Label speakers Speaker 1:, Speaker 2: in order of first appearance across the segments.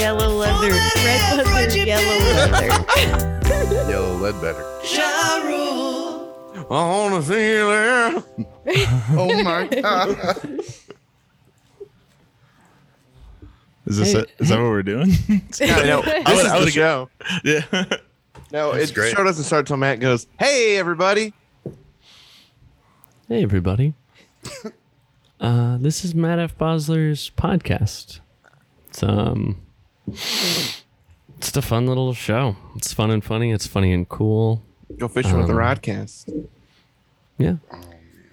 Speaker 1: buzzard, red buzzard, yellow buzzard.
Speaker 2: Yellow lead better.
Speaker 3: Ja Rule.
Speaker 2: I wanna see you there.
Speaker 4: Oh my god.
Speaker 5: Is this it? Is that what we're doing?
Speaker 2: No,
Speaker 5: I
Speaker 2: this
Speaker 5: would-
Speaker 2: is
Speaker 5: I
Speaker 2: the
Speaker 5: would-
Speaker 2: show.
Speaker 5: yeah.
Speaker 2: No,
Speaker 4: That's
Speaker 2: it
Speaker 4: great.
Speaker 2: show doesn't start till Matt goes, "Hey, everybody."
Speaker 6: Hey, everybody. uh, this is Matt F. Bosler's podcast. It's, um, it's a fun little show. It's fun and funny. It's funny and cool.
Speaker 2: Go fishing with the
Speaker 6: Um,
Speaker 2: rodcast.
Speaker 6: Yeah.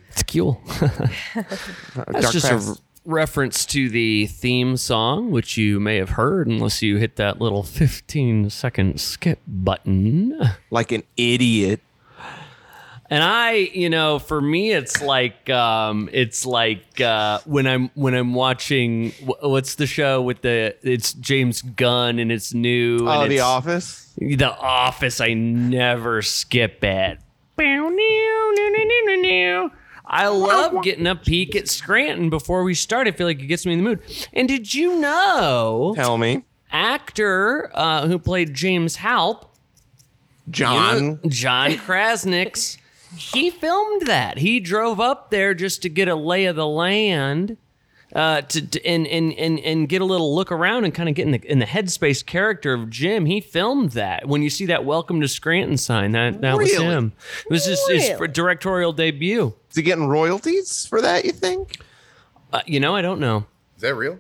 Speaker 6: It's cool.
Speaker 2: Uh,
Speaker 6: That's
Speaker 2: Dark
Speaker 6: just
Speaker 2: Crafts.
Speaker 6: a r- reference to the theme song, which you may have heard unless you hit that little 15 second skip button.
Speaker 2: like an idiot.
Speaker 6: And I, you know, for me, it's like um, it's like uh, when I'm when I'm watching wh- what's the show with the it's James Gunn and it's new. and
Speaker 2: Oh, The
Speaker 6: it's-
Speaker 2: Office.
Speaker 6: The Office. I never skip it. I love getting a peek at Scranton before we start. I feel like it gets me in the mood. And did you know
Speaker 2: Tell me,
Speaker 6: actor uh, who played James Halp
Speaker 2: John.
Speaker 6: John Krasnick's. He filmed that. He drove up there just to get a lay of the land, uh, to, to and, and and and get a little look around and kind of get in the in the headspace character of Jim. He filmed that. When you see that "Welcome to Scranton" sign, that that was
Speaker 2: Really?
Speaker 6: him. It was just
Speaker 1: Really?
Speaker 6: his directorial debut.
Speaker 2: Is he getting royalties for that? You think?
Speaker 6: Uh, you know, I don't know.
Speaker 4: Is that real?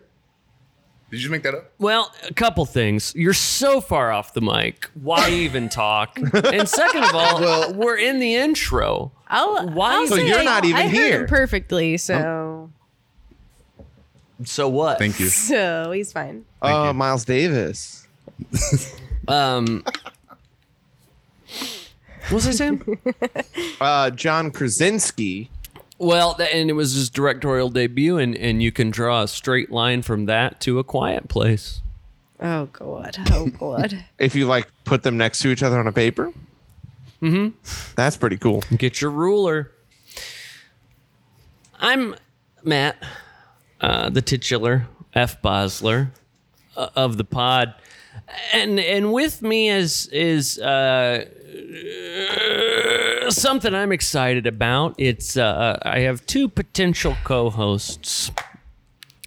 Speaker 4: Did you make that up?
Speaker 6: Well, a couple things. You're so far off the mic. Why even talk? and second of all, we're in the intro.
Speaker 1: I'll,
Speaker 6: Why
Speaker 1: I'll
Speaker 6: is it-
Speaker 1: say
Speaker 2: You're
Speaker 1: I-
Speaker 2: not even
Speaker 1: I heard
Speaker 2: here.
Speaker 1: him perfectly, so
Speaker 6: So what?
Speaker 5: Thank you.
Speaker 1: so he's fine.
Speaker 2: Oh,
Speaker 5: you.
Speaker 2: Miles Davis.
Speaker 6: Um, what was I saying?
Speaker 2: Uh, John Krasinski.
Speaker 6: well, th- and it was his directorial debut, and, and you can draw a straight line from that to a quiet place.
Speaker 1: Oh god. Oh god.
Speaker 2: If you like, put them next to each other on a paper. Mm-hmm. That's pretty cool.
Speaker 6: Get your ruler. I'm Matt, uh, the titular F. Bosler uh, of the pod, and and with me is is uh, something I'm excited about. It's uh, I have two potential co-hosts,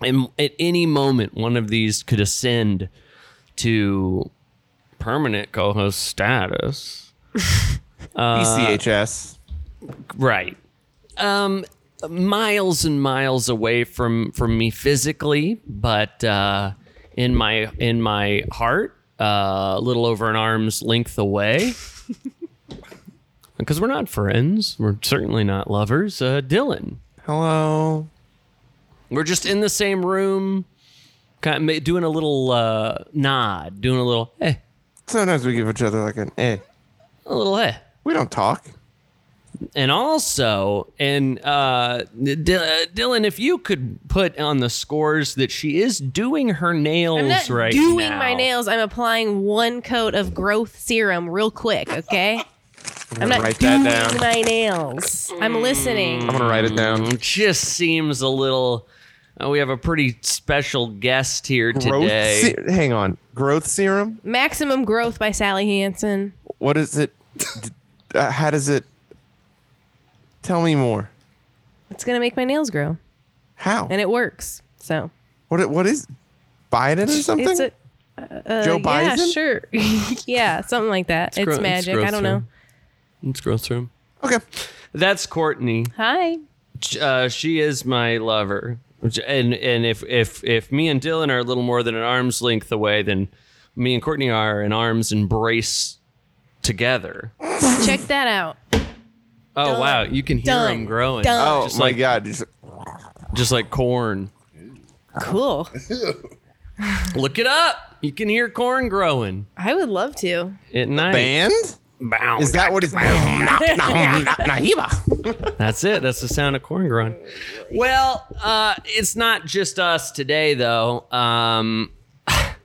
Speaker 6: and at any moment one of these could ascend to permanent co-host status.
Speaker 2: PCHS.
Speaker 6: Right. Um, miles and miles away from from me physically, but uh, in my in my heart, uh, a little over an arm's length away. Because we're not friends, we're certainly not lovers. Uh, Dylan,
Speaker 2: Hello.
Speaker 6: we're just in the same room, kind of ma- doing a little uh, nod, doing a little hey,
Speaker 2: Sometimes we give each other like an eh.
Speaker 6: a little hey.
Speaker 2: We don't talk.
Speaker 6: and also and uh, D- uh, dylan if you could put on the scores that she is doing her nails
Speaker 1: I'm not
Speaker 6: right
Speaker 1: doing
Speaker 6: now.
Speaker 1: my nails. I'm applying one coat of growth serum real quick, okay? I'm not
Speaker 2: write that
Speaker 1: doing
Speaker 2: down.
Speaker 1: my nails. I'm listening.
Speaker 2: I'm gonna write it down.
Speaker 6: It Mm, just seems a little uh, we have a pretty special guest here
Speaker 2: Growth.
Speaker 6: today
Speaker 2: se- hang on. Growth serum.
Speaker 1: Maximum Growth by Sally Hansen.
Speaker 2: What is it? D- uh, how does it? Tell me more.
Speaker 1: It's gonna make my nails grow,
Speaker 2: How?
Speaker 1: and it works. So
Speaker 2: What? it- What is? Biden or something?
Speaker 1: it's a uh,
Speaker 2: Joe
Speaker 1: Yeah,
Speaker 2: Bison?
Speaker 1: sure. yeah, something like that. It's,
Speaker 6: grow- it's
Speaker 1: magic.
Speaker 6: growth
Speaker 1: I don't know.
Speaker 6: serum. it's growth room
Speaker 2: okay.
Speaker 6: that's courtney
Speaker 1: Hi.
Speaker 6: uh, she is my lover. Which- And and if if if me and Dylan are a little more than an arm's length away, then me and Courtney are an arms embrace together.
Speaker 1: Check that out.
Speaker 6: Oh
Speaker 1: Done.
Speaker 6: wow, you can hear
Speaker 1: Done.
Speaker 6: them growing.
Speaker 1: Done.
Speaker 2: Oh
Speaker 6: just
Speaker 2: my
Speaker 6: like
Speaker 2: god. Just-
Speaker 6: just like corn.
Speaker 1: Cool.
Speaker 6: Look it up. You can hear corn growing
Speaker 1: I would love to.
Speaker 6: at night.
Speaker 2: band?
Speaker 6: Bow.
Speaker 2: Is that what it's? Nahiba.
Speaker 6: That's it. That's the sound of corn growing. Well, uh, it's not just us today, though. Um,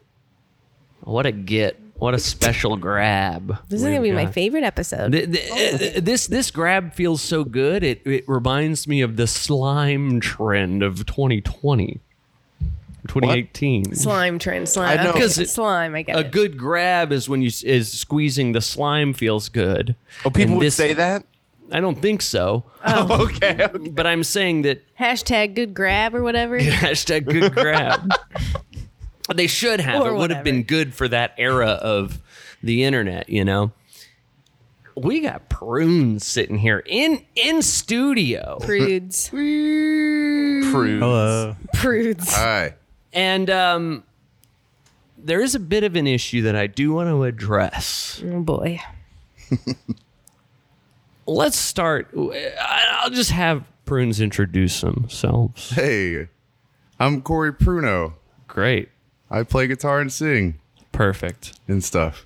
Speaker 6: what a get! What a special grab!
Speaker 1: This is
Speaker 6: we've
Speaker 1: gonna be my
Speaker 6: got.
Speaker 1: favorite Oh. episode.
Speaker 6: Th- th- uh, this this grab feels so good. It it reminds me of the slime trend of 2020. 2018.
Speaker 1: Slime trend, slime.
Speaker 2: I know.
Speaker 1: Okay,
Speaker 6: 'Cause it-
Speaker 1: slime, I get
Speaker 6: A
Speaker 1: it.
Speaker 6: good grab is when you s- is squeezing the slime feels good.
Speaker 2: Oh, people
Speaker 6: And
Speaker 2: would
Speaker 6: this-
Speaker 2: say that.
Speaker 6: I don't think so,
Speaker 2: okay.
Speaker 6: but I'm saying that
Speaker 1: Hashtag good grab or whatever.
Speaker 6: hashtag good grab. they should have.
Speaker 1: Or
Speaker 6: it would have been
Speaker 1: whatever.
Speaker 6: good for that era of the internet, you know. We got prunes sitting here in in studio,
Speaker 1: Prudes.
Speaker 2: Prove.
Speaker 5: Hello.
Speaker 1: Prudes.
Speaker 4: Hi.
Speaker 6: and um, there is a bit of an issue that I do want to address.
Speaker 1: Oh boy.
Speaker 6: let's start. I- I'll just have prunes introduce themselves.
Speaker 4: Hey, I'm Corey Pruno.
Speaker 6: Great.
Speaker 4: I play guitar and sing
Speaker 6: Perfect.
Speaker 4: and stuff.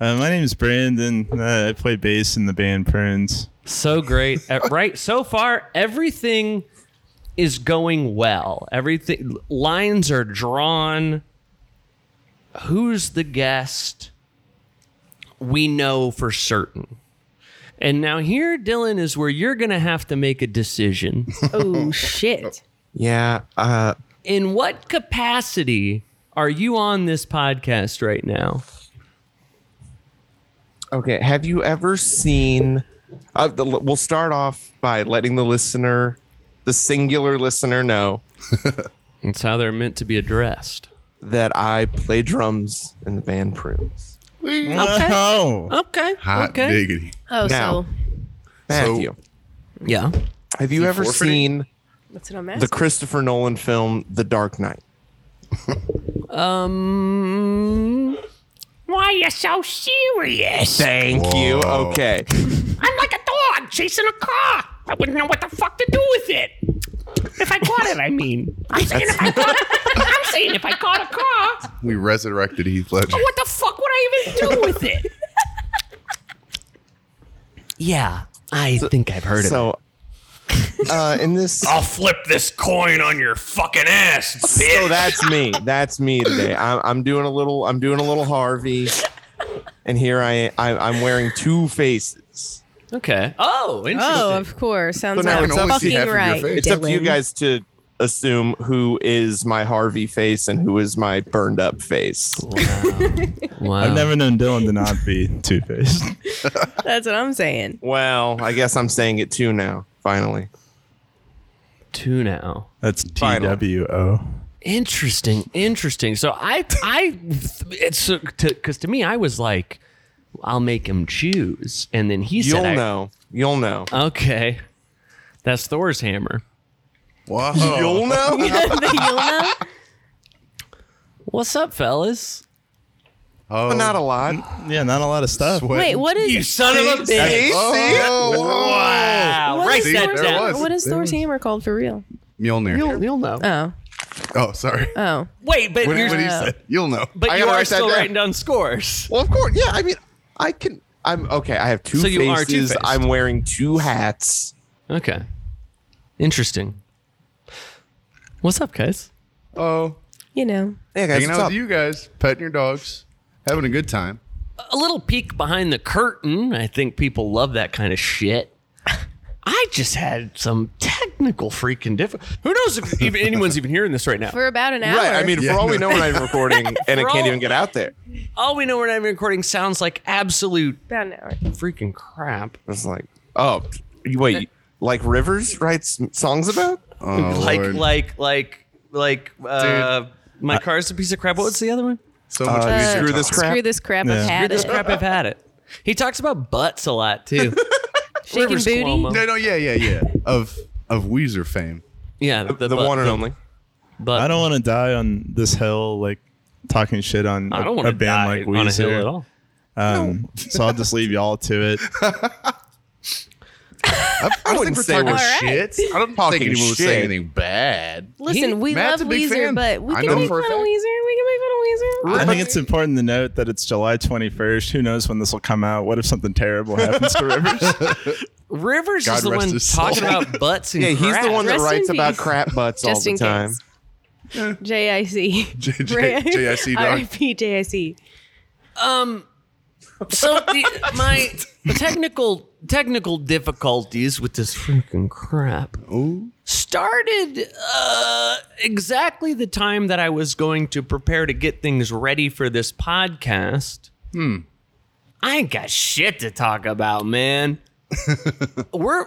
Speaker 5: Uh, my name is Brandon. Uh, I play bass in the band Prunes.
Speaker 6: So great. Uh, right. So far, everything is going well. Everything lines are drawn. Who's the guest? We know for certain. And now here, Dylan, is where you're going to have to make a decision.
Speaker 1: Oh shit.
Speaker 2: Yeah. Uh,
Speaker 6: In what capacity are you on this podcast right now?
Speaker 2: okay. Have you ever seen? Uh, the, we'll start off by letting the listener, the singular listener, know
Speaker 6: That's how they're meant to be addressed.
Speaker 2: that I play drums in the band Prunes.
Speaker 5: Oh.
Speaker 6: Okay.
Speaker 4: Hot diggity.
Speaker 1: Oh,
Speaker 2: Now.
Speaker 1: so
Speaker 2: Matthew,
Speaker 6: Yeah.
Speaker 2: have you ever
Speaker 4: forfeiting?
Speaker 2: seen
Speaker 1: that's what I'm
Speaker 2: the
Speaker 1: asking.
Speaker 2: Christopher Nolan film The Dark Knight?
Speaker 6: Um. Why are you so serious?
Speaker 2: Thank you.
Speaker 4: Whoa.
Speaker 2: Okay.
Speaker 6: I'm like a dog chasing a car. I wouldn't know what the fuck to do with it. If I caught it, I mean. I'm saying if I caught, I'm saying if I caught a car,
Speaker 4: We resurrected Heath Ledger.
Speaker 6: what the fuck would I even do with it? Yeah, I think I've heard it.
Speaker 2: So, uh, in this.
Speaker 6: I'll flip this coin on your fucking ass, bitch.
Speaker 2: So that's me. That's me today. I'm, I'm doing a little. I'm doing a little Harvey, and here I, I I'm wearing two faces.
Speaker 6: Okay. Oh, interesting.
Speaker 1: Oh, of course. Sounds
Speaker 2: So now
Speaker 1: like
Speaker 2: it's up-
Speaker 4: I can only see half
Speaker 1: fucking
Speaker 4: of your
Speaker 1: right.
Speaker 4: face.
Speaker 2: It's up to you
Speaker 1: Dylan.
Speaker 2: guys to assume who is my Harvey face and who is my burned up face.
Speaker 6: wow.
Speaker 5: I've never known Dylan to not be Two Faced.
Speaker 1: That's what I'm saying.
Speaker 2: Well, I guess I'm saying it too now. Finally,
Speaker 6: two now.
Speaker 5: That's T W O.
Speaker 6: Interesting, interesting. So I, I, it's because to me, I was like, I'll make him choose, and then he
Speaker 2: you'll
Speaker 6: said, I-
Speaker 2: know. You'll know.
Speaker 6: okay, that's Thor's hammer."
Speaker 4: Wow.
Speaker 2: You'll know.
Speaker 6: What's up, fellas?
Speaker 4: Oh,
Speaker 2: Not a lot.
Speaker 5: Yeah, not a lot of stuff.
Speaker 4: sweat.
Speaker 1: Wait, what is
Speaker 6: son of a
Speaker 2: See?
Speaker 4: Oh,
Speaker 6: Wow,
Speaker 1: What
Speaker 6: write
Speaker 1: is
Speaker 6: that
Speaker 4: Thor's
Speaker 6: down.
Speaker 4: hammer? was.
Speaker 1: what is
Speaker 4: There
Speaker 1: Thor's hammer called for real?
Speaker 4: Mjolnir.
Speaker 6: You'll, you'll know.
Speaker 1: Oh,
Speaker 4: oh, sorry.
Speaker 1: oh,
Speaker 6: Wait, but
Speaker 4: What,
Speaker 6: you're,
Speaker 4: what he said. You'll know.
Speaker 6: but
Speaker 2: I
Speaker 6: you
Speaker 2: gotta
Speaker 6: are
Speaker 2: write that
Speaker 6: still
Speaker 2: down.
Speaker 6: writing down scores.
Speaker 2: Well, of course. Yeah. I mean, I can. I'm okay. I have two
Speaker 6: So you are
Speaker 2: faces.
Speaker 6: two-faced.
Speaker 2: I'm wearing two hats.
Speaker 6: Okay, interesting. What's up, guys?
Speaker 4: oh,
Speaker 1: you know.
Speaker 2: Yeah, guys.
Speaker 4: hanging
Speaker 2: What's
Speaker 4: out
Speaker 2: up?
Speaker 4: with you guys, petting your dogs, having a good time.
Speaker 6: a little peek behind the curtain. I think people love that kind of shit. I just had some technical freaking diff. Who knows if even anyone's even hearing this right now?
Speaker 1: For about an hour.
Speaker 2: Right. I mean,
Speaker 4: Yeah,
Speaker 2: for all we
Speaker 4: no.
Speaker 2: know, we're not even recording, and it
Speaker 6: For all-
Speaker 2: can't even get out there.
Speaker 6: All we know we're not even recording sounds like absolute
Speaker 1: about an hour.
Speaker 6: freaking crap.
Speaker 2: It's like, oh, you- wait, like Rivers writes m- songs about?
Speaker 4: Oh,
Speaker 6: like,
Speaker 4: Lord.
Speaker 6: like, like, like, uh, my car's a piece of crap. What's the other one?
Speaker 4: so much
Speaker 2: Uh,
Speaker 4: music
Speaker 2: screw
Speaker 4: talk.
Speaker 2: this crap.
Speaker 1: Screw this crap.
Speaker 5: Yeah.
Speaker 1: I've had
Speaker 6: This
Speaker 1: it.
Speaker 6: crap, I've had it. He talks about butts a lot too.
Speaker 1: Shaking
Speaker 6: Rivers
Speaker 1: booty.
Speaker 6: Cuomo.
Speaker 4: No, no, yeah, yeah, yeah. Of of Weezer fame.
Speaker 6: Yeah,
Speaker 2: The, one and only.
Speaker 6: But
Speaker 5: I don't want to die on this hill, like talking shit on a,
Speaker 6: I don't
Speaker 5: a
Speaker 6: want to
Speaker 5: band
Speaker 6: die
Speaker 5: like
Speaker 6: on a
Speaker 5: Weezer.
Speaker 6: hill at all.
Speaker 5: Um, so I'll just leave y'all to it.
Speaker 4: I, I don't think
Speaker 2: wouldn't
Speaker 4: we're
Speaker 2: say
Speaker 4: talking
Speaker 2: we're
Speaker 4: shit. I don't
Speaker 2: Talking
Speaker 4: think anyone was saying
Speaker 2: shit.
Speaker 4: anything bad.
Speaker 1: Listen,
Speaker 6: He-
Speaker 1: we
Speaker 4: Matt's
Speaker 1: love
Speaker 4: a big
Speaker 1: Weezer,
Speaker 4: fan.
Speaker 1: but we
Speaker 4: I
Speaker 1: can
Speaker 4: know
Speaker 1: make
Speaker 4: for
Speaker 1: fun
Speaker 4: a
Speaker 1: of Weezer.
Speaker 4: fact.
Speaker 1: We can make fun
Speaker 5: I
Speaker 1: of Weezer.
Speaker 5: think it's important to note that it's July 21st. Who knows when this will come out? What if something terrible happens to Rivers?
Speaker 6: Rivers
Speaker 4: God
Speaker 6: is the
Speaker 4: rest
Speaker 6: one
Speaker 4: his soul.
Speaker 6: talking about butts and
Speaker 2: Yeah, he's the
Speaker 6: crap.
Speaker 2: one that
Speaker 1: Rest in
Speaker 2: writes about
Speaker 1: peace.
Speaker 2: crap butts all
Speaker 1: Just
Speaker 2: the
Speaker 1: in
Speaker 2: time.
Speaker 1: case. JIC.
Speaker 4: J- J- JIC, dog.
Speaker 1: RIP JIC.
Speaker 6: So the, my technical technical difficulties with this freaking crap
Speaker 4: Ooh.
Speaker 6: started uh, exactly the time that I was going to prepare to get things ready for this podcast. Hmm. I ain't got shit to talk about, man. we're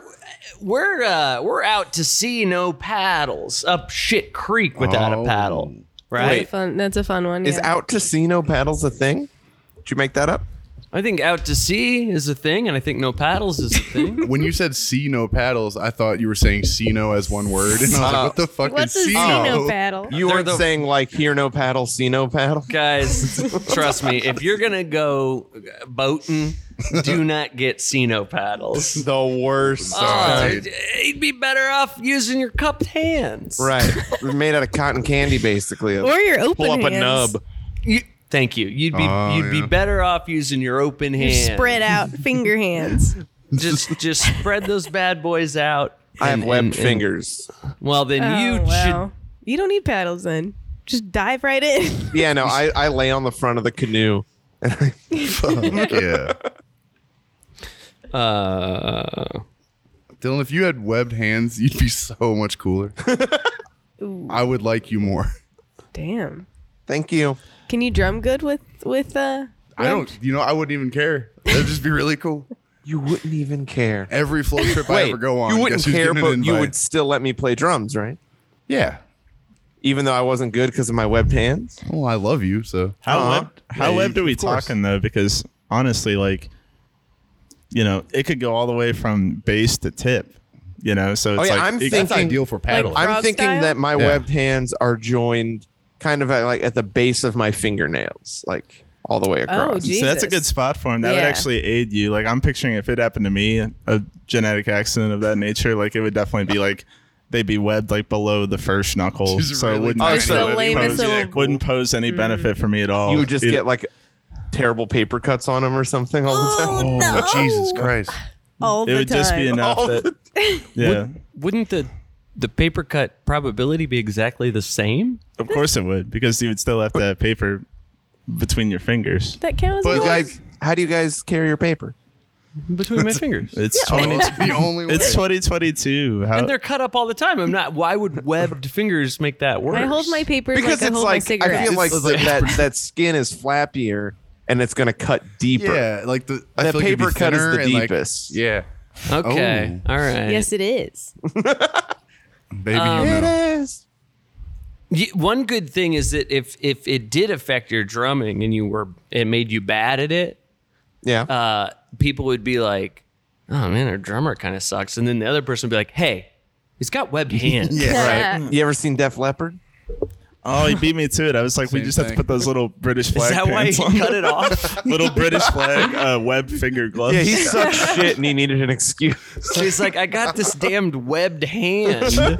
Speaker 6: we're uh, we're out to sea, no paddles, up shit creek without
Speaker 4: Oh.
Speaker 6: a paddle,
Speaker 1: That's a
Speaker 6: right?
Speaker 1: fun. That's a fun one.
Speaker 2: Is
Speaker 1: yeah.
Speaker 2: out to sea no paddles a thing? Did you make that up?
Speaker 6: I think out to sea is a thing, and I think no paddles is a thing.
Speaker 4: When you said see no paddles, I thought you were saying see no as one word. And I was like, what the fuck
Speaker 1: What's a
Speaker 4: is see no?
Speaker 1: Xeno battle?
Speaker 2: You
Speaker 6: They're
Speaker 2: weren't
Speaker 6: the-
Speaker 2: saying like here no paddle, see no paddle.
Speaker 6: Guys, trust me, if you're gonna go boating, do not get Sino paddles.
Speaker 2: The worst.
Speaker 6: Oh,
Speaker 4: dude.
Speaker 6: you'd be better off using your cupped hands.
Speaker 2: Right. We're made out of cotton candy, basically.
Speaker 1: or your open
Speaker 2: Pull up a
Speaker 1: hands.
Speaker 2: nub.
Speaker 6: You- thank you. You'd be
Speaker 4: Oh,
Speaker 6: you'd be
Speaker 4: yeah.
Speaker 6: better off using your open
Speaker 1: Your
Speaker 6: hands.
Speaker 1: spread out finger hands.
Speaker 6: Just just spread those bad boys out.
Speaker 2: I have
Speaker 6: and-
Speaker 2: webbed
Speaker 6: and- and-
Speaker 2: fingers.
Speaker 6: well, then you
Speaker 1: oh, wow. You don't need paddles then. Just dive right in.
Speaker 2: Yeah, no, I, I lay on the front of the canoe.
Speaker 4: Yeah.
Speaker 6: should. Uh,
Speaker 4: Dylan, if you had webbed hands, you'd be so much cooler. I would like you more.
Speaker 1: Damn.
Speaker 2: Thank you.
Speaker 1: Can you drum good with with uh?
Speaker 4: I don't, you know, I wouldn't even care. That'd just be really cool.
Speaker 2: You wouldn't even care.
Speaker 4: Every float trip I
Speaker 2: Wait,
Speaker 4: ever go on,
Speaker 2: you wouldn't
Speaker 4: guess who's
Speaker 2: care,
Speaker 4: getting an
Speaker 2: but you
Speaker 4: invite?
Speaker 2: would still let me play drums, right?
Speaker 4: Yeah.
Speaker 2: Even though I wasn't good because of my webbed hands.
Speaker 4: Well, I love you, so.
Speaker 5: How
Speaker 2: Uh-huh.
Speaker 5: webbed, how
Speaker 2: Yeah,
Speaker 5: webbed
Speaker 2: you-
Speaker 5: are we
Speaker 2: of course.
Speaker 5: talking though? Because honestly, like, you know, it could go all the way from base to tip. You know, so it's
Speaker 2: Oh, yeah,
Speaker 5: like
Speaker 2: I'm
Speaker 5: it-
Speaker 2: thinking-
Speaker 4: That's ideal for paddling.
Speaker 1: Like-
Speaker 2: I'm
Speaker 1: Frog
Speaker 2: thinking
Speaker 1: style?
Speaker 2: that my
Speaker 4: Yeah.
Speaker 2: webbed hands are joined kind of at, like at the base of my fingernails, like all the way across.
Speaker 1: gee.
Speaker 5: So that's a
Speaker 1: Jesus.
Speaker 5: good spot for him. That would
Speaker 1: Yeah.
Speaker 5: actually aid you. Like I'm picturing if it happened to me, a genetic accident of that nature, like it would definitely be like they'd be webbed like below the first knuckle.
Speaker 4: Just
Speaker 5: so it
Speaker 4: really
Speaker 5: wouldn't
Speaker 2: Oh,
Speaker 4: tiny
Speaker 5: actually-
Speaker 1: The
Speaker 4: little
Speaker 1: lamest
Speaker 4: pose.
Speaker 1: little-
Speaker 4: Yeah, cool.
Speaker 5: wouldn't pose any
Speaker 1: Mm.
Speaker 5: benefit for me at all.
Speaker 2: you would just
Speaker 5: It-
Speaker 2: get like terrible paper cuts on them or something all the time.
Speaker 1: Oh, no.
Speaker 4: Jesus Christ.
Speaker 1: All
Speaker 5: it
Speaker 1: the
Speaker 5: would
Speaker 1: time.
Speaker 5: just be enough
Speaker 2: All
Speaker 5: that yeah,
Speaker 6: wouldn't the the paper cut probability be exactly the same?
Speaker 5: of course it would because you would still have to have paper between your fingers.
Speaker 1: that counts.
Speaker 4: But
Speaker 1: as
Speaker 2: You
Speaker 1: one?
Speaker 2: guys, how do you guys carry your paper?
Speaker 6: Between my fingers.
Speaker 2: Uh,
Speaker 5: It's twenty.
Speaker 4: It's the only way.
Speaker 5: It's 2022. How,
Speaker 6: And they're cut up all the time. I'm not. Why would webbed fingers make that worse?
Speaker 1: I hold my paper like
Speaker 2: Because
Speaker 1: I
Speaker 2: it's
Speaker 1: hold my
Speaker 2: like I
Speaker 1: cigarette.
Speaker 2: feel like
Speaker 4: It's
Speaker 2: that, that that skin is flappier and it's gonna cut deeper.
Speaker 4: Yeah, like the I
Speaker 2: The
Speaker 4: feel like it'd be
Speaker 2: paper cut is
Speaker 4: thinner
Speaker 2: the
Speaker 4: and, like-
Speaker 2: deepest.
Speaker 4: yeah,
Speaker 6: Okay.
Speaker 2: Oh.
Speaker 6: All right.
Speaker 1: yes, it is.
Speaker 4: baby, you know.
Speaker 2: It is.
Speaker 6: Y- One good thing is that if if it did affect your drumming and you were it made you bad at it,
Speaker 2: Yeah.
Speaker 6: uh, people would be like, "Oh man, our drummer kind of sucks," and then the other person would be like, "Hey, he's got webbed hands."
Speaker 4: Yeah.
Speaker 1: Uh,
Speaker 2: right. Mm. You ever seen Def Leppard?
Speaker 5: oh, he beat me to it. I was like, we
Speaker 4: Same
Speaker 5: just have to
Speaker 4: thing.
Speaker 5: put those little British
Speaker 6: Is
Speaker 5: flag
Speaker 6: that why
Speaker 5: pants
Speaker 6: he
Speaker 5: on.
Speaker 6: cut it off?
Speaker 5: little British flag uh, web finger gloves.
Speaker 2: Yeah, he sucked shit and he needed an excuse.
Speaker 6: He's like, "I got this damned webbed hand.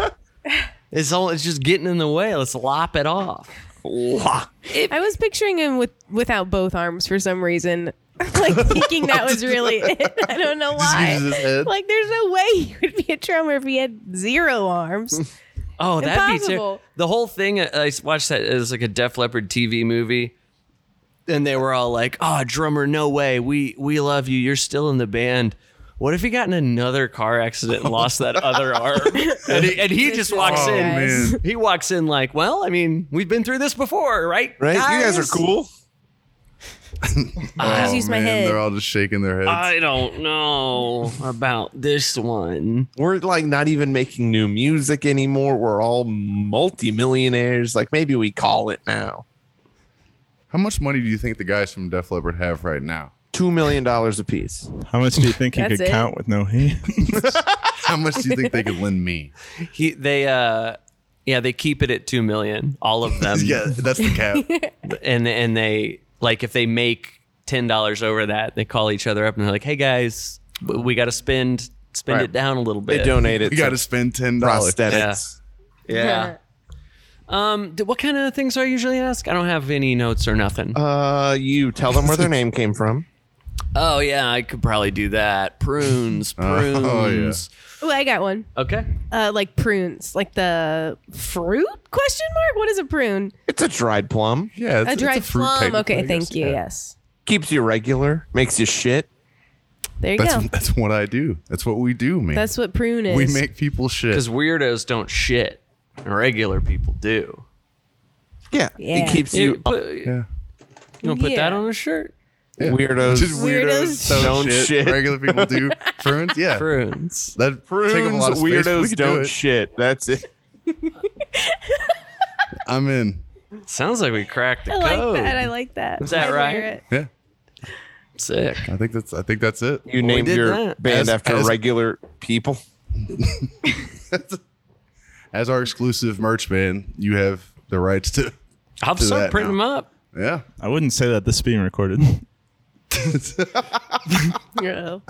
Speaker 6: It's all it's just getting in the way. Let's lop it off."
Speaker 1: I was picturing him with without both arms for some reason. like thinking that was really it. I don't know
Speaker 4: Just
Speaker 1: why.
Speaker 4: uses his head.
Speaker 1: Like there's no way he would be a drummer if he had zero arms.
Speaker 6: Oh, that'd be terrible.
Speaker 1: Impossible.
Speaker 6: The whole thing, uh, I I watched that. It was like a Def Leppard TV movie. And they were all like, oh, drummer, no way. We we love you. You're still in the band. What if he got in another car accident and lost that other arm? And he, and he just walks
Speaker 1: Oh,
Speaker 6: in.
Speaker 1: man.
Speaker 6: He walks in like, well, I mean, we've been through this before, right?
Speaker 2: Right? You guys are cool.
Speaker 1: I just
Speaker 4: Oh,
Speaker 1: use my
Speaker 4: man,
Speaker 1: head.
Speaker 4: They're all just shaking their heads.
Speaker 6: I don't know about this one.
Speaker 2: We're like not even making new music anymore. We're all multimillionaires. Like maybe we call it now.
Speaker 4: How much money do you think the guys from Def Leppard have right now?
Speaker 2: Two million dollars apiece.
Speaker 5: How much do you think he
Speaker 1: That's
Speaker 5: could
Speaker 1: it?
Speaker 5: count with no hand?
Speaker 4: How much do you think they could lend me?
Speaker 6: He they uh yeah, they keep it at two million, all of them.
Speaker 4: Yeah, that's the cap.
Speaker 6: and and they like if they make ten dollars over that, they call each other up and they're like, "Hey guys, w- we got to spend spend
Speaker 2: Right.
Speaker 6: it down a little
Speaker 2: They
Speaker 6: bit."
Speaker 2: donate it
Speaker 4: You got
Speaker 2: to
Speaker 4: to spend ten dollars.
Speaker 2: prosthetics.
Speaker 6: Yeah. Um, d- what kind of things do I usually ask? I don't have any notes or nothing.
Speaker 2: Uh, you tell them where their name came from.
Speaker 6: oh yeah, I could probably do that. Prunes, prunes.
Speaker 4: yeah.
Speaker 1: Oh, I got one.
Speaker 6: Okay.
Speaker 1: Uh, like prunes, like the fruit question mark. What is a prune?
Speaker 2: It's a dried plum.
Speaker 4: Yeah, it's,
Speaker 1: A
Speaker 4: it's
Speaker 1: dried
Speaker 4: fruit
Speaker 1: plum.
Speaker 4: technically,
Speaker 1: Okay,
Speaker 4: I guess.
Speaker 1: thank you. Yes.
Speaker 2: Keeps you regular. Makes you shit.
Speaker 1: There you
Speaker 4: That's
Speaker 1: go.
Speaker 4: that's what I do. That's what we do, man.
Speaker 1: That's what prune is.
Speaker 4: we make people shit.
Speaker 6: Because weirdos don't shit, and regular people do.
Speaker 2: Yeah,
Speaker 1: Yeah.
Speaker 2: it keeps
Speaker 6: You,
Speaker 2: you
Speaker 6: put,
Speaker 4: Yeah.
Speaker 6: you want to put that
Speaker 1: Yeah.
Speaker 6: on a shirt?
Speaker 4: Yeah.
Speaker 2: weirdos.
Speaker 4: Just
Speaker 1: Weirdos
Speaker 4: weirdos, don't,
Speaker 2: don't
Speaker 4: shit.
Speaker 2: shit.
Speaker 4: Regular people do. Prunes, yeah.
Speaker 6: Prunes.
Speaker 4: That
Speaker 2: prunes,
Speaker 4: take up a lot of space, but we
Speaker 2: weirdos
Speaker 4: could do
Speaker 2: don't
Speaker 4: it.
Speaker 2: shit. That's it.
Speaker 4: I'm in.
Speaker 6: Sounds like we cracked the
Speaker 1: I like
Speaker 6: code.
Speaker 1: that. I like that.
Speaker 6: Is that
Speaker 1: I
Speaker 6: right?
Speaker 1: wear it.
Speaker 4: Yeah.
Speaker 6: Sick.
Speaker 4: I think that's I think that's it.
Speaker 2: You
Speaker 6: we
Speaker 2: named
Speaker 6: did
Speaker 2: your
Speaker 6: that.
Speaker 2: band
Speaker 4: As-
Speaker 2: after
Speaker 4: as-
Speaker 2: regular people.
Speaker 4: As our exclusive merch man, you have the rights to
Speaker 6: I'll
Speaker 4: Do
Speaker 6: start
Speaker 4: that
Speaker 6: printing
Speaker 4: now.
Speaker 6: them up.
Speaker 4: Yeah.
Speaker 5: I wouldn't say that this is being recorded.
Speaker 1: No.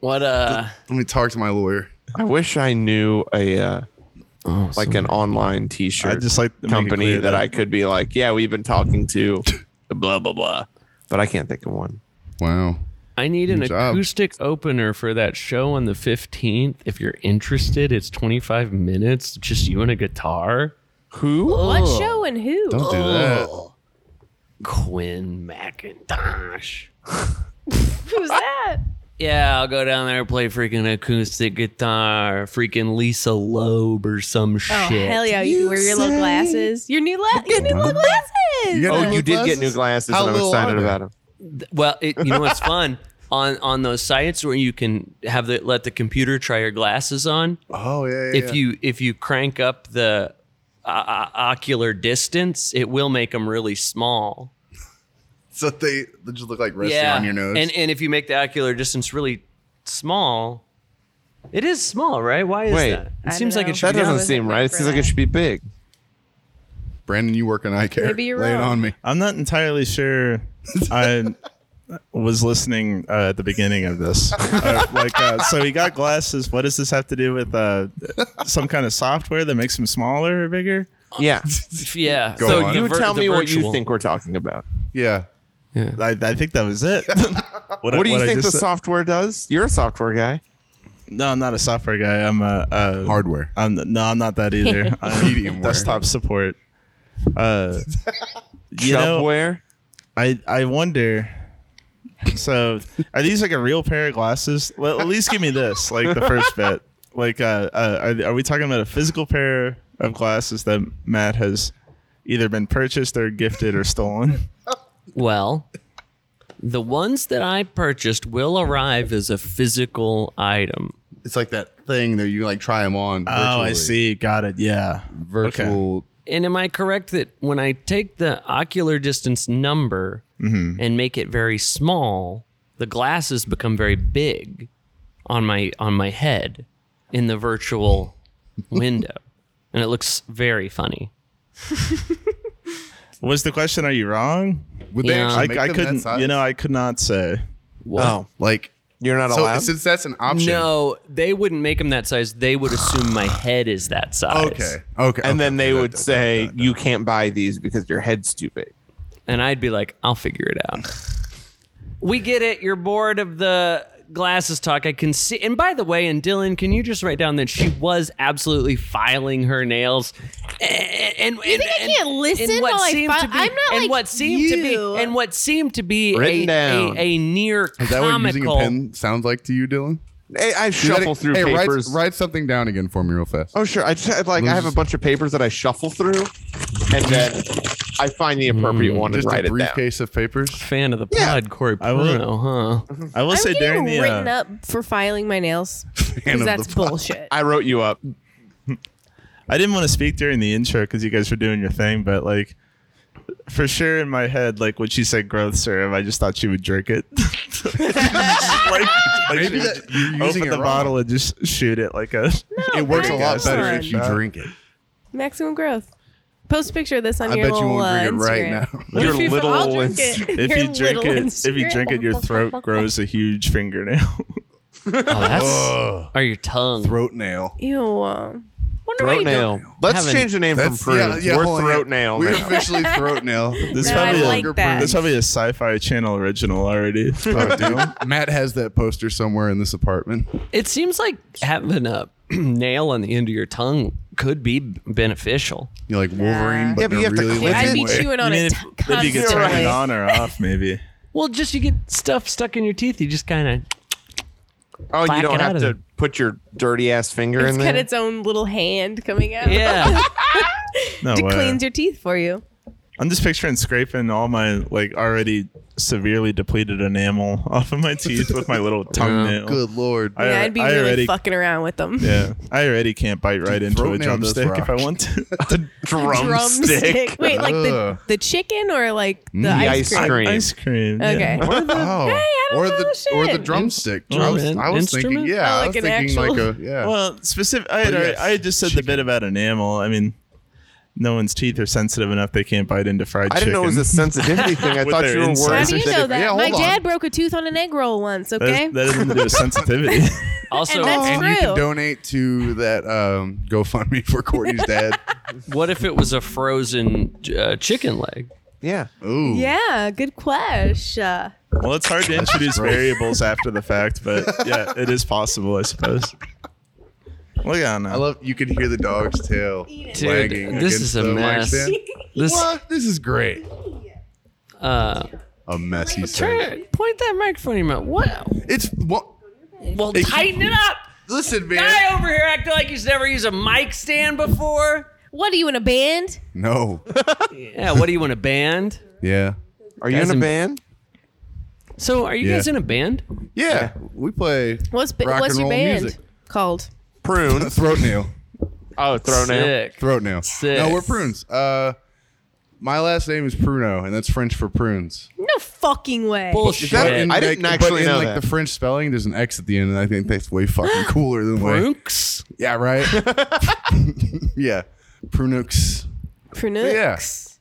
Speaker 6: What uh?
Speaker 4: Let me talk to my lawyer.
Speaker 2: I wish I knew a uh, like an online T-shirt.
Speaker 5: I'd just like to make it
Speaker 2: company
Speaker 5: clear
Speaker 2: that
Speaker 5: that-
Speaker 2: I could be like, yeah, we've been talking to blah blah blah, but I can't think of one.
Speaker 4: Wow.
Speaker 6: I need an
Speaker 4: Good job.
Speaker 6: acoustic opener for that show on the 15th. If you're interested, it's 25 minutes, just you and a guitar.
Speaker 2: Who?
Speaker 1: What show and who?
Speaker 4: Don't do that.
Speaker 6: Quinn McIntosh.
Speaker 1: Who's that?
Speaker 6: Yeah, I'll go down there and play freaking acoustic guitar, freaking Lisa Loeb or some shit.
Speaker 1: Oh hell yeah! You, can wear your little glasses. Your new la- your new little glasses.
Speaker 4: You got
Speaker 2: Oh,
Speaker 4: New
Speaker 2: you did get
Speaker 4: glasses?
Speaker 2: new glasses,
Speaker 4: How
Speaker 2: and I'm
Speaker 4: little
Speaker 2: excited
Speaker 4: are they?
Speaker 2: about them.
Speaker 6: Well, it, you know what's fun on on those sites where you can have the let the computer try your glasses on.
Speaker 4: Oh yeah. yeah
Speaker 6: if
Speaker 4: yeah.
Speaker 6: you if you crank up the uh, uh, ocular distance, it will make them really small.
Speaker 4: so they, they just look like resting on your nose.
Speaker 6: and and if you make the ocular distance really small, it is small, right? Why is
Speaker 2: Wait.
Speaker 6: that? It
Speaker 1: I
Speaker 6: seems
Speaker 1: don't
Speaker 6: like
Speaker 1: know.
Speaker 6: it should.
Speaker 2: That
Speaker 6: Be,
Speaker 1: Yeah.
Speaker 2: doesn't seem right. It seems like it should be big.
Speaker 4: Brandon, you work in eye care.
Speaker 1: Maybe you're
Speaker 4: Lay it
Speaker 1: wrong.
Speaker 4: on me.
Speaker 5: I'm not entirely sure. I was listening uh, at the beginning of this. Uh, like, uh, so he got glasses. What does this have to do with uh, some kind of software that makes them smaller or bigger?
Speaker 2: Yeah.
Speaker 6: yeah.
Speaker 4: Go
Speaker 6: so
Speaker 4: on.
Speaker 2: You
Speaker 6: the vir-
Speaker 2: tell
Speaker 6: the
Speaker 2: me what you
Speaker 6: virtual.
Speaker 2: think we're talking about.
Speaker 4: Yeah.
Speaker 5: I, I think that was it. what,
Speaker 2: What do you
Speaker 5: I
Speaker 2: think the
Speaker 5: just said-
Speaker 2: software does? You're a software guy.
Speaker 5: No, I'm not a software guy. I'm a, a
Speaker 4: Hardware.
Speaker 5: I'm no, I'm not that either. I'm
Speaker 4: Mediumware.
Speaker 5: desktop support. Uh, you know,
Speaker 2: Shopware.
Speaker 5: I I wonder. So, are these like a real pair of glasses? Well, at least give me this, like the first bet. Like, uh, uh, are, are we talking about a physical pair of glasses that Matt has either been purchased or gifted or stolen?
Speaker 6: Well, the ones that I purchased will arrive as a physical item.
Speaker 4: It's like that thing that you like try them on.
Speaker 5: Oh, I
Speaker 4: virtually.
Speaker 5: see. Got it. Yeah.
Speaker 4: Virtual.
Speaker 6: And am I correct that when I take the ocular distance number and make it very small, the glasses become very big on my on my head in the virtual window, and it looks very funny.
Speaker 5: Was the question? Are you wrong?
Speaker 4: Would they
Speaker 6: Yeah.
Speaker 4: actually
Speaker 5: I,
Speaker 4: make
Speaker 5: I
Speaker 4: them that
Speaker 5: couldn't.
Speaker 4: size?
Speaker 5: You know, I could not say.
Speaker 2: Oh,
Speaker 4: like
Speaker 2: you're not
Speaker 4: so
Speaker 2: allowed.
Speaker 4: since that's an option.
Speaker 6: No, they wouldn't make them that size. They would assume my head is that size.
Speaker 4: Okay. Okay.
Speaker 2: and then they would
Speaker 4: say.
Speaker 2: say you can't buy these because your head's too big.
Speaker 6: And I'd be like, I'll figure it out. we get it. You're bored of the glasses talk. I can see. And by the way, and Dylan, can you just write down that she was absolutely filing her nails? And, and,
Speaker 1: You think I
Speaker 6: and-
Speaker 1: can't listen
Speaker 6: and what
Speaker 1: while I
Speaker 6: seemed
Speaker 1: file-
Speaker 6: to be,
Speaker 1: I'm not
Speaker 6: and
Speaker 1: like
Speaker 6: what seemed to
Speaker 1: you.
Speaker 6: be, and what seemed to be
Speaker 2: Written
Speaker 6: a, a,
Speaker 2: down.
Speaker 6: a near
Speaker 4: Is that what using a
Speaker 6: comical.
Speaker 4: pen sounds like to you, Dylan?
Speaker 2: Hey,
Speaker 4: Do
Speaker 2: I
Speaker 4: that-
Speaker 2: shuffle through
Speaker 4: hey, write-
Speaker 2: papers.
Speaker 4: Write, something down again for me, real fast.
Speaker 2: Oh sure, I just, like I have a bunch of papers that I shuffle through, and then I find the appropriate one and
Speaker 4: Mm, Just
Speaker 2: write
Speaker 4: a
Speaker 2: it down.
Speaker 4: briefcase of papers.
Speaker 6: Fan of the
Speaker 2: Yeah.
Speaker 6: pod, Corey
Speaker 5: I will-
Speaker 6: Bruno, huh?
Speaker 5: I will
Speaker 1: I'm
Speaker 5: say
Speaker 1: getting
Speaker 5: during the
Speaker 1: written
Speaker 5: uh,
Speaker 1: up for filing my nails
Speaker 4: of
Speaker 1: because
Speaker 4: the
Speaker 1: that's
Speaker 4: pod.
Speaker 1: bullshit.
Speaker 2: I wrote you up.
Speaker 5: I didn't want to speak during the intro because you guys were doing your thing, but like for sure in my head, like when she said growth serum, I just thought she would drink it. like, like she
Speaker 4: Maybe
Speaker 5: would
Speaker 4: that-
Speaker 5: just
Speaker 4: you're using
Speaker 5: open
Speaker 4: it
Speaker 5: the
Speaker 4: wrong.
Speaker 5: bottle and just shoot it like a.
Speaker 1: No,
Speaker 4: It works a
Speaker 1: come
Speaker 4: lot better
Speaker 1: on.
Speaker 4: if you drink it.
Speaker 1: Maximum growth. Post a picture of this on
Speaker 4: I
Speaker 1: your
Speaker 4: bet you
Speaker 1: little
Speaker 4: won't
Speaker 1: uh,
Speaker 4: drink it right
Speaker 1: Instagram.
Speaker 4: now.
Speaker 1: What
Speaker 2: Your
Speaker 1: if you-
Speaker 2: little
Speaker 1: I'll drink it.
Speaker 5: If
Speaker 1: Your
Speaker 5: you drink
Speaker 1: little
Speaker 5: it, if you
Speaker 1: Instagram.
Speaker 5: drink it, your throat grows a huge fingernail.
Speaker 6: Oh, that's
Speaker 4: Ugh.
Speaker 6: or your tongue.
Speaker 4: Throat nail.
Speaker 1: Ew. um, Wonder why
Speaker 2: Throat
Speaker 1: you don't-
Speaker 2: nail. Let's
Speaker 6: Haven't-
Speaker 2: change the name from prunes. We're
Speaker 4: hold on,
Speaker 2: throat
Speaker 4: yeah.
Speaker 2: nail.
Speaker 4: We're
Speaker 2: now.
Speaker 4: officially throat nail.
Speaker 5: This
Speaker 1: No,
Speaker 5: is
Speaker 1: I
Speaker 5: probably,
Speaker 1: like
Speaker 5: a,
Speaker 1: that.
Speaker 5: this is probably a sci-fi channel original already.
Speaker 4: Oh, dude. Matt has that poster somewhere in this apartment.
Speaker 6: It seems like having a nail on the end of your tongue could be b- beneficial.
Speaker 4: You're like Wolverine, but,
Speaker 2: Yeah, but you
Speaker 4: you're
Speaker 2: have to
Speaker 4: really
Speaker 2: clip
Speaker 4: long
Speaker 1: I'd be
Speaker 4: way.
Speaker 1: chewing on
Speaker 5: You mean
Speaker 1: it
Speaker 5: if,
Speaker 1: t-
Speaker 5: if you could turn
Speaker 1: constantly.
Speaker 5: it on or off, maybe.
Speaker 6: Well, just you get stuff stuck in your teeth, you just kind of
Speaker 2: Oh,
Speaker 6: Black
Speaker 2: you don't
Speaker 6: it
Speaker 2: have
Speaker 6: out
Speaker 2: to
Speaker 6: of
Speaker 2: put your dirty ass finger
Speaker 1: It's
Speaker 2: in
Speaker 1: got
Speaker 2: there.
Speaker 1: its own little hand coming out
Speaker 6: Yeah.
Speaker 5: No
Speaker 1: to
Speaker 5: way.
Speaker 1: cleanse your teeth for you.
Speaker 5: I'm just picturing scraping all my like already severely depleted enamel off of my teeth with my little tongue
Speaker 6: Yeah.
Speaker 5: nail.
Speaker 4: Good lord.
Speaker 5: I-
Speaker 1: yeah, I'd be really
Speaker 5: already-
Speaker 1: fucking around with them.
Speaker 5: Yeah, I already can't bite right into
Speaker 4: throat
Speaker 5: a
Speaker 4: nail does
Speaker 5: drumstick
Speaker 4: rock.
Speaker 5: if I want to.
Speaker 1: Drumstick. Wait, like the,
Speaker 4: Ugh. Mm,
Speaker 1: the chicken or like the,
Speaker 4: The
Speaker 1: ice,
Speaker 2: ice
Speaker 1: cream?
Speaker 2: cream.
Speaker 5: Ice cream. yeah.
Speaker 1: Okay.
Speaker 4: Or the, oh,
Speaker 1: I don't
Speaker 4: or
Speaker 1: know
Speaker 4: the or the
Speaker 1: shit.
Speaker 4: drumstick.
Speaker 6: Oh,
Speaker 4: I was,
Speaker 6: an
Speaker 4: I was thinking,
Speaker 6: instrument?
Speaker 4: yeah,
Speaker 1: Oh,
Speaker 4: I
Speaker 1: like
Speaker 4: was
Speaker 1: an
Speaker 4: thinking like a
Speaker 1: actual-
Speaker 4: yeah.
Speaker 5: Well, specific. I had,
Speaker 4: But
Speaker 5: already-
Speaker 4: yes,
Speaker 5: I had just said the bit about enamel. I mean, no one's teeth are sensitive enough they can't bite into fried
Speaker 2: I didn't
Speaker 5: chicken.
Speaker 2: know it was a sensitivity thing. I
Speaker 5: With
Speaker 2: thought
Speaker 5: their
Speaker 2: you were
Speaker 5: insides.
Speaker 1: How
Speaker 2: worried.
Speaker 1: do you
Speaker 2: that-
Speaker 1: know that?
Speaker 4: Yeah, hold
Speaker 1: My
Speaker 4: on.
Speaker 1: dad broke a tooth on an egg roll once.
Speaker 5: That,
Speaker 1: Okay.
Speaker 5: is, that has nothing to do with sensitivity.
Speaker 6: Also,
Speaker 1: And that's-
Speaker 4: and you
Speaker 1: true.
Speaker 4: can donate to that um, GoFundMe for Courtney's dad.
Speaker 6: what if it was a frozen uh, chicken leg?
Speaker 2: Yeah.
Speaker 4: Ooh,
Speaker 1: yeah. Good question.
Speaker 5: well, it's hard to introduce
Speaker 4: gross.
Speaker 5: variables after the fact, but yeah, it is possible, I suppose. Look at
Speaker 4: I
Speaker 5: now.
Speaker 4: love. You can hear the dog's tail
Speaker 6: Dude,
Speaker 4: wagging.
Speaker 6: this
Speaker 4: against
Speaker 6: is a
Speaker 4: the
Speaker 6: mess.
Speaker 4: Nightstand.
Speaker 6: This
Speaker 4: What? This is great.
Speaker 6: uh,
Speaker 4: A mess. He said.
Speaker 6: turn, point that microphone in your mouth. What?
Speaker 4: It's what.
Speaker 6: Well, tighten it up.
Speaker 4: Listen, man.
Speaker 6: Guy over here acting like he's never used a mic stand before.
Speaker 1: What are you in a band?
Speaker 4: No.
Speaker 6: Yeah. What do you want a band?
Speaker 4: Yeah.
Speaker 2: Are you in
Speaker 6: Guys
Speaker 2: a
Speaker 6: in-
Speaker 2: band?
Speaker 6: So, are you
Speaker 4: Yeah.
Speaker 6: guys in a band?
Speaker 4: Yeah. We play
Speaker 1: What's ba-
Speaker 4: Rock
Speaker 1: what's
Speaker 4: and
Speaker 1: your
Speaker 4: roll
Speaker 1: band
Speaker 4: music.
Speaker 1: called?
Speaker 2: Prune.
Speaker 4: throat nail.
Speaker 2: Oh, throw nail.
Speaker 6: Sick.
Speaker 4: Throat nail.
Speaker 6: Sick.
Speaker 4: No, we're prunes. Uh, my last name is Pruno, and that's French for prunes.
Speaker 1: No fucking way.
Speaker 2: Is
Speaker 6: Bullshit.
Speaker 2: that-
Speaker 4: In,
Speaker 2: I didn't
Speaker 4: like-
Speaker 2: actually
Speaker 4: but in,
Speaker 2: know
Speaker 4: like
Speaker 2: that.
Speaker 4: the French spelling, there's an X at the end, and I think that's way fucking cooler than way.
Speaker 6: Brunks.
Speaker 4: Yeah, right. yeah, Prunux.
Speaker 1: Prunux.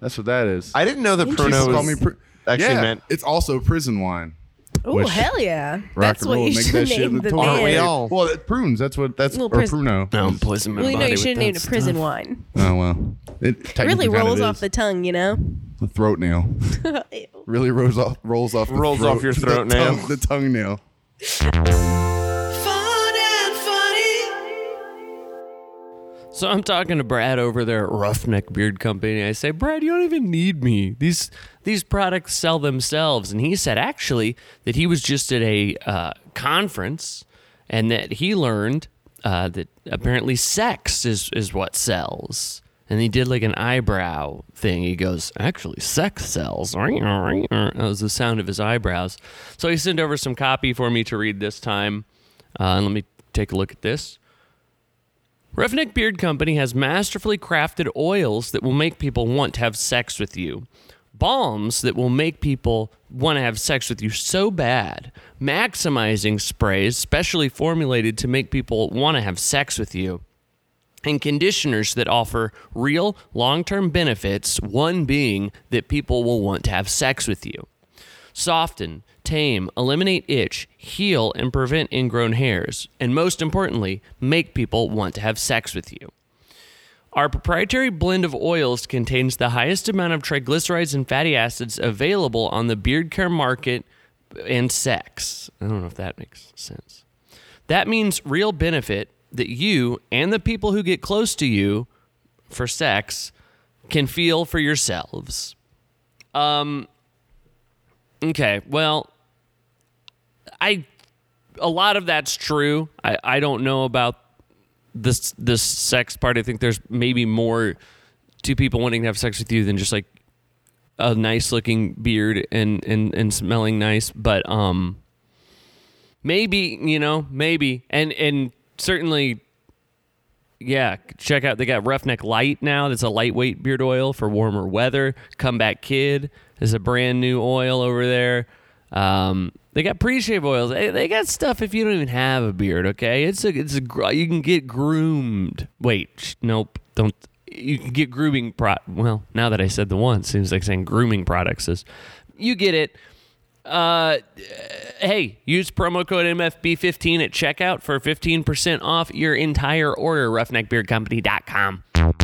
Speaker 4: That's what that is.
Speaker 2: I didn't know that
Speaker 4: She used to
Speaker 2: Pruno
Speaker 4: call
Speaker 2: was
Speaker 4: me Pru-
Speaker 2: actually
Speaker 4: yeah,
Speaker 2: meant.
Speaker 4: It's also prison wine.
Speaker 1: Oh
Speaker 4: Which-
Speaker 1: hell yeah!
Speaker 4: Rock
Speaker 1: That's
Speaker 4: and
Speaker 1: what
Speaker 4: roll.
Speaker 1: you
Speaker 4: make
Speaker 1: should
Speaker 4: that shit
Speaker 1: name
Speaker 4: the
Speaker 1: the
Speaker 4: toilet.
Speaker 2: Aren't we
Speaker 1: band.
Speaker 2: all?
Speaker 4: Well, it, prunes. That's what. That's
Speaker 1: Little
Speaker 4: or
Speaker 1: pris-
Speaker 4: Pruno.
Speaker 6: No, I'm poisoning my
Speaker 1: Well, you know
Speaker 6: body
Speaker 1: you
Speaker 6: with
Speaker 1: should have
Speaker 6: that
Speaker 1: named it
Speaker 6: stuff.
Speaker 1: prison wine.
Speaker 4: Oh well. It
Speaker 1: It really
Speaker 4: technically kind
Speaker 1: rolls
Speaker 4: is.
Speaker 1: off the tongue, you know.
Speaker 4: the throat nail. really rolls off. Rolls off. the
Speaker 2: Rolls
Speaker 4: throat-
Speaker 2: off your
Speaker 4: the
Speaker 2: throat nail.
Speaker 4: tongue- the tongue nail.
Speaker 3: Fun and funny.
Speaker 6: So I'm talking to Brad over there at Roughneck Beard Company. I say, Brad, you don't even need me. These these products sell themselves. And he said actually that he was just at a uh, conference and that he learned uh, that apparently sex is is what sells. And he did like an eyebrow thing. He goes, actually, sex sells. That was the sound of his eyebrows. So he sent over some copy for me to read this time. Uh, and let me take a look at this. Roughneck Beard Company has masterfully crafted oils that will make people want to have sex with you. Balms that will make people want to have sex with you so bad. Maximizing sprays specially formulated to make people want to have sex with you. And conditioners that offer real long term benefits, one being that people will want to have sex with you soften, tame, eliminate itch, heal, and prevent ingrown hairs, and most importantly, make people want to have sex with you. Our proprietary blend of oils contains the highest amount of triglycerides and fatty acids available on the beard care market and sex. I don't know if that makes sense. That means real benefit that you and the people who get close to you for sex can feel for yourselves. Okay. Well, I a lot of that's true. I I don't know about this this sex part. I think there's maybe more to people wanting to have sex with you than just like a nice looking beard and and and smelling nice, but um maybe, you know, maybe. And and certainly yeah, check out. They got Roughneck Light now. That's a lightweight beard oil for warmer weather. Comeback Kid is a brand new oil over there. Um, they got pre-shave oils. They, they got stuff if you don't even have a beard. Okay, it's a it's a gr- you can get groomed. Wait, sh- nope, don't. You can get grooming pro. Well, now that I said the one, it seems like saying grooming products is. You get it hey, use promo code MFB15 at checkout for 15% off your entire order. RoughneckBeardCompany.com.
Speaker 3: Fun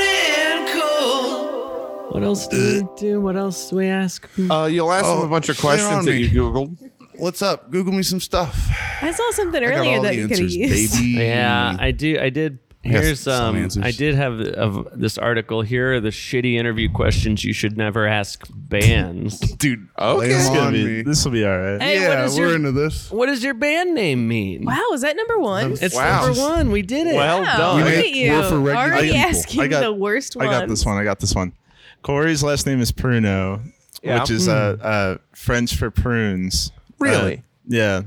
Speaker 3: and cool.
Speaker 6: What else do we do? What else do we ask?
Speaker 2: Uh, you'll ask
Speaker 4: Oh,
Speaker 2: him a bunch of
Speaker 4: they're on
Speaker 2: questions that
Speaker 4: me.
Speaker 2: you googled.
Speaker 4: What's up? Google me some stuff.
Speaker 1: I saw something
Speaker 4: I got
Speaker 1: earlier
Speaker 4: all
Speaker 1: that
Speaker 4: the
Speaker 1: you could have
Speaker 4: answers,
Speaker 5: Hmm.
Speaker 1: used.
Speaker 4: baby.
Speaker 6: Yeah, I do. I did
Speaker 4: Yes,
Speaker 6: Here's
Speaker 4: some
Speaker 6: um,
Speaker 4: answers.
Speaker 6: I did have of this article. Here are the shitty interview questions you should never ask bands.
Speaker 4: dude.
Speaker 2: Okay.
Speaker 4: lay 'em
Speaker 2: It's
Speaker 5: It's gonna
Speaker 4: on
Speaker 5: be-
Speaker 4: me.
Speaker 5: this will be all right.
Speaker 1: Hey, what
Speaker 4: yeah,
Speaker 1: is
Speaker 4: we're
Speaker 1: your-
Speaker 4: into this.
Speaker 6: what does your band name mean?
Speaker 1: Wow, is that number one?
Speaker 6: It's
Speaker 2: Wow.
Speaker 6: number one. We did it.
Speaker 2: Well
Speaker 1: Wow,
Speaker 2: done.
Speaker 1: Look
Speaker 4: We
Speaker 1: at
Speaker 4: make
Speaker 1: you.
Speaker 4: war for regular
Speaker 1: Already
Speaker 4: people.
Speaker 5: I
Speaker 1: asking
Speaker 5: got-
Speaker 1: the worst
Speaker 5: I
Speaker 1: one.
Speaker 5: got this one. I got this one. Corey's last name is Pruno,
Speaker 2: Yeah. Hmm.
Speaker 5: which is uh, uh, French for prunes.
Speaker 2: Really? Uh-huh.
Speaker 5: Uh, yeah.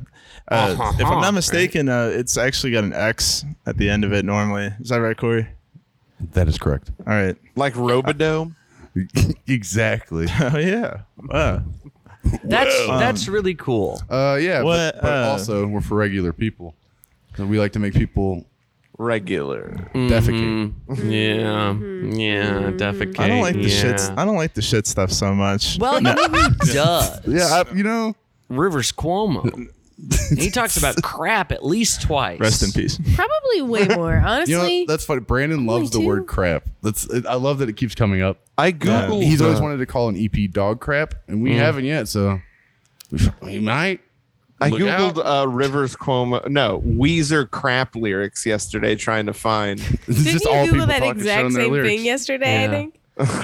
Speaker 5: Uh, If I'm not mistaken, uh, it's actually got an X at the end of it normally. Is that right, Corey?
Speaker 4: That is correct.
Speaker 5: All right.
Speaker 2: Like Robidoux.
Speaker 4: exactly.
Speaker 5: Oh, yeah. Wow.
Speaker 6: that's that's really cool.
Speaker 4: Uh, yeah,
Speaker 5: What,
Speaker 4: but, but
Speaker 5: uh,
Speaker 4: also we're for regular people. And we like to make people
Speaker 2: Regular.
Speaker 4: defecate.
Speaker 2: Mm-hmm.
Speaker 6: Yeah,
Speaker 1: Mm-hmm.
Speaker 6: yeah, defecate.
Speaker 5: I don't like the
Speaker 6: yeah.
Speaker 5: shit. I don't like the shit stuff so much.
Speaker 6: Well, you know who does?
Speaker 4: Yeah, I, you know,
Speaker 6: Rivers Cuomo. he talks about crap at least twice.
Speaker 5: rest in peace.
Speaker 1: Probably way more. Honestly,
Speaker 4: you know that's funny. Brandon loves the
Speaker 1: two?
Speaker 4: word crap. That's it, I love that it keeps coming up.
Speaker 2: I googled.
Speaker 4: He's always
Speaker 2: uh,
Speaker 4: wanted to call an EP dog crap, and we haven't yet. So we, f- we might.
Speaker 2: I
Speaker 4: Look
Speaker 2: googled uh, Rivers Cuomo. No, Weezer crap lyrics yesterday, trying to find.
Speaker 4: This is
Speaker 1: didn't
Speaker 4: just
Speaker 1: you
Speaker 4: all
Speaker 1: Google
Speaker 4: people
Speaker 1: that
Speaker 4: talking, showing
Speaker 1: exact
Speaker 4: their
Speaker 1: same
Speaker 4: lyrics.
Speaker 1: thing yesterday?
Speaker 6: Yeah.
Speaker 1: I think.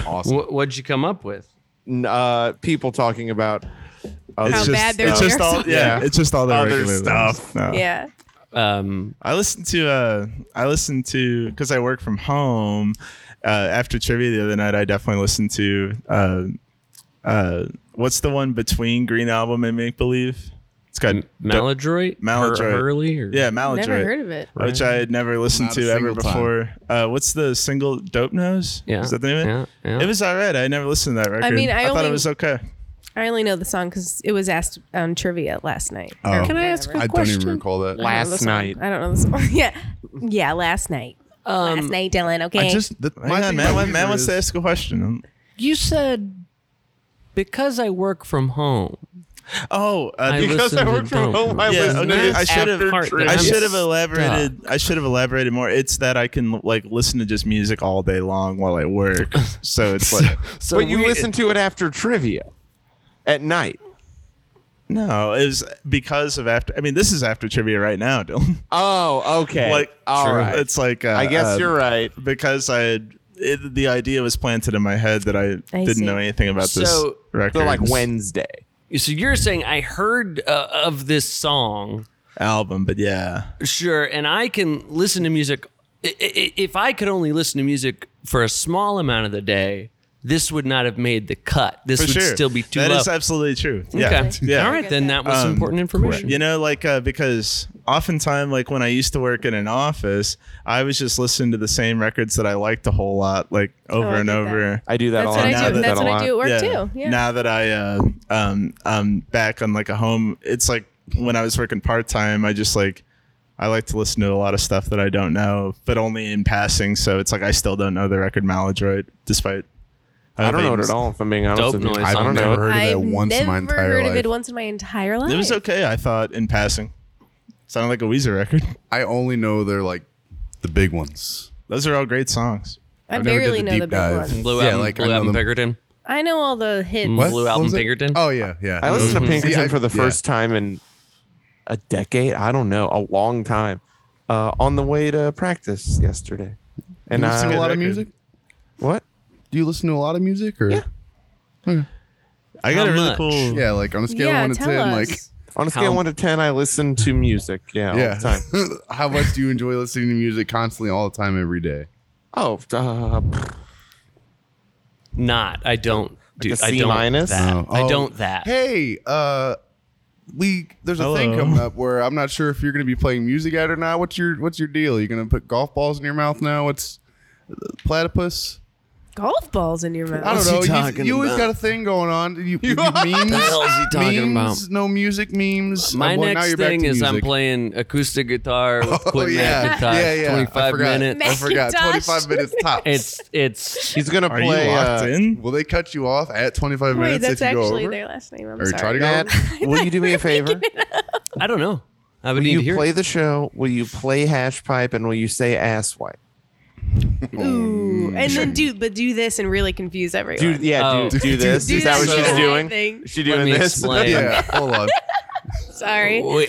Speaker 4: Awesome.
Speaker 6: Wh- what'd you come up with?
Speaker 2: n- uh, people talking about uh,
Speaker 5: It's
Speaker 1: How
Speaker 5: just,
Speaker 1: bad their
Speaker 5: it's just
Speaker 1: lyrics
Speaker 5: all yeah,
Speaker 2: are.
Speaker 5: It's just all the
Speaker 2: Other
Speaker 5: regular
Speaker 2: stuff.
Speaker 5: ones.
Speaker 4: Oh.
Speaker 5: No.
Speaker 1: Yeah.
Speaker 6: Um,
Speaker 5: I listen to uh I listen to because I work from home. Uh, after trivia the other night, I definitely listened to uh, uh, what's the one between Green Album and Make Believe? It's got
Speaker 6: Maladroit,
Speaker 5: Maladroit.
Speaker 6: Hur- Hurley, or
Speaker 5: yeah Maladroit,
Speaker 1: Never heard of it.
Speaker 5: which I had never listened
Speaker 4: Not a
Speaker 5: to ever
Speaker 4: single time.
Speaker 5: before. Uh, what's the single Dope Nose?
Speaker 6: Yeah.
Speaker 5: is that the name? of it?
Speaker 6: Yeah, yeah.
Speaker 5: It was alright. I never listened to that record.
Speaker 1: mean, I
Speaker 5: thought
Speaker 1: only-
Speaker 5: it was okay.
Speaker 1: I only know the song because it was asked on trivia last night.
Speaker 4: Oh.
Speaker 1: Or
Speaker 4: Can
Speaker 1: whatever.
Speaker 4: I don't even recall that.
Speaker 1: I don't know the
Speaker 2: Last
Speaker 1: song.
Speaker 2: night.
Speaker 1: I don't know this one. yeah. Yeah, last night. last night, Dylan. Okay.
Speaker 4: Um, I just that,
Speaker 5: Hang on,
Speaker 4: thing
Speaker 5: man,
Speaker 4: about
Speaker 5: man, man
Speaker 4: Weezer
Speaker 5: wants to
Speaker 4: is-
Speaker 5: ask a question.
Speaker 6: You said because I work from home.
Speaker 5: Oh, uh,
Speaker 6: I
Speaker 5: because-
Speaker 2: because I
Speaker 6: listened to
Speaker 2: work from
Speaker 6: Don't.
Speaker 2: home. I
Speaker 5: Yeah,
Speaker 2: listen
Speaker 5: okay,
Speaker 2: to
Speaker 5: I
Speaker 2: I
Speaker 5: should have-
Speaker 2: after
Speaker 6: part that
Speaker 2: trip.
Speaker 5: I
Speaker 6: I'm
Speaker 5: should have
Speaker 6: stuck.
Speaker 5: elaborated. I should have elaborated more. It's that I can like listen to just music all day long while I work. So it's like
Speaker 6: So
Speaker 2: but you
Speaker 6: we-
Speaker 2: listen to it after trivia at night.
Speaker 5: no, it was because of after. I mean, this is after trivia right now, Dylan.
Speaker 2: Oh, okay.
Speaker 5: Like,
Speaker 2: all
Speaker 5: true.
Speaker 2: right.
Speaker 5: it's like uh,
Speaker 2: I guess
Speaker 5: uh,
Speaker 2: you're right.
Speaker 5: because I had- it, the idea was planted in my head that I,
Speaker 1: I
Speaker 5: didn't
Speaker 1: see.
Speaker 5: know anything about this
Speaker 6: So-
Speaker 5: record.
Speaker 2: They're like
Speaker 5: this
Speaker 2: Wednesday.
Speaker 6: So you're saying I heard uh, of this song,
Speaker 5: album, but yeah,
Speaker 6: sure, and I can listen to music. I- I- If I could only listen to music for a small amount of the day, this would not have made the cut. This
Speaker 5: for
Speaker 6: would
Speaker 5: sure,
Speaker 6: still be too
Speaker 5: That
Speaker 6: low.
Speaker 5: is absolutely true. Yeah,
Speaker 6: okay.
Speaker 5: yeah.
Speaker 6: All right, then that was
Speaker 5: Um,
Speaker 6: important information.
Speaker 5: You know, like uh, because oftentimes, like when I used to work in an office, I was just listening to the same records that I liked a whole lot, like over
Speaker 1: Oh, I
Speaker 5: and
Speaker 1: did
Speaker 5: over.
Speaker 2: I do that
Speaker 1: that's
Speaker 2: all
Speaker 1: what
Speaker 2: the
Speaker 1: I
Speaker 5: now
Speaker 1: do.
Speaker 5: that-
Speaker 1: That's
Speaker 2: a
Speaker 1: what I
Speaker 2: lot.
Speaker 1: do at work too. Yeah.
Speaker 5: Now that I uh, um I'm back on like a home, it's like when I was working part time, I just like. I like to listen to a lot of stuff that I don't know, but only in passing. So it's like I still don't know the record Maladroit, despite
Speaker 2: I don't know it at all. If I'm being honest,
Speaker 6: Dope
Speaker 2: with you.
Speaker 6: noise.
Speaker 2: I don't
Speaker 6: I've
Speaker 2: know.
Speaker 6: never
Speaker 2: it.
Speaker 4: heard of that
Speaker 1: I've
Speaker 4: once in
Speaker 1: never
Speaker 4: my entire
Speaker 1: heard of
Speaker 4: life.
Speaker 1: it once in my entire life.
Speaker 5: It was okay, I thought, in passing. Sounded like a Weezer record.
Speaker 4: I only know they're like the big ones.
Speaker 5: Those are all great songs.
Speaker 1: I
Speaker 4: I've never did
Speaker 1: barely
Speaker 4: the
Speaker 1: know the
Speaker 4: deep
Speaker 1: big
Speaker 4: dive.
Speaker 1: ones.
Speaker 6: Blue
Speaker 4: Yeah,
Speaker 6: album,
Speaker 4: like, I
Speaker 6: Blue
Speaker 4: know
Speaker 6: album
Speaker 4: them.
Speaker 6: Pinkerton.
Speaker 1: I know all the hits.
Speaker 6: What? Blue
Speaker 4: What
Speaker 6: Album
Speaker 4: was it?
Speaker 6: Pinkerton?
Speaker 4: Oh yeah, yeah.
Speaker 2: I listened to Pinkerton
Speaker 4: I-
Speaker 2: for the
Speaker 4: yeah.
Speaker 2: first time in a decade. I don't know, a long time. Uh, on the way to practice yesterday,
Speaker 4: Do
Speaker 2: and
Speaker 4: you listen
Speaker 2: I
Speaker 4: to a lot of
Speaker 5: record.
Speaker 4: music?
Speaker 2: what?
Speaker 4: Do you listen to a lot of music or?
Speaker 2: Yeah.
Speaker 5: I got
Speaker 6: How
Speaker 5: a really
Speaker 6: much?
Speaker 5: cool.
Speaker 4: Yeah, like on a scale
Speaker 1: yeah,
Speaker 4: of one to
Speaker 1: tell
Speaker 4: ten,
Speaker 1: us.
Speaker 4: like
Speaker 2: On a scale of
Speaker 6: How-
Speaker 2: one to ten, I listen to music. Yeah, all the
Speaker 4: yeah.
Speaker 2: time.
Speaker 4: How much do you enjoy listening to music constantly, all the time, every day?
Speaker 2: Oh, uh, pff,
Speaker 6: Not. I don't do.
Speaker 2: a
Speaker 6: I
Speaker 2: C
Speaker 6: don't
Speaker 2: minus?
Speaker 6: that.
Speaker 4: Oh,
Speaker 6: I
Speaker 4: oh.
Speaker 6: don't that.
Speaker 4: Hey, uh, we there's a thing
Speaker 5: Hello.
Speaker 4: coming up where I'm not sure if you're going to be playing music at or not. What's your What's your deal? You're going to put golf balls in your mouth now? What's uh, platypus?
Speaker 1: golf balls in your mouth.
Speaker 4: I don't
Speaker 6: What's he
Speaker 4: know. You,
Speaker 6: talking
Speaker 4: you always
Speaker 6: about?
Speaker 4: got a thing going on. You, you memes.
Speaker 6: The hell's he talking
Speaker 4: memes, No music memes.
Speaker 6: My
Speaker 4: Uh, well, now
Speaker 6: next
Speaker 4: you're back
Speaker 6: thing
Speaker 4: to
Speaker 6: is I'm
Speaker 4: music.
Speaker 6: playing acoustic guitar with
Speaker 4: Oh,
Speaker 6: Quentin
Speaker 4: yeah.
Speaker 6: McIntosh.
Speaker 4: yeah, yeah. I
Speaker 6: 25
Speaker 4: forgot.
Speaker 6: minutes.
Speaker 4: I forgot.
Speaker 1: Macintosh.
Speaker 4: 25 minutes tops.
Speaker 6: It's it's
Speaker 2: he's gonna
Speaker 5: Are you
Speaker 2: play.
Speaker 5: locked
Speaker 2: uh,
Speaker 5: in?
Speaker 4: Will they cut you off at 25
Speaker 1: Wait,
Speaker 4: minutes
Speaker 1: that's
Speaker 4: if you go
Speaker 1: actually
Speaker 4: over?
Speaker 1: their last name. I'm
Speaker 4: Or
Speaker 1: sorry.
Speaker 4: try to go
Speaker 2: Matt, will you do me a favor?
Speaker 6: I don't know. I would
Speaker 2: Will
Speaker 6: need to
Speaker 2: you
Speaker 6: hear.
Speaker 2: play
Speaker 6: it.
Speaker 2: the show? Will you play hash pipe? And will you say ass wipe?
Speaker 1: Ooh, and then do but do this and really confuse everyone.
Speaker 2: Dude, yeah,
Speaker 6: Oh.
Speaker 2: do, do this.
Speaker 1: Do
Speaker 2: Is that what
Speaker 1: this
Speaker 2: she's
Speaker 1: whole
Speaker 2: doing?
Speaker 1: thing.
Speaker 2: Is she
Speaker 6: Let
Speaker 2: doing
Speaker 6: me
Speaker 2: this?
Speaker 6: explain. Oh.
Speaker 4: Yeah, hold on.
Speaker 1: Sorry.
Speaker 6: We,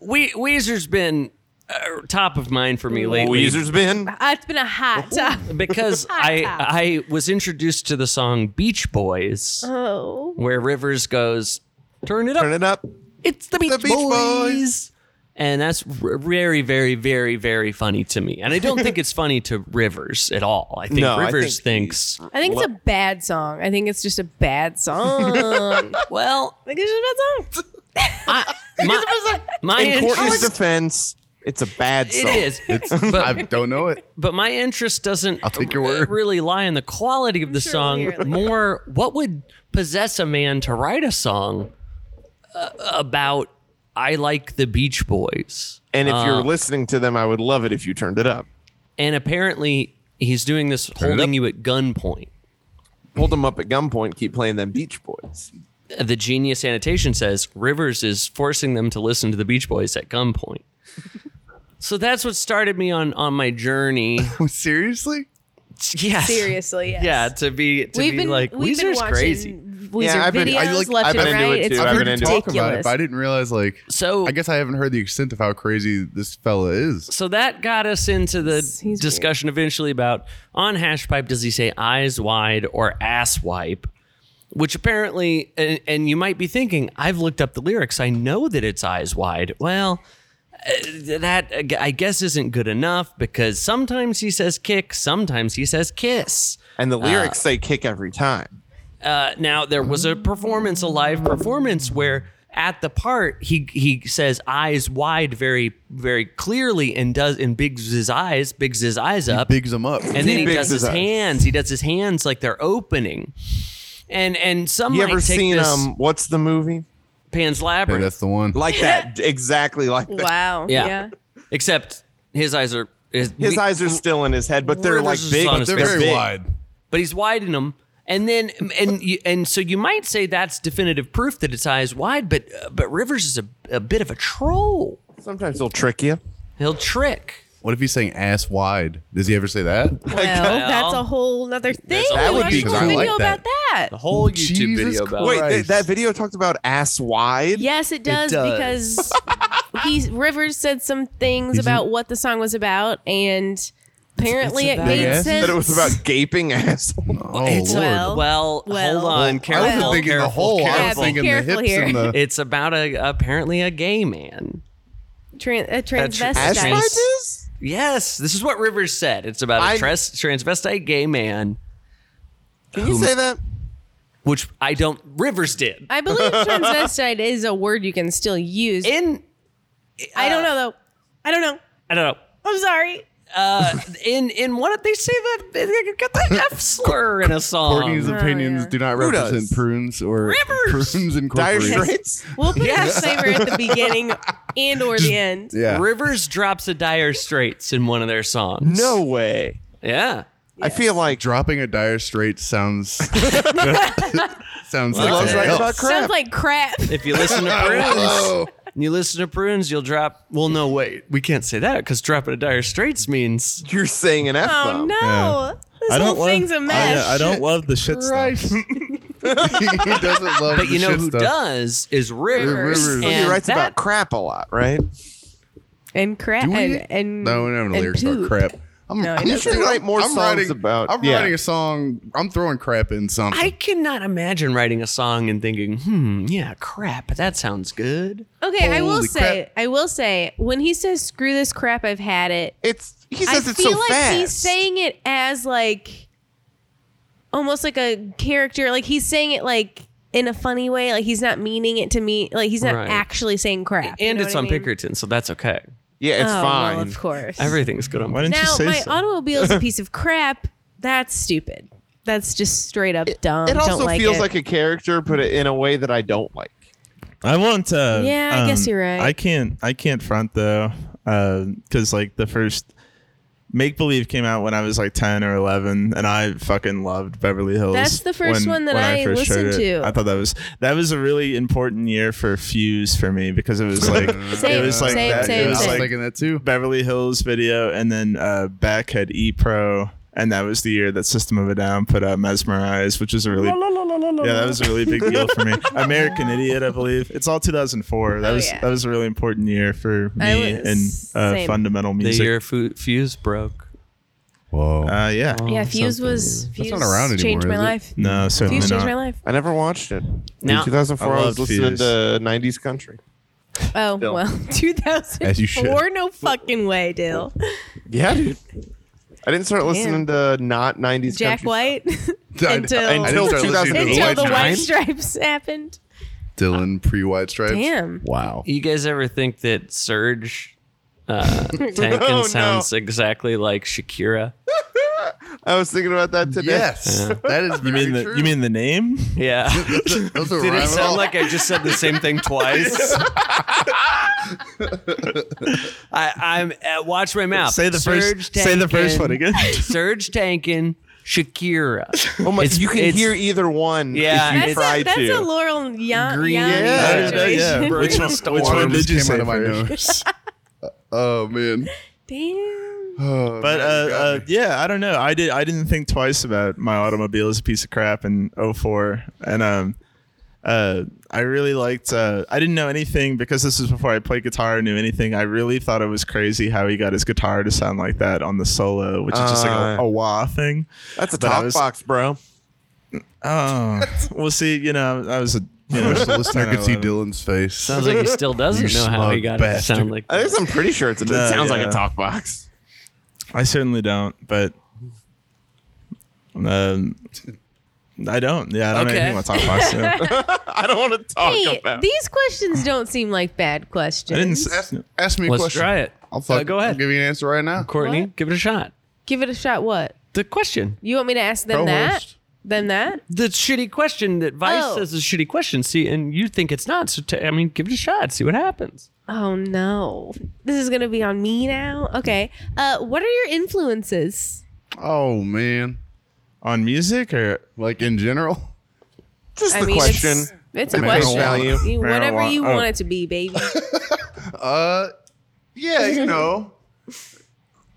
Speaker 6: we, Weezer's been uh, top of mind for me lately.
Speaker 2: Weezer's been.
Speaker 1: Uh, It's been a hot top.
Speaker 6: because I I was introduced to the song Beach Boys,
Speaker 1: Oh.
Speaker 6: where Rivers goes, "Turn it up,
Speaker 2: Turn it up.
Speaker 6: it's the Beach,
Speaker 2: Beach
Speaker 6: Boys.
Speaker 2: Boys."
Speaker 6: and that's r- very, very, very, very funny to me. And I don't think it's funny to Rivers at all. I think
Speaker 2: No, I
Speaker 6: Rivers
Speaker 2: think
Speaker 6: thinks,
Speaker 1: I think it's a bad song. I think it's just a bad song. I
Speaker 6: well,
Speaker 1: think it's just a bad song.
Speaker 6: I, my, my
Speaker 2: In Courtney's
Speaker 6: interest,
Speaker 2: defense, it's a bad
Speaker 6: it
Speaker 2: song.
Speaker 6: is,
Speaker 4: I
Speaker 6: but,
Speaker 4: don't know it.
Speaker 6: but my interest doesn't uh,
Speaker 4: I'll take your word.
Speaker 6: really lie in the quality of the
Speaker 1: sure we'll
Speaker 6: song
Speaker 1: hear it.
Speaker 6: more what would possess a man to write a song uh, about i like the beach boys
Speaker 2: And if
Speaker 6: Uh.
Speaker 2: you're listening to them, I would love it if you turned it up.
Speaker 6: and apparently he's doing this holding you at gunpoint
Speaker 2: Hold them up at gunpoint. Keep playing them Beach Boys.
Speaker 6: the genius annotation says Rivers is forcing them to listen to the Beach Boys at gunpoint. so that's what started me on on my journey.
Speaker 4: Seriously?
Speaker 6: yes.
Speaker 1: Seriously, yes.
Speaker 6: Yeah, to be to
Speaker 1: We've
Speaker 6: be
Speaker 1: been
Speaker 6: like
Speaker 1: we've
Speaker 6: Weezer's
Speaker 1: been
Speaker 6: crazy.
Speaker 1: watching Weezer
Speaker 2: Yeah, I've been-
Speaker 1: videos
Speaker 2: I like-
Speaker 1: left
Speaker 2: I've
Speaker 1: and
Speaker 2: been into
Speaker 1: right.
Speaker 2: it,
Speaker 1: It's
Speaker 2: too. I've
Speaker 4: I've heard
Speaker 2: been
Speaker 4: you
Speaker 2: into
Speaker 4: talk about it,
Speaker 1: ridiculous.
Speaker 4: but I didn't realize like.
Speaker 6: So
Speaker 4: I guess I haven't heard the extent of how crazy this fella is.
Speaker 6: so that got us into the
Speaker 1: he's
Speaker 6: discussion eventually about on Hashpipe does he say eyes wide or ass wipe? Which apparently, and, and you might be thinking, I've looked up the lyrics. I know that it's eyes wide. Well, uh, that uh, I guess isn't good enough because sometimes he says kick, sometimes he says kiss.
Speaker 2: And
Speaker 1: Uh,
Speaker 2: the lyrics say kick every time.
Speaker 6: Uh, now there was a performance, a live performance where at the part he he says eyes wide very very clearly and does and bigs his eyes, bigs his eyes up.
Speaker 4: Bigs him up.
Speaker 6: and then he,
Speaker 2: bigs
Speaker 6: does his,
Speaker 2: his eyes.
Speaker 6: hands. He does his hands like they're opening. And and some
Speaker 2: You
Speaker 6: might
Speaker 2: ever
Speaker 6: take
Speaker 2: seen
Speaker 6: this
Speaker 2: um what's the movie?
Speaker 6: Pan's
Speaker 4: Yeah,
Speaker 6: Labyrinth,
Speaker 4: that's the one.
Speaker 2: Like that. exactly like that.
Speaker 1: Wow.
Speaker 6: Yeah.
Speaker 1: Yeah.
Speaker 6: except his eyes are his,
Speaker 2: His
Speaker 6: we-
Speaker 2: eyes are still in his head, but they're like
Speaker 6: Rivers is
Speaker 2: big.
Speaker 6: on his
Speaker 4: They're
Speaker 6: face.
Speaker 4: very
Speaker 2: big.
Speaker 4: wide.
Speaker 6: but he's widening them. And then and you- and so you might say that's definitive proof that it's eyes wide, but uh, but Rivers is a, a bit of a troll.
Speaker 2: Sometimes they'll trick you.
Speaker 6: He'll trick.
Speaker 4: What if he's saying ass wide? Does he ever say that?
Speaker 1: Well, that's a whole other thing.
Speaker 2: that would
Speaker 1: Watch
Speaker 2: be
Speaker 1: a
Speaker 2: cool. I
Speaker 1: whole video
Speaker 4: like that.
Speaker 1: about that.
Speaker 6: The whole YouTube
Speaker 4: Jesus
Speaker 6: video about
Speaker 2: Wait, th-
Speaker 4: Christ.
Speaker 2: that video talked about ass wide.
Speaker 1: Yes, it does,
Speaker 6: does.
Speaker 1: because he Rivers said some things about what the song was about, and apparently
Speaker 6: it's
Speaker 1: it
Speaker 6: about-
Speaker 1: made
Speaker 4: Yes.
Speaker 1: sense.
Speaker 2: That it was about gaping asshole.
Speaker 4: Oh,
Speaker 6: It's
Speaker 4: Lord.
Speaker 1: Well,
Speaker 6: well, well,
Speaker 1: well,
Speaker 6: hold on,
Speaker 1: well,
Speaker 6: careful,
Speaker 4: I wasn't thinking
Speaker 6: careful,
Speaker 4: the whole. I was
Speaker 6: careful.
Speaker 1: Yeah, be
Speaker 4: thinking the
Speaker 1: careful
Speaker 4: hips and
Speaker 1: here.
Speaker 4: the.
Speaker 6: It's about a apparently a gay man.
Speaker 1: Tran- a
Speaker 2: Ass
Speaker 1: transvestite.
Speaker 2: wide
Speaker 6: trans-
Speaker 2: is?
Speaker 6: Yes, this is what Rivers said. It's about a
Speaker 2: I-
Speaker 6: trans- transvestite gay man,
Speaker 2: Can you say that?
Speaker 6: which I don't. Rivers did
Speaker 1: I believe transvestite is a word you can still use.
Speaker 6: in.
Speaker 1: I don't know though. I don't know.
Speaker 6: I don't know.
Speaker 1: I'm sorry.
Speaker 6: Uh, in in one of they say that they got that F slur in a song.
Speaker 4: Courtney's opinions
Speaker 1: Oh, yeah.
Speaker 4: do not
Speaker 2: Who does?
Speaker 4: represent prunes or
Speaker 6: Rivers!
Speaker 4: prunes
Speaker 2: Dire
Speaker 4: incorporated.
Speaker 2: Straits?
Speaker 1: We'll put a disclaimer at the beginning and or the end.
Speaker 4: Yeah.
Speaker 6: Rivers drops a Dire Straits in one of their songs.
Speaker 2: No way.
Speaker 6: Yeah.
Speaker 2: I feel like
Speaker 4: Dropping a dire straight sounds sounds like
Speaker 2: Love's
Speaker 6: Well, that's
Speaker 4: something
Speaker 2: right
Speaker 4: else.
Speaker 2: about
Speaker 1: Sounds
Speaker 2: crap.
Speaker 1: like crap.
Speaker 6: If you listen to
Speaker 4: Oh.
Speaker 6: Prunes, you listen to Prunes, you'll drop. Well, no, wait, we can't say that because dropping a Dire Straits means.
Speaker 2: You're saying an F
Speaker 1: Oh
Speaker 2: bomb.
Speaker 1: no. This
Speaker 5: I don't
Speaker 1: whole thing's
Speaker 5: love,
Speaker 1: a mess.
Speaker 5: I, I don't love the shit
Speaker 4: Christ.
Speaker 5: stuff.
Speaker 4: he doesn't love
Speaker 6: But you
Speaker 4: the
Speaker 6: know
Speaker 4: shit
Speaker 6: who
Speaker 4: stuff.
Speaker 6: does is Rivers.
Speaker 4: Rivers.
Speaker 2: He
Speaker 6: And
Speaker 2: writes
Speaker 6: that-
Speaker 2: about crap a lot, right?
Speaker 1: and crap
Speaker 4: Do we?
Speaker 1: and, and
Speaker 4: no, we don't have any
Speaker 1: and
Speaker 4: lyrics about
Speaker 1: poop.
Speaker 4: crap. I'm,
Speaker 1: No, I
Speaker 4: I'm
Speaker 1: know.
Speaker 2: You should write more songs
Speaker 4: writing,
Speaker 2: about-
Speaker 4: I'm
Speaker 2: yeah.
Speaker 4: writing a song. I'm throwing crap in something.
Speaker 6: I cannot imagine writing a song and thinking, hmm, yeah, crap, that sounds good.
Speaker 1: Okay, I will
Speaker 4: Holy
Speaker 1: say, I will say, when he says "screw this crap," I've had it.
Speaker 2: It's he
Speaker 1: I
Speaker 2: says it's
Speaker 1: feel
Speaker 2: so
Speaker 1: like
Speaker 2: fast.
Speaker 1: he's saying it as like, almost like a character. Like he's saying it like in a funny way. Like he's not meaning it to me. Like he's not
Speaker 6: Right.
Speaker 1: actually saying crap. you
Speaker 6: And
Speaker 1: know
Speaker 6: it's
Speaker 1: what I
Speaker 6: on
Speaker 1: mean?
Speaker 6: Pickerton, so that's okay.
Speaker 2: yeah, it's
Speaker 1: Oh,
Speaker 2: fine.
Speaker 1: Well, of course.
Speaker 6: Everything's good on
Speaker 5: Why didn't you
Speaker 1: now
Speaker 5: say
Speaker 1: my
Speaker 5: so?
Speaker 1: automobile is a piece of crap. That's stupid. That's just straight up dumb.
Speaker 2: it also
Speaker 1: Um, Don't like
Speaker 2: feels
Speaker 1: it.
Speaker 2: like a character, but in a way that I don't like.
Speaker 5: I won't. Uh,
Speaker 1: Yeah, I guess you're right.
Speaker 5: I can't. I can't front though, because like the first Make Believe came out when I was like ten or eleven, and I fucking loved Beverly Hills.
Speaker 1: That's the first one that I
Speaker 5: first heard
Speaker 1: listened
Speaker 5: it.
Speaker 1: to.
Speaker 5: I thought that was that was a really important year for Fuse for me because it was like
Speaker 1: Same,
Speaker 5: it was like
Speaker 1: same,
Speaker 5: that,
Speaker 1: same,
Speaker 5: it
Speaker 4: I
Speaker 5: was
Speaker 4: was
Speaker 1: same.
Speaker 5: like
Speaker 4: thinking that too.
Speaker 5: Beverly Hills video, and then uh, Beck had E Pro, and that was the year that System of a Down put out Mesmerize, which is a really yeah, that was a really big deal for me. American Idiot, I believe. It's all 2004. That
Speaker 1: Oh,
Speaker 5: was
Speaker 1: yeah.
Speaker 5: that was a really important year for
Speaker 1: I
Speaker 5: me
Speaker 1: was-
Speaker 5: and uh,
Speaker 1: same.
Speaker 5: fundamental
Speaker 6: The
Speaker 5: music.
Speaker 6: year fu- Fuse broke.
Speaker 4: Whoa.
Speaker 5: Uh, yeah.
Speaker 1: yeah, Fuse
Speaker 6: something.
Speaker 1: was Fuse
Speaker 4: not around
Speaker 1: changed
Speaker 4: anymore,
Speaker 1: my
Speaker 4: is
Speaker 1: life.
Speaker 5: No, certainly
Speaker 1: Fuse changed
Speaker 5: not.
Speaker 1: my life.
Speaker 2: I never watched it.
Speaker 6: Now-
Speaker 2: in 2004, I,
Speaker 5: I
Speaker 2: was
Speaker 5: love
Speaker 2: listening
Speaker 5: Fuse.
Speaker 2: to 90s country.
Speaker 1: Oh well, 2004.
Speaker 4: As you should.
Speaker 1: No fucking way, Dill.
Speaker 2: Yeah, dude. I didn't start listening to not 90s
Speaker 1: Jack
Speaker 2: country.
Speaker 1: White until
Speaker 4: I didn't
Speaker 2: until
Speaker 4: start listening to
Speaker 2: 2008.
Speaker 1: until the
Speaker 4: White
Speaker 1: White
Speaker 4: Stripes.
Speaker 1: Stripes happened.
Speaker 4: Dylan pre White Stripes.
Speaker 1: Damn.
Speaker 4: Wow.
Speaker 6: You guys ever think that Surge uh, Tankin
Speaker 2: Oh, no.
Speaker 6: sounds exactly like Shakira?
Speaker 2: I was thinking about that today.
Speaker 4: Yes. That is
Speaker 5: You mean the you mean the name?
Speaker 6: Yeah.
Speaker 4: Those are Oh,
Speaker 6: Did it
Speaker 4: rhyme at all.
Speaker 6: sound like I just said the same thing twice? I, I'm uh, watch my mouth.
Speaker 5: Say the
Speaker 6: Serge
Speaker 5: first. Say the first
Speaker 6: Tankian-
Speaker 5: one again.
Speaker 6: Surge Tankin, Shakira.
Speaker 2: Oh my,
Speaker 6: It's-
Speaker 2: you can
Speaker 6: it's-
Speaker 2: hear either one
Speaker 6: Yeah,
Speaker 2: if
Speaker 1: That's,
Speaker 2: you
Speaker 1: a,
Speaker 2: try
Speaker 1: that's
Speaker 2: to.
Speaker 1: a Laurel Yan-
Speaker 6: Green.
Speaker 1: Yanni
Speaker 2: Yeah,
Speaker 5: Yeah,
Speaker 1: situation.
Speaker 5: yeah. Which one?
Speaker 4: Water
Speaker 5: Which one
Speaker 4: just
Speaker 5: did you
Speaker 4: came
Speaker 5: say
Speaker 4: out of my
Speaker 5: first?
Speaker 4: nose. oh man.
Speaker 1: Damn.
Speaker 4: Oh, man,
Speaker 5: But
Speaker 4: you
Speaker 5: uh,
Speaker 4: got
Speaker 5: uh,
Speaker 4: me.
Speaker 5: yeah, I don't know. I did. I didn't think twice about my automobile as a piece of crap in 04. and um, uh, I really liked. Uh, I didn't know anything because this was before I played guitar or knew anything. I really thought it was crazy how he got his guitar to sound like that on the solo, which is just like a,
Speaker 2: Uh.
Speaker 5: a wah thing.
Speaker 2: That's a
Speaker 5: But I
Speaker 2: talk
Speaker 5: was-
Speaker 2: box, bro.
Speaker 5: Oh, well, see, you know, I was a you know,
Speaker 4: the listener could see
Speaker 5: Dylan.
Speaker 4: Dylan's face.
Speaker 6: Sounds like he still doesn't
Speaker 4: You
Speaker 6: know how he
Speaker 4: smug
Speaker 6: got it to
Speaker 4: bastard.
Speaker 6: sound like
Speaker 2: I guess I'm pretty sure it's a,
Speaker 5: No,
Speaker 2: it sounds like
Speaker 5: yeah.
Speaker 2: a talk box.
Speaker 5: I certainly don't, but um, I don't. Yeah,
Speaker 6: Okay.
Speaker 5: I don't know anything about talk box. so. I
Speaker 2: I don't want to talk
Speaker 1: Hey,
Speaker 2: about.
Speaker 1: these questions don't seem like bad questions.
Speaker 5: didn't.
Speaker 4: ask,
Speaker 5: s-
Speaker 4: ask me a
Speaker 6: Let's
Speaker 4: question.
Speaker 6: try it.
Speaker 4: I'll fuck,
Speaker 6: Uh, go ahead.
Speaker 4: I'll give you an answer right now.
Speaker 6: Courtney,
Speaker 1: What?
Speaker 6: give it a shot.
Speaker 1: Give it a shot. What?
Speaker 6: The question.
Speaker 1: You want me to ask them that?
Speaker 4: Co-host.
Speaker 1: Them that?
Speaker 6: The shitty question that Vice
Speaker 1: Oh.
Speaker 6: says is a shitty question. See, and you think it's not. So, ta I mean, give it a shot. See what happens.
Speaker 1: Oh no. This is gonna be on me now? Okay. Uh what are your influences?
Speaker 4: Oh man.
Speaker 5: on music or
Speaker 4: Like in general.
Speaker 2: Just the
Speaker 1: it's-
Speaker 2: question.
Speaker 1: It's, a
Speaker 4: Marijuana.
Speaker 1: question.
Speaker 2: Value.
Speaker 1: You- Whatever you
Speaker 5: Marijuana. Oh.
Speaker 1: want it to be, baby.
Speaker 4: Uh, yeah, you know,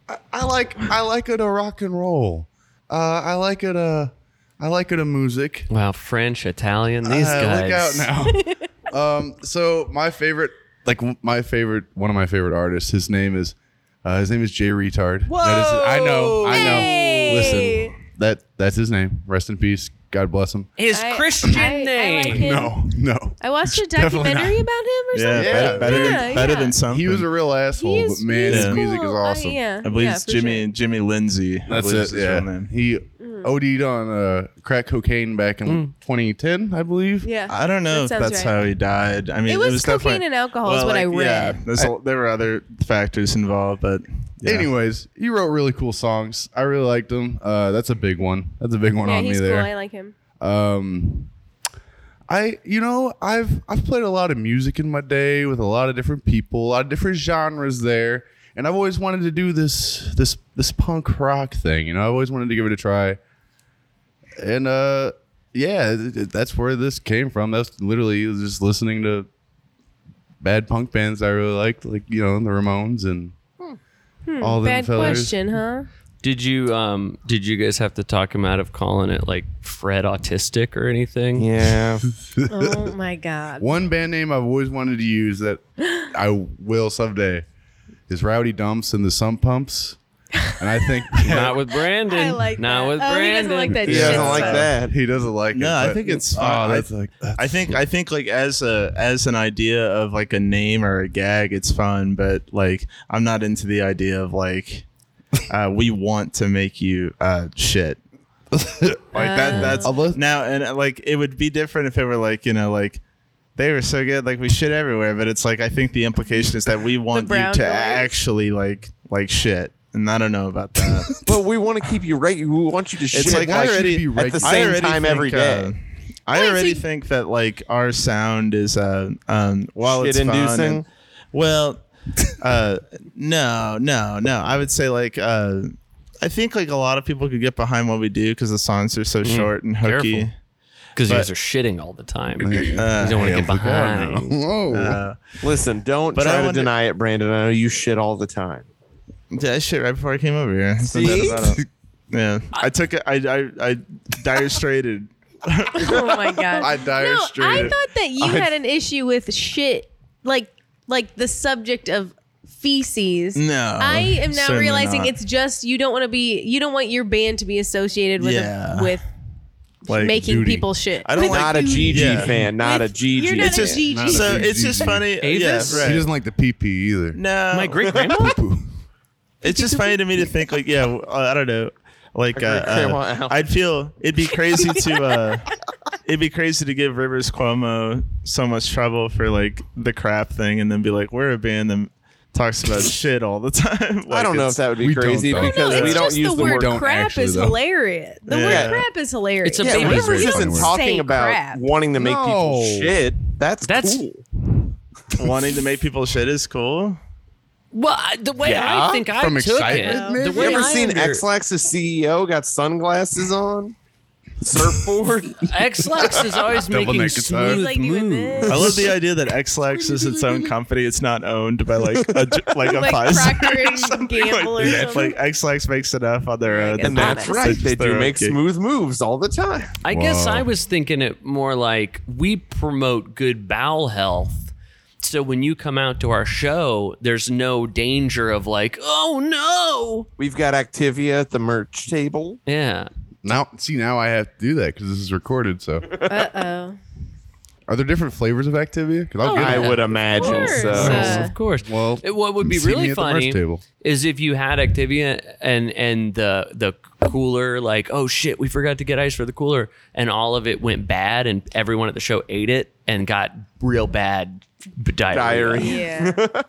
Speaker 4: I, I like I like it a rock and roll. Uh, I like it a I like it a music.
Speaker 6: Wow, French, Italian, these
Speaker 4: Uh,
Speaker 6: guys.
Speaker 4: Look out now. um, so my favorite, like w- my favorite, one of my favorite artists. His name is uh, his name is Jay Retard. That is, I know. I know.
Speaker 1: Hey!
Speaker 4: Listen, that that's his name. Rest in peace. God bless him.
Speaker 6: His
Speaker 1: I-
Speaker 6: Christian
Speaker 1: I- I like
Speaker 6: name.
Speaker 1: it.
Speaker 4: No, no.
Speaker 1: I watched a
Speaker 5: Definitely
Speaker 1: documentary about him or
Speaker 5: yeah,
Speaker 1: something.
Speaker 5: better, better
Speaker 1: Yeah,
Speaker 5: than better
Speaker 1: yeah.
Speaker 5: than something.
Speaker 4: He was a real asshole,
Speaker 1: He's,
Speaker 4: but man,
Speaker 1: he's
Speaker 4: his
Speaker 1: cool.
Speaker 4: music is awesome.
Speaker 1: Uh, yeah.
Speaker 5: I believe
Speaker 1: yeah,
Speaker 5: it's
Speaker 1: for
Speaker 5: Jimmy
Speaker 1: sure.
Speaker 5: Jimmy Lindsay. I
Speaker 4: That's
Speaker 5: believe
Speaker 4: it.
Speaker 5: is his
Speaker 4: Yeah,
Speaker 5: real name.
Speaker 4: he
Speaker 1: Mm.
Speaker 4: OD'd on uh, crack cocaine back in 2010, I believe.
Speaker 1: Yeah.
Speaker 5: I don't know
Speaker 1: That
Speaker 5: if
Speaker 1: sounds
Speaker 5: that's
Speaker 1: right.
Speaker 5: how he died. I mean,
Speaker 1: It
Speaker 5: it
Speaker 1: was
Speaker 5: was,
Speaker 1: cocaine
Speaker 5: definitely-
Speaker 1: and alcohol is
Speaker 5: well,
Speaker 1: what I
Speaker 5: like, yeah,
Speaker 1: read.
Speaker 5: there's a- there were other factors involved, but yeah.
Speaker 4: Anyways, he wrote really cool songs. I really liked him. Uh, that's a big one. That's a big one
Speaker 1: Yeah,
Speaker 4: on me
Speaker 1: he's cool. I
Speaker 4: there.
Speaker 1: like him.
Speaker 4: Um, I you know I've I've played a lot of music in my day with a lot of different people, a lot of different genres there, and I've always wanted to do this this this punk rock thing. You know, I always wanted to give it a try, and uh, yeah, th- th- that's where this came from. That's literally just listening to bad punk bands I really liked, like you know the Ramones and all the
Speaker 1: Hmm. Bad
Speaker 4: fellas.
Speaker 1: question, huh?
Speaker 6: Did you um did you guys have to talk him out of calling it like Fred autistic or anything?
Speaker 2: Yeah.
Speaker 1: Oh my god.
Speaker 4: One band name I've always wanted to use that I will someday is Rowdy Dumps and the Sump Pumps. And I think
Speaker 6: Not with Brandon.
Speaker 1: I like
Speaker 6: Not
Speaker 1: that.
Speaker 6: with
Speaker 1: Oh, he
Speaker 6: Brandon.
Speaker 1: doesn't like that
Speaker 2: He
Speaker 1: shit.
Speaker 2: doesn't like
Speaker 1: so-
Speaker 2: that.
Speaker 4: he doesn't like it.
Speaker 5: No, I
Speaker 4: but-
Speaker 5: think it's
Speaker 4: Oh,
Speaker 5: fine.
Speaker 4: that's like that's
Speaker 5: I think I think like as a as an idea of like a name or a gag, it's fun, but like I'm not into the idea of like uh, we want to make you uh, shit. like
Speaker 1: Oh.
Speaker 5: that that's
Speaker 4: Unless-
Speaker 5: now and uh, like it would be different if it were like you know like they were so good like we shit everywhere, but it's like I think the implication is that we want you
Speaker 1: brown
Speaker 5: to
Speaker 1: noise.
Speaker 5: actually like like shit, and I don't know about that.
Speaker 2: But we want to keep you right. We want you to shit.
Speaker 5: It's like
Speaker 4: why
Speaker 5: I
Speaker 4: should
Speaker 5: already
Speaker 4: it be
Speaker 2: at the
Speaker 4: regular?
Speaker 5: I
Speaker 2: same
Speaker 5: already
Speaker 2: time
Speaker 5: think,
Speaker 2: every
Speaker 5: uh,
Speaker 2: day.
Speaker 5: I already
Speaker 1: you-
Speaker 5: think that like our sound is uh um while it's fun
Speaker 2: Shit-inducing?
Speaker 5: and- well, uh no no no I would say like uh I think like a lot of people could get behind what we do because the songs are so short and hooky.
Speaker 6: Careful. Because you
Speaker 5: But-
Speaker 6: guys are shitting all the time. You
Speaker 5: Uh,
Speaker 6: don't want to get behind.
Speaker 4: Whoa.
Speaker 5: uh,
Speaker 2: Listen, don't
Speaker 5: But I
Speaker 2: try to
Speaker 5: wonder-
Speaker 2: deny it, Brandon. I know you shit all the time.
Speaker 5: did I shit right before I came over here? It's not
Speaker 2: See?
Speaker 5: bad about it. Yeah, I took it. I I I dire straited.
Speaker 1: Oh my god.
Speaker 4: I dire
Speaker 1: no, I
Speaker 4: straight.
Speaker 1: thought that you
Speaker 5: I-
Speaker 1: had an issue with shit, like like the subject of feces.
Speaker 5: No,
Speaker 1: I am now
Speaker 5: certainly
Speaker 1: realizing
Speaker 5: not.
Speaker 1: it's just you don't want to be you don't want your band to be associated with a-
Speaker 5: Yeah.
Speaker 1: with
Speaker 5: like
Speaker 1: making
Speaker 4: duty.
Speaker 1: people shit.
Speaker 5: I don't
Speaker 2: not
Speaker 5: like
Speaker 2: a GG
Speaker 5: Yeah.
Speaker 2: fan. Not a
Speaker 1: With- You're
Speaker 2: GG.
Speaker 1: not
Speaker 5: It's
Speaker 1: a
Speaker 5: just-
Speaker 1: GG.
Speaker 4: not a-
Speaker 5: So it's just funny.
Speaker 6: Avis?
Speaker 5: Yeah,
Speaker 4: He
Speaker 5: right.
Speaker 4: doesn't like the pee pee either.
Speaker 5: No,
Speaker 6: My great grandma.
Speaker 4: Poo.
Speaker 5: it's just funny to me to think like yeah uh, i don't know like uh,
Speaker 2: grandma
Speaker 5: uh,
Speaker 2: Al.
Speaker 5: i'd feel it'd be crazy to uh it'd be crazy to give rivers cuomo so much trouble for like the crap thing and then be like we're a band that talks about shit all the time
Speaker 2: I
Speaker 5: Like,
Speaker 2: don't know
Speaker 5: it's-
Speaker 2: if that would
Speaker 4: we
Speaker 2: be
Speaker 4: don't,
Speaker 2: crazy
Speaker 4: though.
Speaker 2: because
Speaker 1: no, it's
Speaker 2: we don't
Speaker 1: just
Speaker 2: use
Speaker 1: the, word
Speaker 4: Don't
Speaker 1: crap
Speaker 4: actually,
Speaker 1: is
Speaker 4: though.
Speaker 1: hilarious. The
Speaker 5: Yeah.
Speaker 1: word crap is hilarious.
Speaker 6: It's a Yeah, baby's
Speaker 2: Rivers
Speaker 6: word.
Speaker 2: isn't
Speaker 4: Say
Speaker 2: talking about
Speaker 1: crap.
Speaker 2: wanting to make people
Speaker 4: No.
Speaker 2: shit. That's
Speaker 6: That's-
Speaker 2: cool.
Speaker 5: wanting to make people shit is cool
Speaker 6: Well, I- the way I
Speaker 2: Yeah?
Speaker 6: think I
Speaker 4: From
Speaker 6: took
Speaker 4: excitement,
Speaker 6: it.
Speaker 4: maybe?
Speaker 6: The
Speaker 2: You
Speaker 6: way
Speaker 2: ever
Speaker 6: I
Speaker 2: seen
Speaker 6: under-
Speaker 2: Xlax's CEO got sunglasses on, surfboard?
Speaker 6: Xlax is always
Speaker 4: Double
Speaker 6: making
Speaker 4: naked tie.
Speaker 6: smooth
Speaker 1: He's like doing
Speaker 6: moves.
Speaker 1: this.
Speaker 5: i love the idea that xlax is its own company it's not owned by like a like a
Speaker 1: Like
Speaker 5: Pfizer
Speaker 1: Procter
Speaker 5: or
Speaker 1: and
Speaker 5: something
Speaker 1: Gamble or
Speaker 5: like, that.
Speaker 1: something.
Speaker 5: like xlax makes enough on their own
Speaker 1: And
Speaker 2: and
Speaker 5: that
Speaker 2: that's
Speaker 5: it's
Speaker 2: right.
Speaker 5: just
Speaker 2: They
Speaker 5: their
Speaker 2: do
Speaker 5: own
Speaker 2: make
Speaker 5: gig.
Speaker 2: smooth moves all the time.
Speaker 6: I guess
Speaker 4: Whoa.
Speaker 6: I was thinking it more like we promote good bowel health. So when you come out to our show, there's no danger of like, oh
Speaker 2: We've got Activia at the merch table.
Speaker 6: no. Yeah.
Speaker 4: Now, see, now I have to do that because this is recorded. So,
Speaker 1: Uh oh.
Speaker 4: are there different flavors of Activia? Because I'll get
Speaker 2: I
Speaker 4: it.
Speaker 2: would imagine
Speaker 1: course.
Speaker 2: so.
Speaker 1: Uh,
Speaker 6: of course.
Speaker 4: Well,
Speaker 6: Oh, It- what would be
Speaker 4: see me
Speaker 6: really
Speaker 4: at the merch
Speaker 6: funny
Speaker 4: table.
Speaker 6: is if you had Activia and and the the cooler like, oh shit, we forgot to get ice for the cooler, and all of it went bad, and everyone at the show ate it and got real bad b- diarrhea.
Speaker 2: Diary.
Speaker 1: Yeah.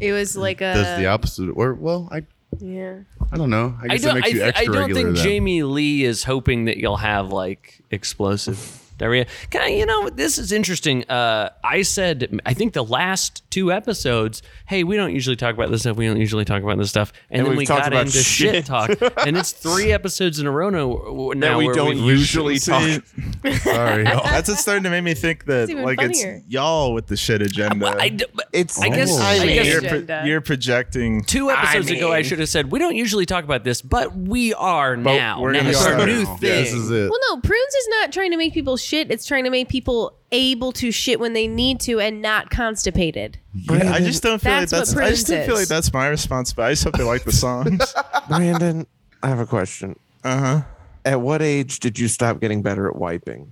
Speaker 1: It was like a
Speaker 4: Does the opposite, or well, I
Speaker 1: yeah.
Speaker 4: I don't know. I
Speaker 6: Uh, I
Speaker 4: guess it
Speaker 6: don't. I,
Speaker 4: makes you
Speaker 6: th- I
Speaker 4: extra
Speaker 6: don't
Speaker 4: regular.
Speaker 6: think
Speaker 4: then.
Speaker 6: Jamie Lee is hoping that you'll have like explosive diarrhea. Can I? You know, this is interesting. Uh, I said, I think the last two episodes. Hey, we don't usually talk about this stuff. We don't usually talk about this stuff. And,
Speaker 2: And
Speaker 6: then
Speaker 2: we've
Speaker 6: we
Speaker 2: talked
Speaker 6: got
Speaker 2: about
Speaker 6: into shit,
Speaker 2: shit.
Speaker 6: talk. And it's three episodes in a row now. w- now
Speaker 2: That we
Speaker 6: where
Speaker 2: don't
Speaker 6: we've-
Speaker 2: usually
Speaker 5: See,
Speaker 2: talk.
Speaker 4: Sorry, y'all.
Speaker 5: That's what's starting to make me think that
Speaker 1: It's even
Speaker 5: like
Speaker 1: funnier.
Speaker 5: it's y'all with the shit agenda.
Speaker 6: Well, I d- but
Speaker 2: It's
Speaker 6: I guess- I
Speaker 2: mean,
Speaker 6: guess-
Speaker 5: you're,
Speaker 1: Agenda.
Speaker 5: pro- you're projecting.
Speaker 6: Two episodes
Speaker 2: I
Speaker 6: ago, I
Speaker 2: mean-
Speaker 6: should have said we don't usually talk about this, but we are now.
Speaker 5: we're
Speaker 6: now
Speaker 5: gonna
Speaker 6: it's our
Speaker 5: start
Speaker 6: new
Speaker 4: Yeah,
Speaker 6: thing.
Speaker 4: this is it.
Speaker 1: Well, no, prunes is not trying to make people shit. It's trying to make people able to shit when they need to and not constipated.
Speaker 2: Brandon,
Speaker 5: I just don't feel
Speaker 1: That's
Speaker 5: like
Speaker 1: what
Speaker 5: that's. I just don't
Speaker 1: Prince
Speaker 5: feel
Speaker 1: is.
Speaker 5: like that's my responsibility. I just hope they like the songs.
Speaker 2: Brandon, I have a question. Uh-huh.
Speaker 5: uh huh.
Speaker 2: At what age did you stop getting better at wiping?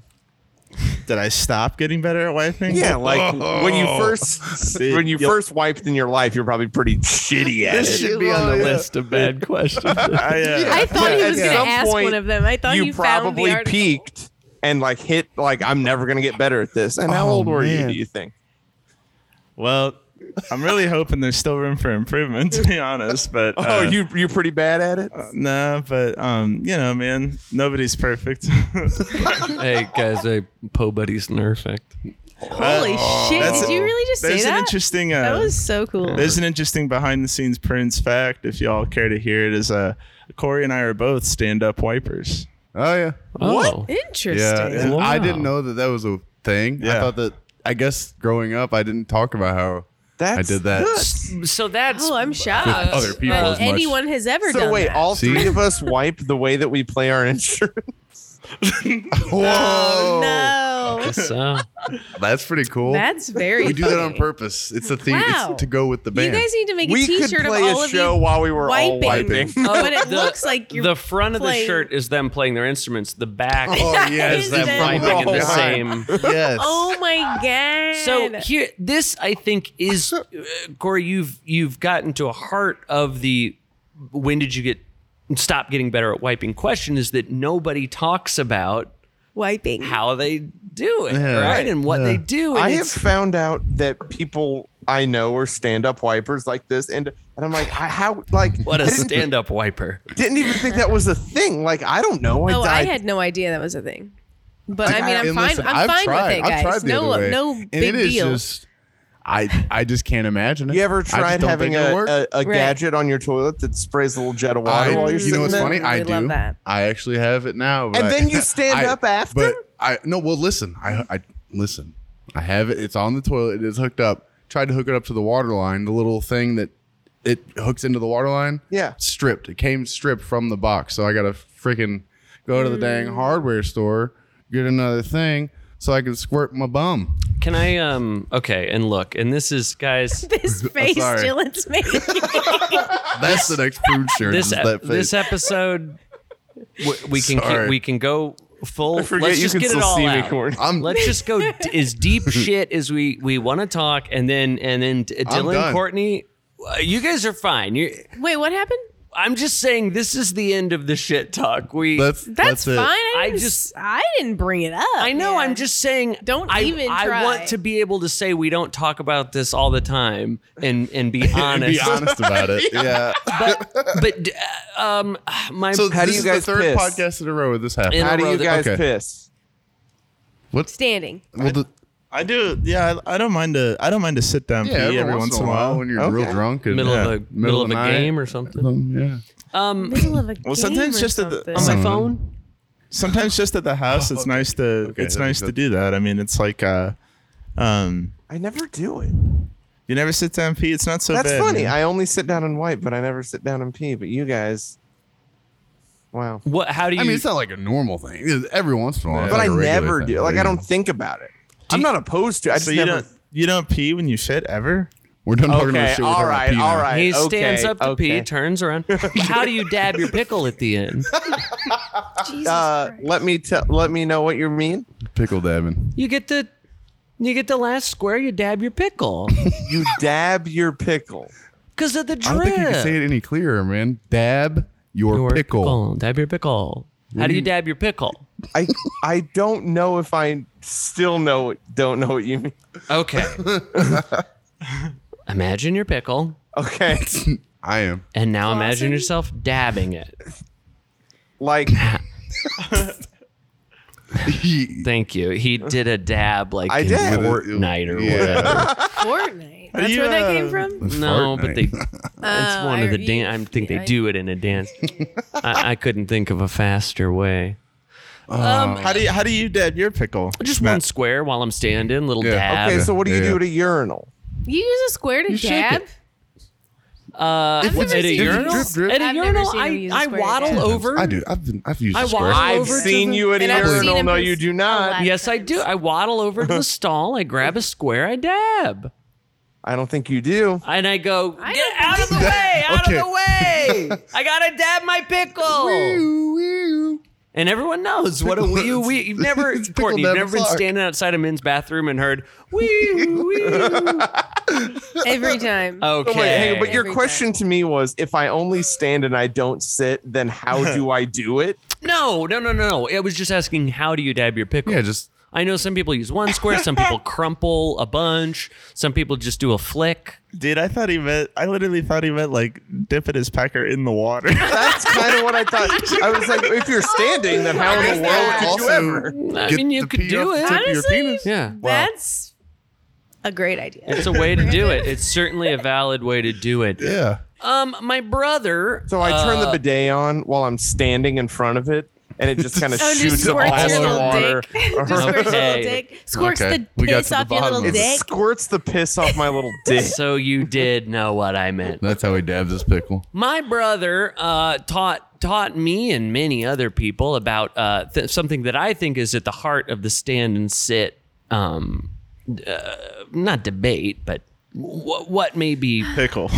Speaker 5: Did I stop getting better at wiping?
Speaker 2: Yeah, like when you first
Speaker 5: Dude,
Speaker 2: when you
Speaker 5: you'll-
Speaker 2: first wiped in your life, you're probably pretty shitty at
Speaker 5: This
Speaker 2: it.
Speaker 5: should be on the list.
Speaker 6: of bad questions.
Speaker 5: I, uh,
Speaker 1: I thought he
Speaker 2: At
Speaker 1: was going to
Speaker 2: some
Speaker 1: ask
Speaker 2: point,
Speaker 1: one of them. I thought
Speaker 2: you
Speaker 1: he found the
Speaker 2: probably
Speaker 1: article.
Speaker 2: peaked and like hit like I'm never gonna get better at this. And how
Speaker 5: Oh,
Speaker 2: old were you?
Speaker 5: man.
Speaker 2: Do you think?
Speaker 5: well, I'm really hoping there's still room for improvement, to be honest. But
Speaker 2: Oh,
Speaker 5: uh,
Speaker 2: you you're pretty bad at it.
Speaker 5: Nah, but um, you know, man, nobody's perfect.
Speaker 6: hey guys, I Poe Buddy's nerfect.
Speaker 1: Holy
Speaker 2: Oh,
Speaker 1: shit!
Speaker 5: that's
Speaker 1: Did
Speaker 5: a-
Speaker 1: you really just say
Speaker 5: There's an
Speaker 1: that?
Speaker 5: interesting. Uh,
Speaker 1: that was so cool.
Speaker 5: There's an interesting behind the scenes Prince fact, if y'all care to hear it, is uh, Corey and I are both stand up wipers.
Speaker 4: Oh yeah,
Speaker 6: What?
Speaker 1: Interesting.
Speaker 4: yeah. and
Speaker 6: Wow.
Speaker 4: I didn't know that that was a thing. I
Speaker 5: Yeah.
Speaker 4: thought that. I guess growing up, I didn't talk about how
Speaker 2: That's
Speaker 4: I did that.
Speaker 2: nuts.
Speaker 6: So that's
Speaker 1: Oh, I'm shocked.
Speaker 4: other people
Speaker 1: that
Speaker 4: as much.
Speaker 1: anyone has ever
Speaker 2: So
Speaker 1: done
Speaker 2: wait,
Speaker 1: that.
Speaker 2: all
Speaker 4: See?
Speaker 2: three of us wipe the way that we play our insurance.
Speaker 4: Whoa,
Speaker 1: oh no,
Speaker 6: so.
Speaker 4: that's pretty cool.
Speaker 1: that's very.
Speaker 4: we do that on
Speaker 1: funny.
Speaker 4: purpose. It's a thing.
Speaker 1: Wow.
Speaker 4: It's to go with the
Speaker 1: You
Speaker 4: band.
Speaker 1: guys need to make a
Speaker 2: We could
Speaker 1: T-shirt of
Speaker 2: play
Speaker 1: all
Speaker 2: a
Speaker 1: of
Speaker 2: show
Speaker 1: you
Speaker 2: while we were
Speaker 1: wiping,
Speaker 2: all wiping.
Speaker 1: but it looks like you're
Speaker 6: the front of the
Speaker 1: playing-
Speaker 6: shirt is them playing their instruments. The back
Speaker 4: oh yes,
Speaker 1: Is
Speaker 6: is them
Speaker 1: that-
Speaker 6: wiping in the
Speaker 2: Oh, God.
Speaker 6: same.
Speaker 4: yes.
Speaker 1: Oh my god!
Speaker 6: So here, this I think is uh, Corey. You've you've gotten to a heart of the. When did you get stop getting better at wiping? Question is that nobody talks about
Speaker 1: wiping.
Speaker 6: how they do it,
Speaker 4: Yeah.
Speaker 6: right, and what
Speaker 4: Yeah.
Speaker 6: they do. And
Speaker 2: I have
Speaker 6: it's-
Speaker 2: found out that people I know are stand-up wipers like this, and and I'm like, I, how like
Speaker 6: what
Speaker 2: I
Speaker 6: a
Speaker 2: didn't,
Speaker 6: stand-up wiper.
Speaker 2: didn't even think that was a thing. Like I don't know. I
Speaker 1: Oh, I
Speaker 2: died.
Speaker 1: had no idea that was a thing. But I
Speaker 4: I-
Speaker 1: mean, I'm
Speaker 4: and
Speaker 1: fine.
Speaker 4: listen,
Speaker 1: I'm
Speaker 4: I've
Speaker 1: fine
Speaker 4: tried.
Speaker 1: with it, guys.
Speaker 4: I've tried the
Speaker 1: no,
Speaker 4: other way.
Speaker 1: no
Speaker 4: and
Speaker 1: big
Speaker 4: it is
Speaker 1: deal.
Speaker 4: Just, I I just can't imagine it.
Speaker 2: You ever
Speaker 4: I just
Speaker 2: tried
Speaker 4: don't
Speaker 2: having
Speaker 4: think it'll
Speaker 2: a,
Speaker 4: work.
Speaker 2: a, a
Speaker 1: Right.
Speaker 2: gadget on your toilet that sprays a little jet of water
Speaker 4: I,
Speaker 2: while you're
Speaker 4: you know
Speaker 2: sitting
Speaker 4: what's
Speaker 2: there?
Speaker 4: funny? I
Speaker 1: We
Speaker 4: do.
Speaker 1: love that.
Speaker 4: I actually have it now. but
Speaker 2: And
Speaker 4: I-
Speaker 2: then you stand
Speaker 4: I-
Speaker 2: up after?
Speaker 4: But I no. Well, listen. I I listen. I have it. It's on the toilet. It is hooked up. Tried to hook it up to the water line. The little thing that it hooks into the water line.
Speaker 2: Yeah.
Speaker 4: Stripped. It came stripped from the box. So I got to freaking go to the
Speaker 2: Mm.
Speaker 4: dang hardware store, get another thing so I can squirt my bum.
Speaker 6: Can I? Um. Okay. And look. And this is, guys.
Speaker 1: This face
Speaker 4: sorry.
Speaker 1: Dylan's making.
Speaker 4: That's the next food shirt.
Speaker 6: This
Speaker 4: is that
Speaker 6: ep- this
Speaker 4: face.
Speaker 6: episode. We, we can
Speaker 4: Sorry.
Speaker 6: we can go full.
Speaker 2: I forget
Speaker 6: let's
Speaker 2: you
Speaker 6: just
Speaker 2: can
Speaker 6: get
Speaker 2: still
Speaker 6: it all
Speaker 2: see me,
Speaker 6: out.
Speaker 2: Corey.
Speaker 4: I'm
Speaker 6: Let's just go d- as deep shit as we we want to talk, and then and then d-
Speaker 4: I'm
Speaker 6: Dylan,
Speaker 4: done.
Speaker 6: Courtney, uh, you guys are fine. You,
Speaker 1: Wait, what happened?
Speaker 6: I'm just saying this is the end of the shit talk. We.
Speaker 4: that's
Speaker 1: That's,
Speaker 4: it.
Speaker 1: fine. I,
Speaker 6: I
Speaker 1: didn't
Speaker 6: just-
Speaker 1: just I didn't bring it up.
Speaker 6: I know.
Speaker 1: man.
Speaker 6: I'm just saying.
Speaker 1: Don't
Speaker 6: I,
Speaker 1: even
Speaker 6: I
Speaker 1: try.
Speaker 6: want to be able to say we don't talk about this all the time and and be
Speaker 4: And
Speaker 6: honest.
Speaker 4: be honest about it. yeah.
Speaker 6: But d- uh, um, my
Speaker 4: So
Speaker 2: How do
Speaker 4: this
Speaker 2: you
Speaker 4: is
Speaker 2: guys
Speaker 4: the third
Speaker 2: piss?
Speaker 4: podcast in a row where this happened.
Speaker 6: In a
Speaker 2: How do
Speaker 6: row
Speaker 2: you
Speaker 6: that-
Speaker 2: guys
Speaker 4: okay.
Speaker 2: piss?
Speaker 4: What's
Speaker 1: standing.
Speaker 4: well, the,
Speaker 5: I do. Yeah, I, I don't mind to. I don't mind to sit down
Speaker 4: yeah,
Speaker 5: pee every once in a while.
Speaker 4: when you're real
Speaker 2: Okay.
Speaker 4: drunk and
Speaker 6: middle
Speaker 4: yeah,
Speaker 6: of a middle of a
Speaker 4: night.
Speaker 6: game or something.
Speaker 4: Um, yeah.
Speaker 6: Um,
Speaker 1: Middle of a
Speaker 5: Well, sometimes
Speaker 1: game or
Speaker 5: just at the-
Speaker 1: something.
Speaker 5: on
Speaker 4: Mm-hmm.
Speaker 5: my
Speaker 6: phone.
Speaker 5: Sometimes just at the house, it's nice to.
Speaker 4: Mm. Okay,
Speaker 5: it's
Speaker 4: that makes
Speaker 5: nice to
Speaker 4: sense.
Speaker 5: do that. I mean, it's like, uh, um,
Speaker 2: I never do it.
Speaker 5: you never sit down and pee. It's not so
Speaker 2: That's
Speaker 5: bad.
Speaker 2: funny.
Speaker 5: man.
Speaker 2: I only sit down and wipe, but I never sit down and pee. But you guys, wow.
Speaker 6: What? How do you?
Speaker 4: I mean, it's not like a normal thing. It's every once in a while. it's
Speaker 2: But
Speaker 4: like
Speaker 2: I
Speaker 4: a regular
Speaker 2: never
Speaker 4: thing.
Speaker 2: do. Like
Speaker 4: Yeah.
Speaker 2: I don't think about it. I'm not opposed to. it. I just
Speaker 5: so you
Speaker 2: never.
Speaker 5: don't. You don't pee when you shit ever.
Speaker 4: We're done talking about
Speaker 2: Okay.
Speaker 4: shit. We're
Speaker 2: All
Speaker 4: talking about
Speaker 2: right.
Speaker 4: pee now.
Speaker 2: All right.
Speaker 6: he
Speaker 2: okay,
Speaker 6: stands up to
Speaker 2: okay.
Speaker 6: pee, turns around. How do you dab your pickle at the end?
Speaker 1: Jesus
Speaker 2: Uh,
Speaker 1: Christ.
Speaker 2: let me tell. Let me know what you mean.
Speaker 4: Pickle dabbing.
Speaker 6: You get the, you get the last square. You dab your pickle
Speaker 2: You dab your pickle.
Speaker 6: because of the
Speaker 4: I
Speaker 6: drip.
Speaker 4: don't think you can say it any clearer, man. Dab your,
Speaker 6: Your
Speaker 4: pickle. Mm.
Speaker 6: Dab your pickle. How do you dab your pickle?
Speaker 2: I I don't know if I still know what- don't know what you mean.
Speaker 6: Okay. imagine your pickle,
Speaker 2: Okay,
Speaker 4: I am.
Speaker 6: and now imagine
Speaker 1: Flossing?
Speaker 6: yourself dabbing it.
Speaker 2: like
Speaker 6: Thank you. He did a dab like
Speaker 2: I
Speaker 6: in
Speaker 2: did.
Speaker 6: Fortnite or
Speaker 4: Yeah.
Speaker 6: whatever.
Speaker 1: Fortnite. That's
Speaker 5: you,
Speaker 1: where that
Speaker 5: uh,
Speaker 1: came from.
Speaker 6: No, but they. It's
Speaker 1: Oh,
Speaker 6: one
Speaker 1: I
Speaker 6: of the
Speaker 1: re-
Speaker 6: dance. Uh, I think they
Speaker 1: I-
Speaker 6: do it in a dance. I, I couldn't think of a faster way.
Speaker 2: Um,
Speaker 5: How do you how do you dab your pickle?
Speaker 6: Just
Speaker 5: Matt?
Speaker 6: one square while I'm standing, little
Speaker 4: Yeah.
Speaker 6: dab.
Speaker 2: okay. So what do you
Speaker 4: Yeah,
Speaker 2: do
Speaker 4: yeah.
Speaker 2: at a urinal?
Speaker 1: You use a square to
Speaker 4: shake
Speaker 1: dab.
Speaker 4: it.
Speaker 6: Uh,
Speaker 1: I've
Speaker 6: at
Speaker 1: never
Speaker 6: a
Speaker 1: seen
Speaker 6: urinal,
Speaker 4: Drip, drip.
Speaker 6: at a
Speaker 1: I've never
Speaker 6: urinal,
Speaker 1: seen him
Speaker 6: I,
Speaker 1: use a
Speaker 6: I
Speaker 1: square
Speaker 6: waddle
Speaker 1: dab.
Speaker 6: over.
Speaker 4: I do. I've been. I've used.
Speaker 6: I
Speaker 4: a square.
Speaker 6: walk-
Speaker 2: I've
Speaker 6: Over to
Speaker 2: seen
Speaker 1: the-
Speaker 2: you at a
Speaker 1: And I've seen
Speaker 2: urinal.
Speaker 1: him
Speaker 2: No,
Speaker 1: piss
Speaker 2: you do
Speaker 1: a
Speaker 2: not.
Speaker 1: lot.
Speaker 6: Yes, I do. I waddle over to the stall. I grab a square. I dab,
Speaker 2: I don't think you do.
Speaker 6: and I go
Speaker 1: I
Speaker 6: get
Speaker 1: don't
Speaker 6: out of the
Speaker 1: believe
Speaker 6: way, out
Speaker 4: Okay.
Speaker 6: of the way. I gotta dab my pickle. And everyone knows what a wee wee. You've never,
Speaker 4: It's pickle
Speaker 6: Courtney, you've
Speaker 4: dab
Speaker 6: never been
Speaker 4: o'clock.
Speaker 6: standing outside a men's bathroom and heard wee wee.
Speaker 1: Every time.
Speaker 6: Okay,
Speaker 2: But wait, hey, but your
Speaker 1: Every
Speaker 2: question to me was, if I only stand and I don't sit, then how do I do it?
Speaker 6: No, no, no, no. I was just asking, how do you dab your pickle?
Speaker 4: Yeah, just
Speaker 6: I know some people use one square, some people crumple a bunch, some people just do a flick.
Speaker 5: Dude, I thought he meant. I literally thought he meant like dipping his pecker in the water.
Speaker 2: That's kind of what I thought. I was like, if you're standing, then how in the world
Speaker 1: God.
Speaker 2: could you ever?
Speaker 6: I
Speaker 4: get
Speaker 6: mean, you
Speaker 4: the
Speaker 6: could
Speaker 4: pee
Speaker 6: do
Speaker 4: off the
Speaker 6: it.
Speaker 4: tip of your
Speaker 1: Honestly,
Speaker 4: penis.
Speaker 6: Yeah.
Speaker 1: That's a great idea.
Speaker 6: It's a way to do it. It's certainly a valid way to do it.
Speaker 4: Yeah.
Speaker 6: Um, my brother.
Speaker 2: So I turn
Speaker 6: uh,
Speaker 2: the bidet on while I'm standing in front of it, and it just kind of
Speaker 1: Oh, just
Speaker 2: shoots all
Speaker 1: squirts your
Speaker 2: the
Speaker 1: little
Speaker 2: water.
Speaker 1: dick. just squirts your little dick. Squirts
Speaker 6: Okay.
Speaker 4: Okay.
Speaker 1: the
Speaker 4: We got
Speaker 1: piss
Speaker 4: to the
Speaker 1: off your
Speaker 4: bottom
Speaker 1: little
Speaker 4: of
Speaker 2: It
Speaker 1: dick.
Speaker 2: squirts the piss off my little dick.
Speaker 6: So you did know what I meant.
Speaker 4: That's how he dabs his pickle.
Speaker 6: My brother uh, taught taught me and many other people about uh, th- something that I think is at the heart of the stand and sit, um, uh, not debate, but w- what may be uh,
Speaker 5: pickle.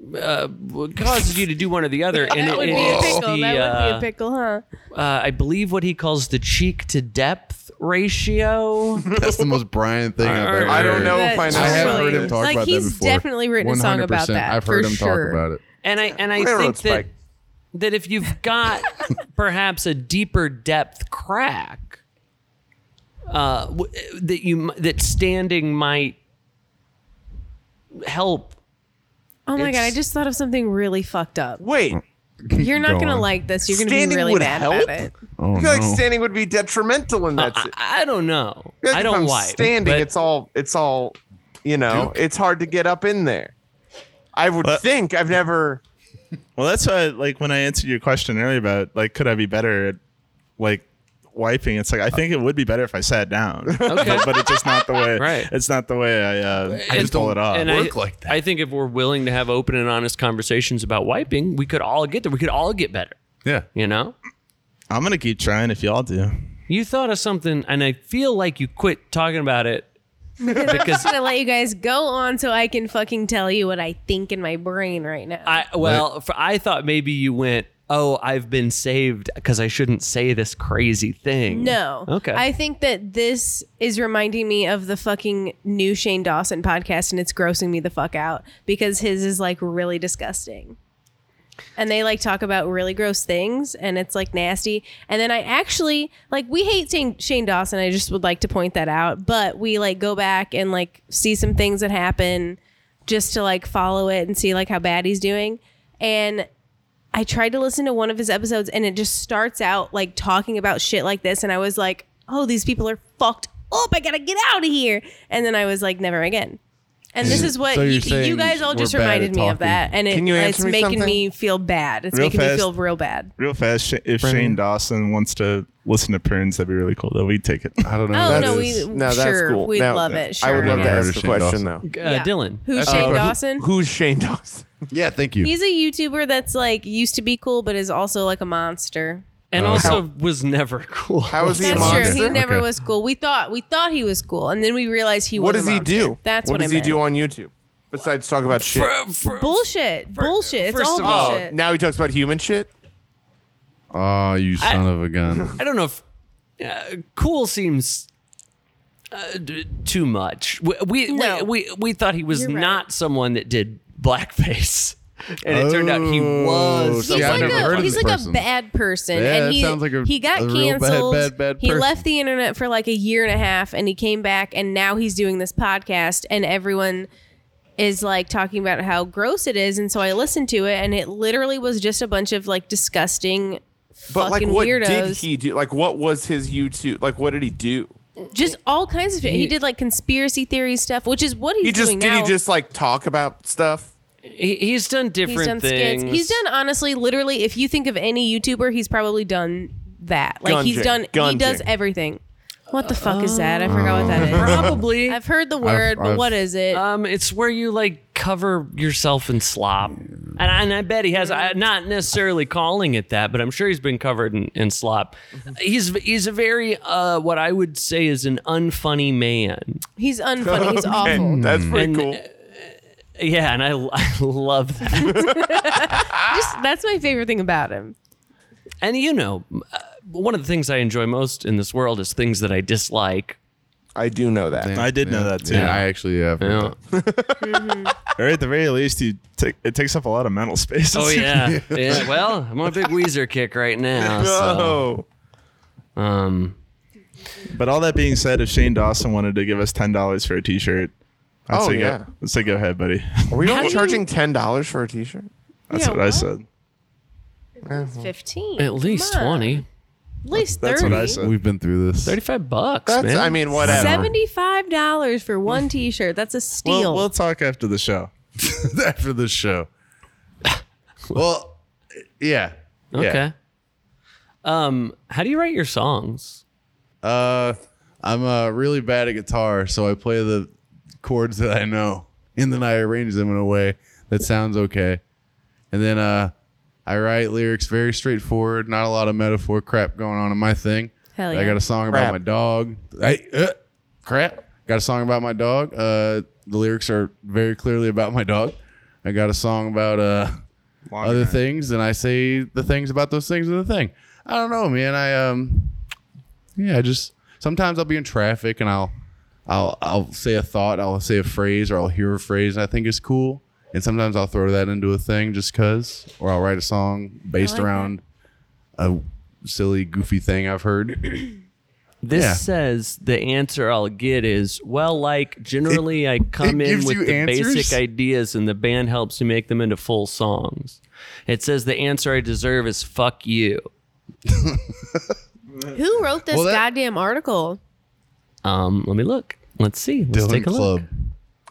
Speaker 6: what causes you to do one or the other. And
Speaker 1: That
Speaker 6: it-
Speaker 1: would be
Speaker 6: it
Speaker 1: a
Speaker 6: is
Speaker 1: pickle.
Speaker 6: the,
Speaker 1: That would be
Speaker 6: uh,
Speaker 1: a pickle, huh?
Speaker 6: uh, I believe what he calls the cheek to depth ratio.
Speaker 4: That's the most Brian thing I've ever.
Speaker 2: I don't know
Speaker 4: heard.
Speaker 2: if I
Speaker 1: That's
Speaker 2: know.
Speaker 4: I have
Speaker 1: really-
Speaker 4: heard him talk
Speaker 1: like,
Speaker 4: about
Speaker 1: he's
Speaker 4: that before.
Speaker 1: definitely written a song about
Speaker 4: 100%.
Speaker 1: that.
Speaker 4: I've heard
Speaker 1: for
Speaker 4: him
Speaker 1: sure.
Speaker 4: talk about it.
Speaker 6: And I and I
Speaker 2: Railroad
Speaker 6: think that,
Speaker 2: spike.
Speaker 6: that if you've got perhaps a deeper depth crack, uh, w- that you m- that standing might help.
Speaker 1: Oh my god, I
Speaker 6: It's-
Speaker 1: just thought of something really fucked up.
Speaker 2: Wait,
Speaker 1: You're not
Speaker 4: Go
Speaker 1: gonna
Speaker 4: on.
Speaker 1: like this. You're gonna be
Speaker 2: Standing
Speaker 1: really
Speaker 2: would
Speaker 1: mad
Speaker 2: help?
Speaker 1: about it.
Speaker 4: Oh,
Speaker 2: I feel like
Speaker 4: no.
Speaker 2: standing would be detrimental in that.
Speaker 6: I,
Speaker 2: si-
Speaker 6: I don't know.
Speaker 2: feel like
Speaker 6: I
Speaker 2: if
Speaker 6: don't
Speaker 2: I'm
Speaker 6: like
Speaker 2: standing.
Speaker 6: but-
Speaker 2: it's all. It's all. You know, it's hard to get up in there. I would
Speaker 5: But-
Speaker 2: think I've never.
Speaker 5: Well, that's why, like, when I answered your question earlier about, like, could I be better at, like, wiping? It's like I think it would be better if I sat down.
Speaker 6: Okay.
Speaker 5: but, but it's just not the way.
Speaker 6: Right.
Speaker 5: It's not the way I. Uh, I
Speaker 6: just
Speaker 5: just pull
Speaker 4: don't-
Speaker 5: it off.
Speaker 6: and
Speaker 4: work
Speaker 6: I,
Speaker 4: like that.
Speaker 6: I think if we're willing to have open and honest conversations about wiping, we could all get there. We could all get better.
Speaker 4: Yeah.
Speaker 6: You know.
Speaker 5: I'm gonna keep trying if y'all do.
Speaker 6: You thought of something, and I feel like you quit talking about it
Speaker 1: I'm gonna let you guys go on so I can fucking tell you what I think in my brain right now.
Speaker 6: I well, for, I thought maybe you went, "Oh, I've been saved because I shouldn't say this crazy thing."
Speaker 1: no.
Speaker 6: Okay.
Speaker 1: I think that this is reminding me of the fucking new Shane Dawson podcast and it's grossing me the fuck out because his is like really disgusting. And they like talk about really gross things and it's like nasty. And then I actually like we hate Shane, Shane Dawson. I just would like to point that out, but we like go back and like see some things that happen just to like follow it and see like how bad he's doing. And I tried to listen to one of his episodes and it just starts out like talking about shit like this. And I was like, oh, these people are fucked up. I gotta get out of here. And then I was like, never again. And this is what
Speaker 4: So you're
Speaker 1: you, you
Speaker 4: saying
Speaker 1: guys all
Speaker 4: we're
Speaker 1: just
Speaker 4: bad at
Speaker 1: reminded me of
Speaker 4: talking.
Speaker 1: that. And it,
Speaker 2: Can you answer
Speaker 1: it's
Speaker 2: me
Speaker 1: making
Speaker 2: something?
Speaker 1: me feel bad. It's
Speaker 5: Real
Speaker 1: making me
Speaker 5: fast.
Speaker 1: feel real bad.
Speaker 5: Real fast, Sh- if
Speaker 2: Brendan.
Speaker 5: Shane Dawson wants to listen to Prunes, that'd be really cool. Though we'd take it.
Speaker 4: I don't know.
Speaker 1: Oh,
Speaker 4: who that
Speaker 1: no,
Speaker 4: is.
Speaker 1: we
Speaker 2: No, that's
Speaker 1: sure.
Speaker 2: cool.
Speaker 1: We'd
Speaker 2: Now,
Speaker 1: love it. Sure.
Speaker 2: I would love to
Speaker 4: Yeah.
Speaker 2: ask the
Speaker 4: Shane
Speaker 2: question
Speaker 4: Dawson.
Speaker 2: though.
Speaker 6: Uh,
Speaker 1: Yeah.
Speaker 6: Dylan.
Speaker 1: Who's Shane
Speaker 2: Who-
Speaker 1: Dawson?
Speaker 2: Who's Shane Dawson?
Speaker 4: Yeah, thank you.
Speaker 1: He's a YouTuber that's like used to be cool, but is also like a monster.
Speaker 6: and also was never cool.
Speaker 2: How is he a
Speaker 1: That's
Speaker 2: monster?
Speaker 1: true. He never
Speaker 4: Okay.
Speaker 1: was cool. We thought we thought he was cool, and then we realized he
Speaker 2: What
Speaker 1: was.
Speaker 2: does
Speaker 1: a
Speaker 2: he
Speaker 1: monster.
Speaker 2: do?
Speaker 1: That's what,
Speaker 2: what does
Speaker 1: I
Speaker 2: he
Speaker 1: meant.
Speaker 2: do on YouTube besides talk about shit? Oh,
Speaker 1: Bullshit. Bullshit. It's
Speaker 6: first
Speaker 1: all
Speaker 6: of all-
Speaker 1: bullshit.
Speaker 2: Now he talks about human shit.
Speaker 4: Oh, you son of a gun.
Speaker 6: I don't know if uh, cool seems uh, d- too much. We we,
Speaker 1: No.
Speaker 6: we we we thought he was
Speaker 1: You're right.
Speaker 6: not someone that did blackface, and it turned out he
Speaker 4: Oh,
Speaker 6: was.
Speaker 4: so
Speaker 1: He's
Speaker 4: Yeah,
Speaker 1: like,
Speaker 4: I've never
Speaker 1: a,
Speaker 4: heard of
Speaker 1: he's
Speaker 4: this
Speaker 1: like a
Speaker 4: person.
Speaker 1: bad person.
Speaker 4: Yeah,
Speaker 1: and
Speaker 4: that
Speaker 1: he,
Speaker 4: sounds like a-
Speaker 1: he got
Speaker 4: a real bad,
Speaker 1: canceled.
Speaker 4: bad, bad
Speaker 1: he
Speaker 4: person.
Speaker 1: left the internet for like a year and a half and he came back and now he's doing this podcast and everyone is like talking about how gross it is. And so I listened to it and it literally was just a bunch of like disgusting
Speaker 2: But like,
Speaker 1: fucking
Speaker 2: what
Speaker 1: weirdos.
Speaker 2: did he do? Like, what was his YouTube? Like, what did he do?
Speaker 1: just all kinds of shit. He did like conspiracy theory stuff, which is what he's
Speaker 2: He just
Speaker 1: doing
Speaker 2: did
Speaker 1: now.
Speaker 2: he just like talk about stuff?
Speaker 6: He, he's done different
Speaker 1: he's done
Speaker 6: things.
Speaker 1: skits. He's done honestly, literally. If you think of any YouTuber, he's probably done that. Like he's
Speaker 2: Gunjing.
Speaker 1: done. He
Speaker 2: Gunjing.
Speaker 1: does everything. What the fuck is that? I forgot what that is.
Speaker 6: probably.
Speaker 1: I've heard the word, but
Speaker 4: I've-
Speaker 1: what is it?
Speaker 6: Um, it's where you like cover yourself in slop, and I, and I bet he has. I, not necessarily calling it that, but I'm sure he's been covered in, in slop. He's he's a very uh, what I would say is an unfunny man.
Speaker 1: he's unfunny. He's
Speaker 2: Okay,
Speaker 1: awful.
Speaker 2: That's pretty
Speaker 6: And-
Speaker 2: cool.
Speaker 6: Yeah, and I, I love that.
Speaker 1: Just that's my favorite thing about him.
Speaker 6: and you know, uh, one of the things I enjoy most in this world is things that I dislike.
Speaker 2: I do know that.
Speaker 5: I did know that too.
Speaker 4: Yeah, I actually have. heard that.
Speaker 5: Or at the very least, you take it takes up a lot of mental space.
Speaker 6: Oh yeah. yeah. Well, I'm on a big Weezer kick right
Speaker 2: Uh,
Speaker 6: now. So,
Speaker 2: No.
Speaker 6: um,
Speaker 5: But all that being said, if Shane Dawson wanted to give us ten dollars for a T-shirt, I'd
Speaker 2: Oh,
Speaker 5: say
Speaker 2: yeah.
Speaker 5: go, I'd say go ahead, buddy.
Speaker 2: Are we
Speaker 1: do
Speaker 2: only
Speaker 1: you-
Speaker 2: charging ten dollars for a T-shirt?
Speaker 5: That's
Speaker 1: Yeah,
Speaker 5: what, I
Speaker 1: what?
Speaker 5: said.
Speaker 1: It's Fifteen.
Speaker 6: at least
Speaker 1: Come on.
Speaker 6: twenty.
Speaker 1: At least
Speaker 5: That's
Speaker 1: thirty.
Speaker 5: what I said.
Speaker 4: We've been through this.
Speaker 6: Thirty-five bucks,
Speaker 2: That's.
Speaker 6: man.
Speaker 2: I mean, whatever.
Speaker 1: Seventy-five dollars for one T-shirt. That's a steal.
Speaker 5: We'll, we'll talk after the show.
Speaker 4: after this show. well, yeah. yeah.
Speaker 6: Okay. Um, how do you write your songs?
Speaker 4: Uh, I'm uh, really bad at guitar, so I play the chords that I know, and then I arrange them in a way that sounds okay. And then uh, I write lyrics very straightforward, not a lot of metaphor crap going on in my thing.
Speaker 1: Hell
Speaker 4: I
Speaker 1: yeah.
Speaker 4: got a song
Speaker 2: Crap.
Speaker 4: about my dog. Hey, uh, crap. Got a song about my dog. Uh, the lyrics are very clearly about my dog. I got a song about uh,
Speaker 5: Longer
Speaker 4: other
Speaker 5: night.
Speaker 4: things and I say the things about those things in the thing. I don't know, man. I um yeah, I just sometimes I'll be in traffic and I'll I'll I'll say a thought, I'll say a phrase or I'll hear a phrase and I think is cool. And sometimes I'll throw that into a thing just cuz or I'll write a song based
Speaker 1: I like that.
Speaker 4: around a silly goofy thing I've heard.
Speaker 6: This
Speaker 4: Yeah.
Speaker 6: says the answer I'll get is well, like generally, I come
Speaker 4: it
Speaker 6: in
Speaker 4: gives
Speaker 6: with
Speaker 4: you
Speaker 6: the
Speaker 4: answers?
Speaker 6: basic ideas, and the band helps me make them into full songs. It says the answer I deserve is fuck you.
Speaker 1: Who wrote this
Speaker 4: Well, that-
Speaker 1: goddamn article?
Speaker 6: Um, let me look. Let's see. Let's take a look.
Speaker 1: Is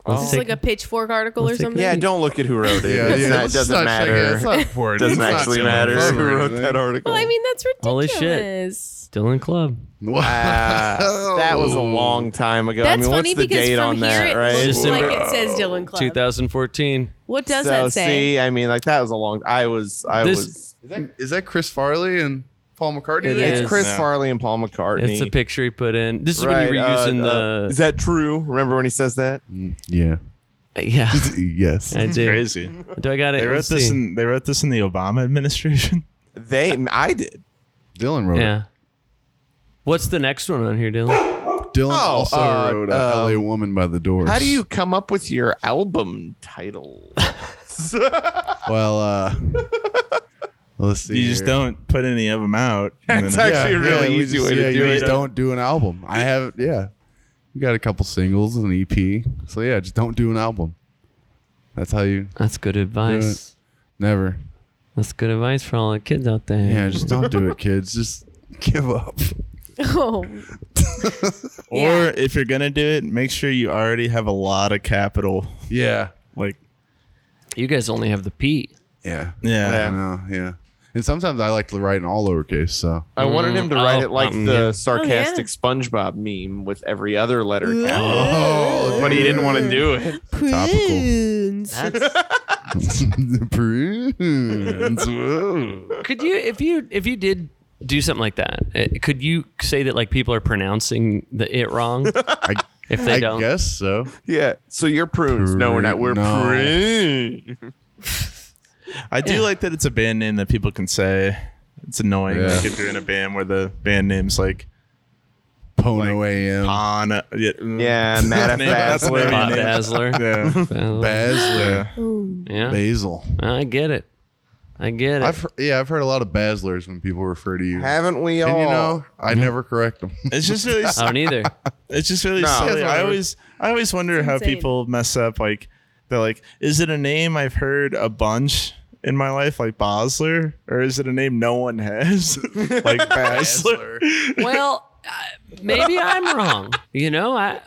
Speaker 6: Let's
Speaker 1: this
Speaker 6: take-
Speaker 1: Oh. like a pitchfork article or
Speaker 6: take a-
Speaker 1: something?
Speaker 2: yeah, don't look at who wrote it.
Speaker 4: Yeah,
Speaker 2: It's
Speaker 4: yeah,
Speaker 2: not- it
Speaker 4: let's
Speaker 2: doesn't
Speaker 4: not check it.
Speaker 2: matter.
Speaker 4: It's not important.
Speaker 2: doesn't
Speaker 4: It's not
Speaker 2: actually
Speaker 4: so
Speaker 2: matter
Speaker 4: important.
Speaker 2: who wrote that article.
Speaker 1: Well, I mean, that's
Speaker 6: Holy
Speaker 1: ridiculous.
Speaker 6: shit. Dylan Club.
Speaker 2: Ah, that was a
Speaker 6: Oh.
Speaker 2: long time ago.
Speaker 1: That's
Speaker 2: I mean,
Speaker 1: funny
Speaker 2: what's the
Speaker 1: because
Speaker 2: date
Speaker 1: from
Speaker 2: on
Speaker 1: here
Speaker 2: that,
Speaker 1: it
Speaker 2: right?
Speaker 1: looks
Speaker 6: Just
Speaker 1: like
Speaker 6: in-
Speaker 1: it says Dylan Club.
Speaker 6: 2014.
Speaker 1: What does
Speaker 2: so
Speaker 1: that say?
Speaker 2: see, I mean, like that was a long. I was, I
Speaker 6: This-
Speaker 2: was.
Speaker 4: Is that, is that Chris Farley and Paul McCartney?
Speaker 6: It
Speaker 4: there?
Speaker 2: It's
Speaker 6: is.
Speaker 2: Chris
Speaker 5: Yeah.
Speaker 2: Farley and Paul McCartney.
Speaker 6: It's a picture he put in. This is
Speaker 2: Right,
Speaker 6: when you were
Speaker 2: uh,
Speaker 6: using
Speaker 2: uh, is that true? Remember when he says that?
Speaker 4: Yeah. uh,
Speaker 6: the. Yeah,
Speaker 4: Yes.
Speaker 6: I do.
Speaker 5: Crazy.
Speaker 6: Do I got it?
Speaker 5: They wrote
Speaker 6: Let's
Speaker 5: this
Speaker 6: see.
Speaker 5: in they wrote this in the Obama administration.
Speaker 2: They, I did.
Speaker 4: Dylan wrote
Speaker 6: Yeah. What's the next one on here, Dylan?
Speaker 4: it. Dylan also
Speaker 2: uh,
Speaker 4: wrote a
Speaker 2: um,
Speaker 4: LA Woman by the Doors.
Speaker 2: How do you come up with your album title?
Speaker 4: Well, uh, let's see.
Speaker 5: You just
Speaker 4: here.
Speaker 5: don't put any of them out. and
Speaker 2: That's
Speaker 5: then-
Speaker 2: actually a really
Speaker 4: we
Speaker 2: easy
Speaker 4: just-
Speaker 2: way to
Speaker 4: yeah,
Speaker 2: do
Speaker 4: you
Speaker 2: it.
Speaker 4: Just don't do an album. I have, yeah. We got a couple singles and an EP. So yeah, just don't do an album. That's how you
Speaker 6: That's good advice.
Speaker 4: never.
Speaker 6: That's good advice for all the kids out there.
Speaker 4: Yeah, just don't do it, kids. Just give up.
Speaker 1: Oh,
Speaker 5: Or if you're gonna do it, make sure you already have a lot of capital.
Speaker 4: Yeah.
Speaker 5: Like
Speaker 6: You guys only have the P.
Speaker 4: Yeah.
Speaker 5: yeah.
Speaker 4: I know. Yeah. And sometimes I like to write in all lowercase. So
Speaker 2: I wanted him to write
Speaker 6: oh,
Speaker 2: it like
Speaker 6: um,
Speaker 2: the
Speaker 6: yeah.
Speaker 2: sarcastic SpongeBob meme with every other letter counted,
Speaker 4: oh,
Speaker 2: but he didn't want to do it.
Speaker 1: prunes.
Speaker 4: prunes. Whoa.
Speaker 6: could you if you if you did do something like that eh, could you say that like people are pronouncing the it wrong
Speaker 4: I,
Speaker 6: if they
Speaker 4: I
Speaker 6: don't
Speaker 4: guess so.
Speaker 2: Yeah. So you're prunes. no, we're not. We're
Speaker 4: No.
Speaker 2: prunes.
Speaker 5: I do like that it's a band name that people can say. It's annoying
Speaker 4: Yeah.
Speaker 5: like if you're in a band where the band name's like
Speaker 4: Pono AM.
Speaker 5: on yeah, mm.
Speaker 2: Yeah. Matter of
Speaker 5: Name- that's
Speaker 2: fact,
Speaker 5: the
Speaker 2: we're-
Speaker 5: name.
Speaker 6: Bob Basler.
Speaker 5: Yeah.
Speaker 6: Basler.
Speaker 4: Basler.
Speaker 6: yeah
Speaker 4: Basil.
Speaker 6: i get it i get it
Speaker 4: I've he- yeah, I've heard a lot of Baslers when people refer to you.
Speaker 2: haven't we all?
Speaker 4: and you know, I never correct them.
Speaker 5: It's just really
Speaker 6: i don't either
Speaker 5: It's just really
Speaker 2: No.
Speaker 5: silly.
Speaker 2: That's
Speaker 5: I always I always wonder how
Speaker 1: insane.
Speaker 5: people mess up. Like they're like, is it a name I've heard a bunch in my life, like Bosler, or is it a name no one has, like Basler?
Speaker 6: well I- maybe i'm wrong you know i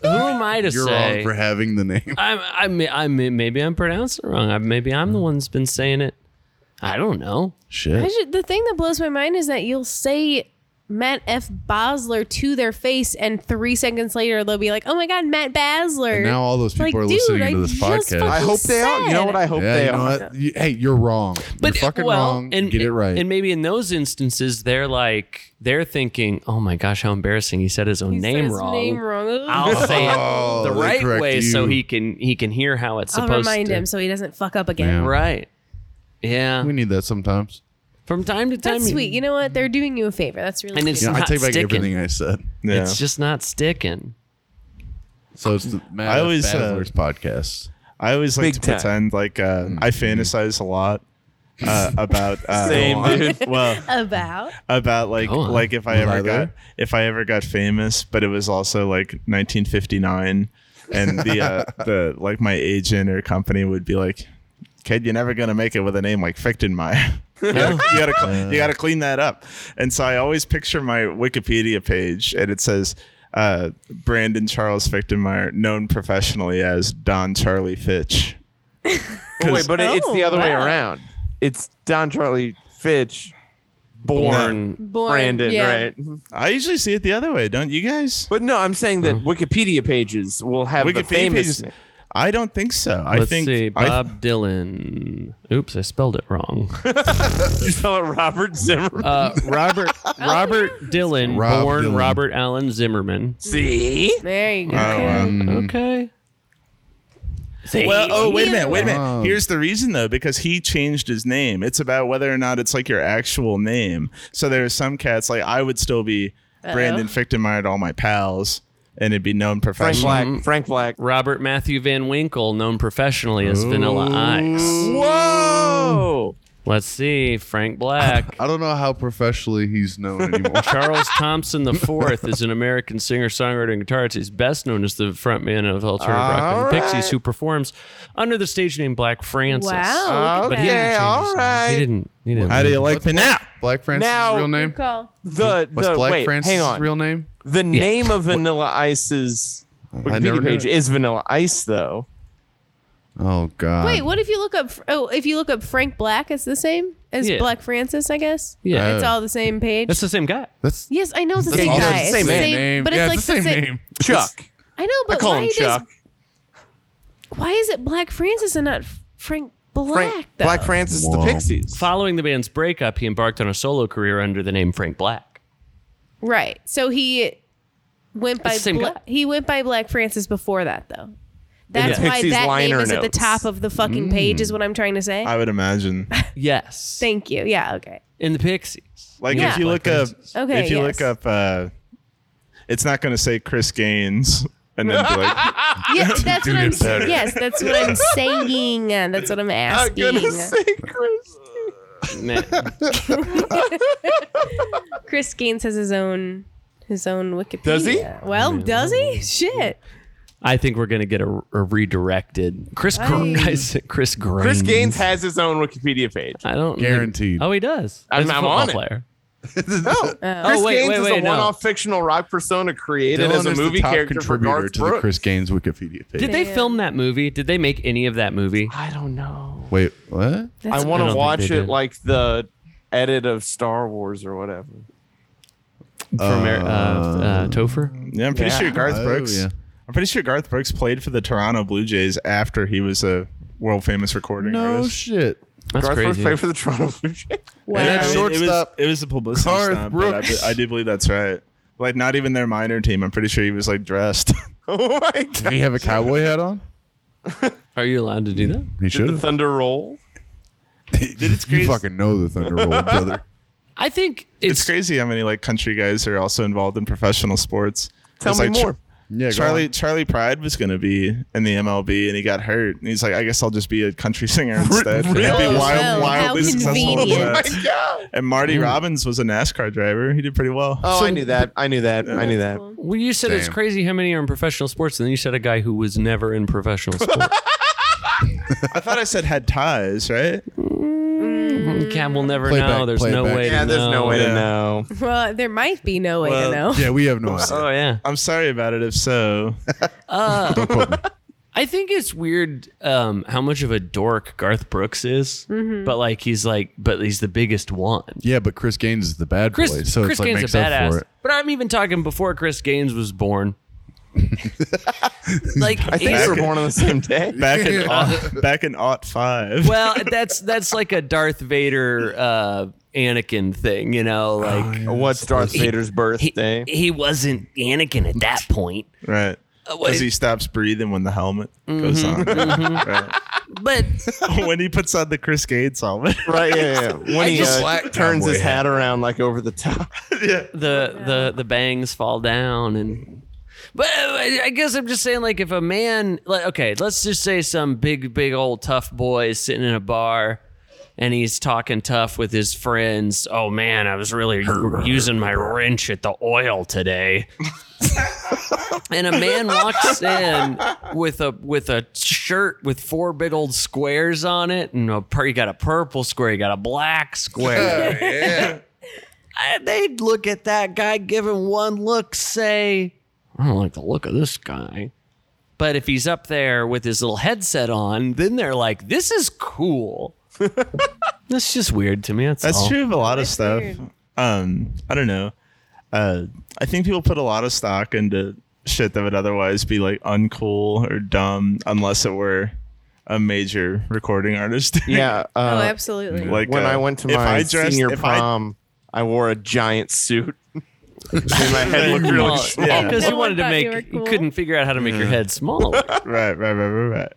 Speaker 6: who am i to
Speaker 4: You're
Speaker 6: say
Speaker 4: wrong for having the name.
Speaker 6: I'm, I'm, I'm, maybe i'm pronouncing it wrong I, maybe i'm the one that's been saying it i don't know
Speaker 1: I
Speaker 4: Shit.
Speaker 1: should, the thing that blows my mind is that you'll say Matt F. Bosler to their face, and three seconds later they'll be like, "Oh my God, Matt Basler!"
Speaker 4: And now all those people
Speaker 1: Like,
Speaker 4: are
Speaker 1: dude,
Speaker 4: listening
Speaker 1: I
Speaker 4: to this
Speaker 1: just
Speaker 4: podcast.
Speaker 1: fucking-
Speaker 2: I hope they are. You know what? I hope
Speaker 4: yeah,
Speaker 2: they
Speaker 4: you know
Speaker 2: are.
Speaker 4: what? You- hey, you're wrong. you're fucking
Speaker 6: well,
Speaker 4: wrong.
Speaker 6: And,
Speaker 4: Get it right.
Speaker 6: And maybe in those instances, they're like they're thinking, "Oh my gosh, how embarrassing! He said his own
Speaker 1: He said
Speaker 6: name
Speaker 1: his
Speaker 6: wrong.
Speaker 1: Name wrong. Ugh.
Speaker 6: I'll say
Speaker 4: Oh,
Speaker 6: it the
Speaker 4: they
Speaker 6: right
Speaker 4: correct
Speaker 6: way so
Speaker 4: you.
Speaker 6: he can he can hear how it's
Speaker 1: I'll
Speaker 6: supposed
Speaker 1: remind
Speaker 6: to."
Speaker 1: him so he doesn't fuck up again.
Speaker 4: Yeah.
Speaker 6: Right? Yeah.
Speaker 4: we need that sometimes.
Speaker 6: From time to time,
Speaker 1: That's sweet. You know what? They're doing you a favor. That's really
Speaker 6: And
Speaker 1: sweet.
Speaker 6: it's
Speaker 4: Yeah, I
Speaker 6: not
Speaker 4: take back
Speaker 6: sticking.
Speaker 4: everything I said.
Speaker 5: Yeah.
Speaker 6: It's just not sticking.
Speaker 4: So it's the Matt
Speaker 5: I
Speaker 4: I
Speaker 5: always, uh,
Speaker 4: Basler's podcast.
Speaker 5: I always
Speaker 2: Big
Speaker 5: like to
Speaker 2: time. Mm-hmm.
Speaker 5: pretend like uh, I fantasize a lot uh, about uh,
Speaker 2: Same, dude.
Speaker 5: Well,
Speaker 1: about
Speaker 5: about like
Speaker 6: Go on.
Speaker 5: like if I ever
Speaker 4: Leather.
Speaker 5: got if I ever got famous, but it was also like 1959, and the uh, the like my agent or company would be like, "Kid, you're never gonna make it with a name like Fichtenmeyer." you gotta, you, gotta cl- you gotta clean that up. And so I always picture my Wikipedia page, and it says. Uh, Brandon Charles Fichtenmeyer, known professionally as Don Charlie Fitch.
Speaker 2: But Wait, but it- it's the
Speaker 1: Oh,
Speaker 2: other way
Speaker 1: wow.
Speaker 2: around. It's Don Charlie Fitch, born,
Speaker 1: born,
Speaker 2: Brandon,
Speaker 1: yeah.
Speaker 2: right? Mm-hmm.
Speaker 5: I usually see it the other way, don't you guys?
Speaker 2: But no, I'm saying that Wikipedia pages will have the
Speaker 5: Wikipedia
Speaker 2: famous.
Speaker 5: pages- I don't think so. I
Speaker 6: Let's
Speaker 5: think
Speaker 6: see,
Speaker 5: I-
Speaker 6: Bob Dylan. Oops, I spelled it wrong.
Speaker 2: You spell it Robert Zimmerman.
Speaker 6: Uh, Robert
Speaker 1: Oh,
Speaker 6: Robert Dylan,
Speaker 4: Rob
Speaker 6: born
Speaker 4: Dylan.
Speaker 6: Robert Allen Zimmerman.
Speaker 2: See,
Speaker 1: There you go.
Speaker 2: Oh.
Speaker 4: Hmm.
Speaker 6: Okay.
Speaker 5: Well, oh wait a minute, wait a minute.
Speaker 4: Wow.
Speaker 5: Here's the reason though, because he changed his name. It's about whether or not it's like your actual name. So there are some cats like I would still be Brandon Fichtenmeyer to all my pals, and it'd be known
Speaker 2: Frank
Speaker 5: professionally.
Speaker 2: Black. Frank Black.
Speaker 6: Robert Matthew Van Winkle, known professionally as Vanilla Ice.
Speaker 2: Whoa!
Speaker 6: Let's see, Frank Black.
Speaker 4: I don't know how professionally he's known anymore.
Speaker 6: Charles Thompson IV is an American singer, songwriter, and guitarist. He's best known as the frontman of alternative
Speaker 2: All
Speaker 6: rock
Speaker 2: right.
Speaker 6: band Pixies, who performs under the stage name Black Francis.
Speaker 1: Wow. look at
Speaker 2: Oh, Okay,
Speaker 1: that.
Speaker 2: all
Speaker 6: He
Speaker 2: right.
Speaker 6: didn't. He didn't.
Speaker 5: How do you like me now?
Speaker 4: Black Francis'
Speaker 2: Now-
Speaker 4: real
Speaker 1: Good
Speaker 4: name?
Speaker 1: call.
Speaker 2: The
Speaker 4: What's
Speaker 2: the
Speaker 4: Black
Speaker 2: wait,
Speaker 4: Francis'
Speaker 2: hang on.
Speaker 4: real name?
Speaker 2: the name of Vanilla Ice's
Speaker 4: never
Speaker 2: Wikipedia
Speaker 4: knew
Speaker 2: page
Speaker 4: it.
Speaker 2: is Vanilla Ice, though.
Speaker 4: Oh God.
Speaker 1: Wait, what if you look up? Oh, if you look up Frank Black, it's the same as
Speaker 6: Yeah.
Speaker 1: Black Francis, I guess.
Speaker 6: Yeah.
Speaker 1: it's
Speaker 4: Oh.
Speaker 1: all the same page.
Speaker 6: That's the same guy.
Speaker 4: That's
Speaker 1: yes, I know it's the same
Speaker 2: all
Speaker 1: guy.
Speaker 2: the
Speaker 1: It's
Speaker 2: same
Speaker 1: the
Speaker 2: name.
Speaker 1: but it's
Speaker 4: yeah,
Speaker 1: like
Speaker 4: it's the same, name.
Speaker 2: Chuck.
Speaker 1: I know, but
Speaker 2: I call
Speaker 1: why
Speaker 2: him
Speaker 1: does
Speaker 2: Chuck.
Speaker 1: why is it Black Francis and not Frank Black.
Speaker 2: Frank,
Speaker 1: though.
Speaker 2: Black Francis is the
Speaker 4: Whoa.
Speaker 2: Pixies.
Speaker 6: Following the band's breakup, he embarked on a solo career under the name Frank Black.
Speaker 1: Right. So he went by
Speaker 6: It's the same
Speaker 1: Bla-
Speaker 6: guy.
Speaker 1: he went by Black Francis before that though. That's
Speaker 2: the
Speaker 1: why
Speaker 2: Pixies
Speaker 1: that name
Speaker 2: liner
Speaker 1: is at the
Speaker 2: notes.
Speaker 1: top of the fucking page is what I'm trying to say.
Speaker 5: I would imagine.
Speaker 6: Yes.
Speaker 1: Thank you. Yeah, okay.
Speaker 6: In the Pixies.
Speaker 5: Like
Speaker 1: Yeah.
Speaker 5: if you look up,
Speaker 1: Okay,
Speaker 5: if you
Speaker 1: yes.
Speaker 5: look up, uh, it's not going to say Chris Gaines and then be like,
Speaker 1: Yeah, that's what
Speaker 4: do
Speaker 1: I'm
Speaker 4: it better.
Speaker 1: Yes, that's what I'm saying. That's what I'm
Speaker 2: I'm
Speaker 1: asking.
Speaker 2: gonna say Chris.
Speaker 6: Man,
Speaker 1: Chris Gaines has his own his own Wikipedia.
Speaker 2: Does he?
Speaker 1: Well, does he? Shit.
Speaker 6: I think we're gonna get a, a redirected Chris. Gr-
Speaker 1: Aye.
Speaker 6: I said Chris Grains.
Speaker 2: Chris Gaines has his own Wikipedia page.
Speaker 6: I don't
Speaker 4: Guaranteed.
Speaker 6: Oh, he does.
Speaker 2: I'm-
Speaker 6: He's a
Speaker 2: I'm
Speaker 6: football
Speaker 2: on it.
Speaker 6: player.
Speaker 2: No, Chris
Speaker 6: Oh, wait,
Speaker 2: Gaines
Speaker 6: wait,
Speaker 2: is
Speaker 6: wait,
Speaker 2: a
Speaker 6: no.
Speaker 2: one-off fictional rock persona created
Speaker 4: Dylan
Speaker 2: as a
Speaker 4: is the
Speaker 2: movie
Speaker 4: top
Speaker 2: character for
Speaker 4: contributor
Speaker 2: Garth
Speaker 4: to the
Speaker 2: Brooks.
Speaker 4: Chris Gaines Wikipedia page.
Speaker 6: Did they
Speaker 1: Man.
Speaker 6: film that movie? Did they make any of that movie?
Speaker 2: I don't know.
Speaker 4: Wait, what?
Speaker 2: I
Speaker 1: That's-
Speaker 2: want to
Speaker 6: I don't think
Speaker 2: watch
Speaker 6: they
Speaker 2: it
Speaker 6: did.
Speaker 2: like the edit of Star Wars or whatever.
Speaker 6: From Mar- uh, uh, Topher?
Speaker 5: yeah, I'm pretty
Speaker 2: Yeah.
Speaker 5: sure Garth
Speaker 4: Oh,
Speaker 5: Brooks.
Speaker 4: yeah.
Speaker 5: I'm pretty sure Garth Brooks played for the Toronto Blue Jays after he was a world famous recording
Speaker 4: No
Speaker 5: artist.
Speaker 4: shit.
Speaker 6: That's
Speaker 2: Garth Brooks
Speaker 6: crazy.
Speaker 2: played for the Toronto Blue Jays.
Speaker 1: wow.
Speaker 4: And
Speaker 5: I mean,
Speaker 4: that's- Shortstop.
Speaker 5: It was, it was a publicity
Speaker 4: Garth
Speaker 5: stunt, but I,
Speaker 4: Brooks.
Speaker 5: be- I do believe that's right. Like not even their minor team. I'm pretty sure he was like dressed.
Speaker 2: Oh my god!
Speaker 4: Did he have a cowboy hat on?
Speaker 6: Are you allowed to do that?
Speaker 4: He
Speaker 2: Did
Speaker 4: should
Speaker 2: the
Speaker 4: have.
Speaker 2: Thunder roll?
Speaker 4: you fucking know the Thunder Roll, brother.
Speaker 6: I think
Speaker 5: It's,
Speaker 6: it's,
Speaker 5: crazy how many like country guys are also involved in professional sports.
Speaker 2: Tell
Speaker 5: It's
Speaker 2: me
Speaker 5: like Tr-
Speaker 2: more.
Speaker 4: Yeah, go
Speaker 5: Charlie
Speaker 4: on.
Speaker 5: Charlie Pride was going to be in the MLB and he got hurt and he's like I guess I'll just be a country singer instead. And it'd be
Speaker 1: really?
Speaker 5: wild-
Speaker 1: Oh, how
Speaker 5: wildly successful. with
Speaker 1: convenient.
Speaker 5: that.
Speaker 2: my god!
Speaker 5: And Marty Robbins was a NASCAR driver. He did pretty well.
Speaker 2: Oh, I knew that. I knew that. I knew that.
Speaker 6: well, you said it's
Speaker 4: Damn.
Speaker 6: crazy how many are in professional sports, and then you said a guy who was never in professional sports.
Speaker 5: I thought I said had ties, right?
Speaker 6: Mm, Cam will never
Speaker 4: Play
Speaker 6: know.
Speaker 4: back,
Speaker 6: there's
Speaker 4: play
Speaker 6: no
Speaker 4: back.
Speaker 6: way.
Speaker 2: Yeah,
Speaker 6: to
Speaker 2: there's
Speaker 6: know.
Speaker 2: no way to
Speaker 5: Yeah.
Speaker 2: know.
Speaker 1: Well, there might be no way
Speaker 5: Well,
Speaker 1: to know.
Speaker 4: Yeah, we have no idea.
Speaker 6: Oh yeah.
Speaker 5: I'm sorry about it if so.
Speaker 4: Don't quote me.
Speaker 6: I think it's weird um, how much of a dork Garth Brooks is, but like he's like, but he's the biggest one.
Speaker 4: Yeah, but Chris Gaines is the bad
Speaker 6: Chris,
Speaker 4: boy, so
Speaker 6: Chris
Speaker 4: it's like
Speaker 6: Gaines
Speaker 4: makes
Speaker 6: a
Speaker 4: up for
Speaker 6: badass,
Speaker 4: it.
Speaker 6: but I'm even talking before Chris Gaines was born. like
Speaker 2: I think
Speaker 6: he's-
Speaker 2: we were born on the same day.
Speaker 5: Back in aught, back in aught five.
Speaker 6: well, that's that's like a Darth Vader uh, Anakin thing, you know, like.
Speaker 4: Oh,
Speaker 2: What's Darth Vader's
Speaker 6: He,
Speaker 2: birthday?
Speaker 6: he wasn't Anakin at that point,
Speaker 5: right.
Speaker 6: what-
Speaker 5: Because he stops breathing when the helmet goes on.
Speaker 6: but
Speaker 5: Right. when he puts on the Chris Gaines helmet.
Speaker 2: Right, yeah, yeah. When he
Speaker 6: just-
Speaker 2: uh,
Speaker 4: Black
Speaker 2: turns his
Speaker 4: cowboy
Speaker 2: hat around like over the top.
Speaker 6: the the the bangs fall down and but I I guess I'm just saying like if a man like okay let's just say some big big old tough boy is sitting in a bar and he's talking tough with his friends oh man I was really using my wrench at the oil today and a man walks in with a with a shirt with four big old squares on it and a pur- you got a purple square you got a black square I- they'd look at that guy, give him one look, say, I don't like the look of this guy. But if he's up there with his little headset on, then they're like, this is cool. That's just weird to me. That's,
Speaker 2: Oh.
Speaker 5: That's
Speaker 6: all.
Speaker 5: true of a lot of stuff.
Speaker 1: weird.
Speaker 5: Um, I don't know. Uh, I think people put a lot of stock into shit that would otherwise be like uncool or dumb unless it were a major recording artist.
Speaker 2: Yeah.
Speaker 1: Oh,
Speaker 2: Uh,
Speaker 1: absolutely.
Speaker 5: like
Speaker 2: when
Speaker 5: uh,
Speaker 2: I went to
Speaker 5: if
Speaker 2: my
Speaker 5: I dressed-
Speaker 2: senior
Speaker 5: if I-
Speaker 2: prom, I, wore a giant suit. And my head looked
Speaker 6: Well,
Speaker 2: really
Speaker 6: Because
Speaker 2: small.
Speaker 5: yeah.
Speaker 6: you
Speaker 1: No one
Speaker 6: wanted to
Speaker 1: thought
Speaker 6: make,
Speaker 1: you were
Speaker 6: you
Speaker 1: cool.
Speaker 6: couldn't figure out how to make your head smaller.
Speaker 5: right, right, right, right, right.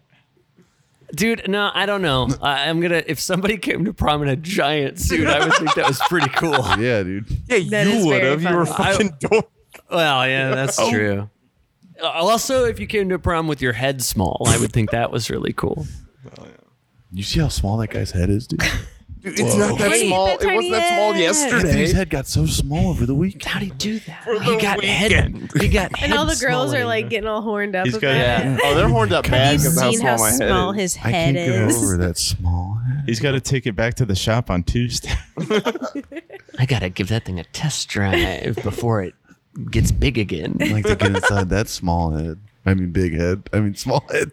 Speaker 6: Dude, no, I don't know. I, I'm going to, if somebody came to prom in a giant suit, I would think that was pretty cool.
Speaker 4: Yeah, dude.
Speaker 2: Yeah,
Speaker 1: That is
Speaker 2: you would
Speaker 1: very
Speaker 2: have. You were
Speaker 1: funny.
Speaker 6: I-
Speaker 2: fucking dork.
Speaker 6: Well, yeah, that's
Speaker 2: Oh.
Speaker 6: true. Uh, Also, if you came to prom with your head small, I would think that was really cool.
Speaker 4: You see how small that guy's head is, dude?
Speaker 2: It's not that
Speaker 1: Wait,
Speaker 2: small.
Speaker 1: that's
Speaker 2: It wasn't that small
Speaker 1: tiny.
Speaker 4: Anthony's
Speaker 2: yesterday.
Speaker 4: head got so small over the week.
Speaker 6: How'd he do that?
Speaker 2: the
Speaker 6: he got
Speaker 2: weekend.
Speaker 6: head. He got
Speaker 1: and all the girls are like getting all horned up
Speaker 5: He's
Speaker 1: about
Speaker 5: got-
Speaker 1: it.
Speaker 6: Yeah.
Speaker 2: Oh, they're horned up bad
Speaker 1: You've
Speaker 2: because how
Speaker 1: seen
Speaker 2: small
Speaker 1: how
Speaker 2: my head
Speaker 1: small
Speaker 2: is.
Speaker 1: his
Speaker 4: I can't
Speaker 1: head
Speaker 4: get
Speaker 1: is.
Speaker 4: over that small head.
Speaker 5: He's got to take it back to the shop on Tuesday.
Speaker 6: I gotta give that thing a test drive before it gets big again.
Speaker 4: like to get inside that small head. I mean, big head. I mean, small head.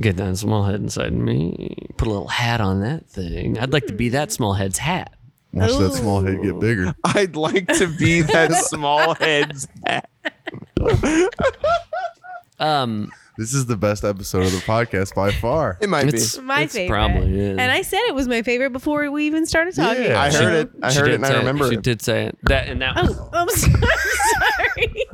Speaker 6: Get that small head inside me. Put a little hat on that thing. I'd like to be that small head's hat.
Speaker 4: Watch that small head get bigger.
Speaker 2: I'd like to be that small head's hat.
Speaker 6: Um,
Speaker 4: This is the best episode of the podcast by far.
Speaker 2: It might
Speaker 6: It's-
Speaker 2: be.
Speaker 1: My
Speaker 6: It's
Speaker 1: favorite.
Speaker 6: probably is.
Speaker 1: And I said it was my favorite before we even started talking.
Speaker 4: Yeah.
Speaker 2: I
Speaker 4: She-
Speaker 2: heard it. I
Speaker 6: She
Speaker 2: heard it
Speaker 6: did
Speaker 2: and
Speaker 6: say
Speaker 2: I remember
Speaker 6: She
Speaker 2: it.
Speaker 6: did say it. That and that. Was,
Speaker 1: Oh, I'm so- I'm sorry.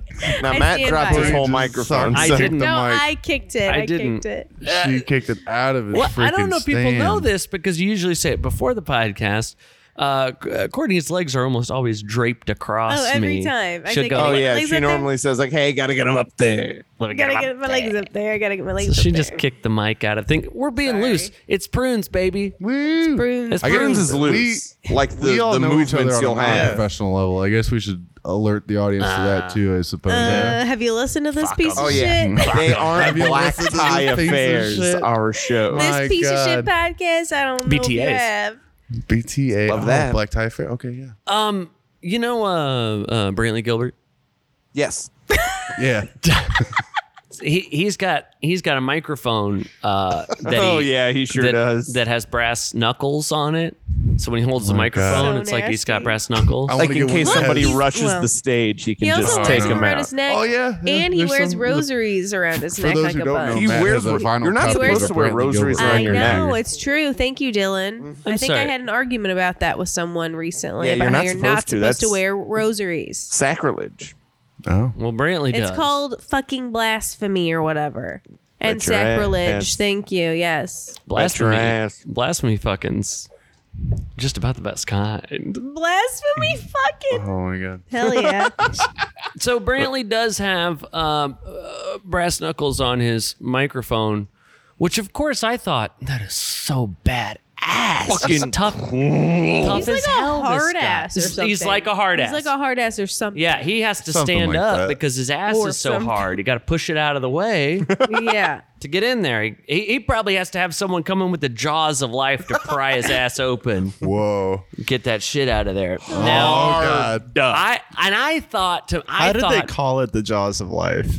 Speaker 2: Now
Speaker 1: I
Speaker 2: Matt
Speaker 1: stand
Speaker 2: dropped
Speaker 1: by
Speaker 2: his
Speaker 1: it.
Speaker 2: whole
Speaker 4: Just
Speaker 2: microphone.
Speaker 4: sucked
Speaker 6: I
Speaker 2: so-
Speaker 6: didn't-
Speaker 4: the
Speaker 1: No,
Speaker 4: mic.
Speaker 1: I kicked it.
Speaker 6: I
Speaker 1: I,
Speaker 6: didn't.
Speaker 1: kicked it.
Speaker 4: she kicked it out of his
Speaker 6: well,
Speaker 4: freaking
Speaker 6: I don't know if people
Speaker 4: stand.
Speaker 6: know this because you usually say it before the podcast. Uh, C- Courtney's legs are almost always draped across
Speaker 1: Oh, every
Speaker 6: me.
Speaker 1: time. I
Speaker 6: She'll
Speaker 1: think
Speaker 6: go,
Speaker 1: I
Speaker 2: Oh
Speaker 1: Like,
Speaker 2: yeah,
Speaker 1: like
Speaker 2: she
Speaker 1: something-
Speaker 2: normally says like, "Hey, gotta get him up there."
Speaker 6: "Let me get
Speaker 1: Gotta
Speaker 6: him
Speaker 1: get
Speaker 6: up
Speaker 1: my
Speaker 6: there."
Speaker 1: legs up there. Gotta get my
Speaker 6: So
Speaker 1: legs
Speaker 6: she
Speaker 1: up
Speaker 6: just
Speaker 1: there.
Speaker 6: kicked the mic out of thing. We're being
Speaker 1: Sorry.
Speaker 6: loose. It's prunes, baby.
Speaker 4: Woo.
Speaker 1: Prunes.
Speaker 6: It's
Speaker 2: I guess
Speaker 6: Prunes.
Speaker 2: is loose, like the,
Speaker 4: we all
Speaker 2: the
Speaker 4: know each other
Speaker 2: movements
Speaker 4: on
Speaker 2: you'll
Speaker 4: a
Speaker 2: have.
Speaker 4: professional level. I guess we should alert the audience to that too. I suppose.
Speaker 1: Ah. Uh, have you listened to this piece
Speaker 2: Oh
Speaker 1: of
Speaker 2: yeah,
Speaker 1: shit?
Speaker 2: they aren't
Speaker 4: Have you
Speaker 2: black
Speaker 4: listened to
Speaker 2: tie
Speaker 4: these pieces of
Speaker 2: affairs.
Speaker 4: shit?
Speaker 2: Our show.
Speaker 4: This- My
Speaker 1: This piece of shit
Speaker 4: God.
Speaker 1: podcast. I don't know. if you
Speaker 6: BTS.
Speaker 1: have.
Speaker 4: BTA.
Speaker 2: Love
Speaker 4: oh,
Speaker 2: that.
Speaker 4: Black Tie Fair. Okay, yeah.
Speaker 6: Um, you know, uh, uh Brantley Gilbert.
Speaker 2: yes,
Speaker 4: yeah.
Speaker 6: He he's got he's got a microphone. Uh, that
Speaker 2: Oh,
Speaker 6: he-
Speaker 2: yeah, he sure
Speaker 6: that-
Speaker 2: does.
Speaker 6: That has brass knuckles on it. So when he holds the
Speaker 4: my
Speaker 6: microphone,
Speaker 1: God.
Speaker 6: it's
Speaker 1: So
Speaker 6: like he's got
Speaker 1: nasty.
Speaker 6: brass knuckles.
Speaker 4: I
Speaker 2: like
Speaker 4: wanna
Speaker 2: in
Speaker 4: get
Speaker 2: case
Speaker 4: one of
Speaker 2: somebody
Speaker 4: those.
Speaker 2: rushes
Speaker 1: well,
Speaker 2: the stage, he can
Speaker 1: He also
Speaker 2: just
Speaker 1: wears
Speaker 2: take
Speaker 1: them
Speaker 2: him
Speaker 1: around
Speaker 2: out.
Speaker 1: his neck.
Speaker 4: Oh, yeah, yeah,
Speaker 1: and he
Speaker 4: there's
Speaker 1: wears
Speaker 4: some-
Speaker 1: rosaries around his
Speaker 4: For
Speaker 1: neck
Speaker 4: those
Speaker 1: like
Speaker 4: who
Speaker 1: a
Speaker 4: don't know,
Speaker 1: bug.
Speaker 2: He
Speaker 4: Matt
Speaker 2: wears.
Speaker 4: has a vinyl
Speaker 2: You're not
Speaker 1: copy of
Speaker 2: supposed
Speaker 1: the
Speaker 2: to wear
Speaker 4: Brantley Gilbert
Speaker 2: rosaries
Speaker 4: record.
Speaker 2: around
Speaker 1: I
Speaker 2: your
Speaker 1: know
Speaker 2: neck.
Speaker 1: it's true. Thank you, Dylan. i
Speaker 4: Mm-hmm.
Speaker 6: I'm
Speaker 1: think I
Speaker 6: sorry.
Speaker 1: had an argument about that with someone recently
Speaker 2: Yeah,
Speaker 1: about
Speaker 2: you're
Speaker 1: how
Speaker 2: not
Speaker 1: you're not
Speaker 2: supposed to.
Speaker 1: supposed to
Speaker 2: That's-
Speaker 1: wear rosaries.
Speaker 2: Sacrilege.
Speaker 4: Oh.
Speaker 6: Well, Brantley does.
Speaker 1: It's called fucking blasphemy or whatever. And
Speaker 2: That's your
Speaker 1: sacrilege.
Speaker 2: ass.
Speaker 1: Thank you. Yes.
Speaker 2: your
Speaker 6: blasphemy.
Speaker 2: ass.
Speaker 6: Blasphemy fuckings. Just about the best kind.
Speaker 1: Blasphemy fucking.
Speaker 4: Oh my god.
Speaker 1: Hell yeah.
Speaker 6: So Brantley does have um, uh, brass knuckles on his microphone, which of course I thought that is so bad ass. Fucking tough, tough
Speaker 1: He's like
Speaker 6: as
Speaker 1: a
Speaker 6: hell. this
Speaker 1: hard
Speaker 6: guy.
Speaker 1: ass or
Speaker 6: He's-
Speaker 1: something.
Speaker 6: He's like a hard ass.
Speaker 1: He's like a hard ass or something.
Speaker 6: yeah, he has to
Speaker 4: Something
Speaker 6: stand
Speaker 4: like
Speaker 6: up
Speaker 4: that.
Speaker 6: because his ass
Speaker 1: Or
Speaker 6: is so
Speaker 1: something.
Speaker 6: hard. You got to push it out of the way
Speaker 1: yeah.
Speaker 6: to get in there. He, he, he probably has to have someone come in with the jaws of life to pry his ass open,
Speaker 4: Whoa.
Speaker 6: get that shit out of there.
Speaker 4: Oh
Speaker 6: Now,
Speaker 4: god.
Speaker 6: I and I thought to I
Speaker 5: How did
Speaker 6: thought
Speaker 5: they call it the Jaws of Life?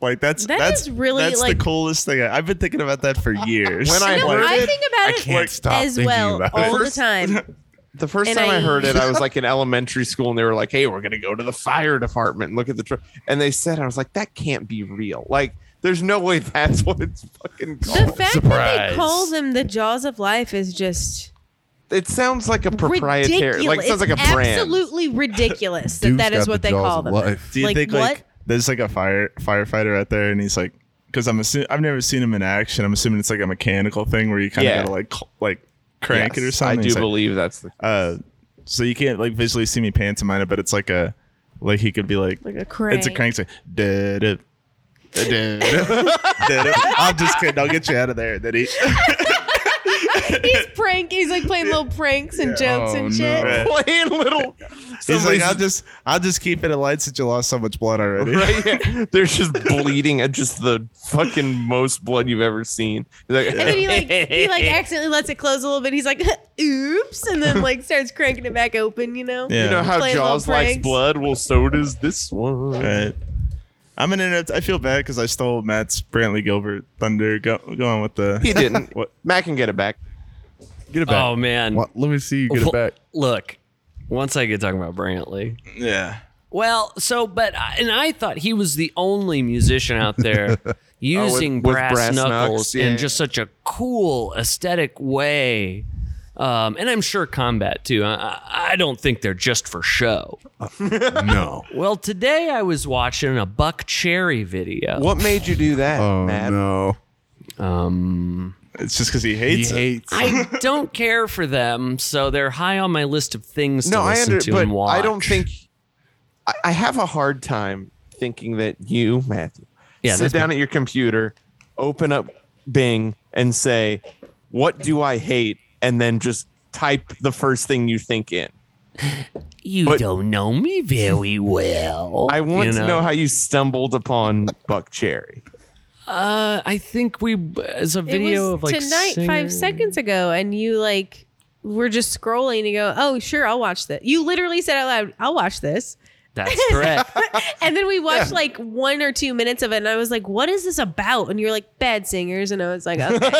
Speaker 5: Like that's
Speaker 1: That
Speaker 5: that's
Speaker 1: is really,
Speaker 5: that's
Speaker 1: like-
Speaker 5: the coolest thing. I, have been thinking about that for years.
Speaker 2: When I
Speaker 1: No,
Speaker 2: heard
Speaker 1: I
Speaker 2: it,
Speaker 1: think about
Speaker 4: I
Speaker 1: it
Speaker 4: can't stop
Speaker 1: as
Speaker 4: thinking
Speaker 1: well
Speaker 4: about it.
Speaker 1: all the time.
Speaker 2: The first
Speaker 1: And
Speaker 2: time I,
Speaker 1: I-
Speaker 2: heard it, I was like in elementary school, and they were like, "Hey, we're gonna go to the fire department and look at the truck." And they said, "I was like, that can't be real. Like, there's no way that's what it's fucking
Speaker 1: The
Speaker 2: called.
Speaker 1: fact that
Speaker 6: Surprise.
Speaker 1: they call them the jaws of life is just
Speaker 2: it sounds like a proprietary,
Speaker 1: ridiculous.
Speaker 2: like it sounds like a
Speaker 1: It's
Speaker 2: brand.
Speaker 1: Absolutely ridiculous that
Speaker 4: Dude's
Speaker 1: that is
Speaker 4: got
Speaker 1: what
Speaker 4: the
Speaker 1: they
Speaker 4: jaws
Speaker 1: call
Speaker 4: of
Speaker 1: them.
Speaker 4: life.
Speaker 5: Do you
Speaker 1: Like,
Speaker 5: think
Speaker 1: what?
Speaker 5: like there's like a fire firefighter out there and he's like because I'm assuming I've never seen him in action. I'm assuming it's like a mechanical thing where you kind of
Speaker 2: Yeah.
Speaker 5: gotta like cl- like crank it or
Speaker 2: Yes,
Speaker 5: something.
Speaker 2: I
Speaker 5: He's
Speaker 2: do
Speaker 5: like,
Speaker 2: believe that's the.
Speaker 5: uh, so you can't like visually see me pantomime it, but it's like a like he could be like,
Speaker 1: Like a
Speaker 5: it's a crank. It's like, "Da-da, da-da, da-da." I'm just kidding. I'll get you out of there. That he
Speaker 1: He's prank. He's like playing little pranks and jokes
Speaker 4: Oh,
Speaker 1: and shit.
Speaker 4: no.
Speaker 2: playing little.
Speaker 5: he's like
Speaker 2: somebody's-
Speaker 5: I'll just I'll just keep it at light since you lost so much blood already.
Speaker 2: right? Yeah. They're just bleeding at just the fucking most blood you've ever seen. Like,
Speaker 1: And then he like he like accidentally lets it close a little bit. He's like, oops, and then like starts cranking it back open. You know.
Speaker 5: Yeah.
Speaker 2: you know how
Speaker 1: playing little
Speaker 2: Jaws likes
Speaker 1: pranks.
Speaker 2: blood? Well, so does this one.
Speaker 5: Right. I'm gonna interrupt. I feel bad because I stole Matt's Brantley Gilbert thunder. Go, go on with the.
Speaker 2: He didn't.
Speaker 5: What?
Speaker 2: Matt can get it back.
Speaker 4: Get it
Speaker 1: Um,
Speaker 4: back.
Speaker 6: Oh man.
Speaker 4: Well, let me see you get it
Speaker 6: Well,
Speaker 4: back.
Speaker 6: Look, once I get talking about Brantley.
Speaker 5: Yeah.
Speaker 6: Well, so but I- and I thought he was the only musician out there using
Speaker 2: with
Speaker 6: brass,
Speaker 2: brass
Speaker 6: knuckles
Speaker 2: knucks, yeah.
Speaker 6: in just such a cool aesthetic way. Um, and I'm sure combat too. I- I, I don't think they're just for show.
Speaker 4: No.
Speaker 6: Well, today I was watching a Buck Cherry video.
Speaker 2: What made you do that,
Speaker 4: Oh
Speaker 2: Matt?
Speaker 4: no.
Speaker 6: Um,
Speaker 5: It's just because he hates it.
Speaker 4: hates.
Speaker 6: I don't care for them, so they're high on my list of things
Speaker 2: No,
Speaker 6: to
Speaker 2: I
Speaker 6: listen
Speaker 2: under,
Speaker 6: to
Speaker 2: but
Speaker 6: and watch.
Speaker 2: I don't think. I, I have a hard time thinking that you, Matthew,
Speaker 6: Yeah,
Speaker 2: sit
Speaker 6: that's
Speaker 2: down at your computer, open up Bing, and say, "What do I hate?" and then just type the first thing you think in.
Speaker 6: you
Speaker 2: but-
Speaker 6: don't know me very well.
Speaker 2: I want
Speaker 6: you
Speaker 2: to know how you stumbled upon Buck Cherry.
Speaker 6: Uh, I think we as a
Speaker 1: It
Speaker 6: video
Speaker 1: was
Speaker 6: of like
Speaker 1: tonight,
Speaker 6: singer-
Speaker 1: five seconds ago, and you like were just scrolling and you go, oh sure, I'll watch this. You literally said out loud, I'll watch this.
Speaker 6: That's correct.
Speaker 1: And then we watched like one or two minutes of it, and I was like, "What is this about?" And you're like, "Bad singers," and I was like, "Okay."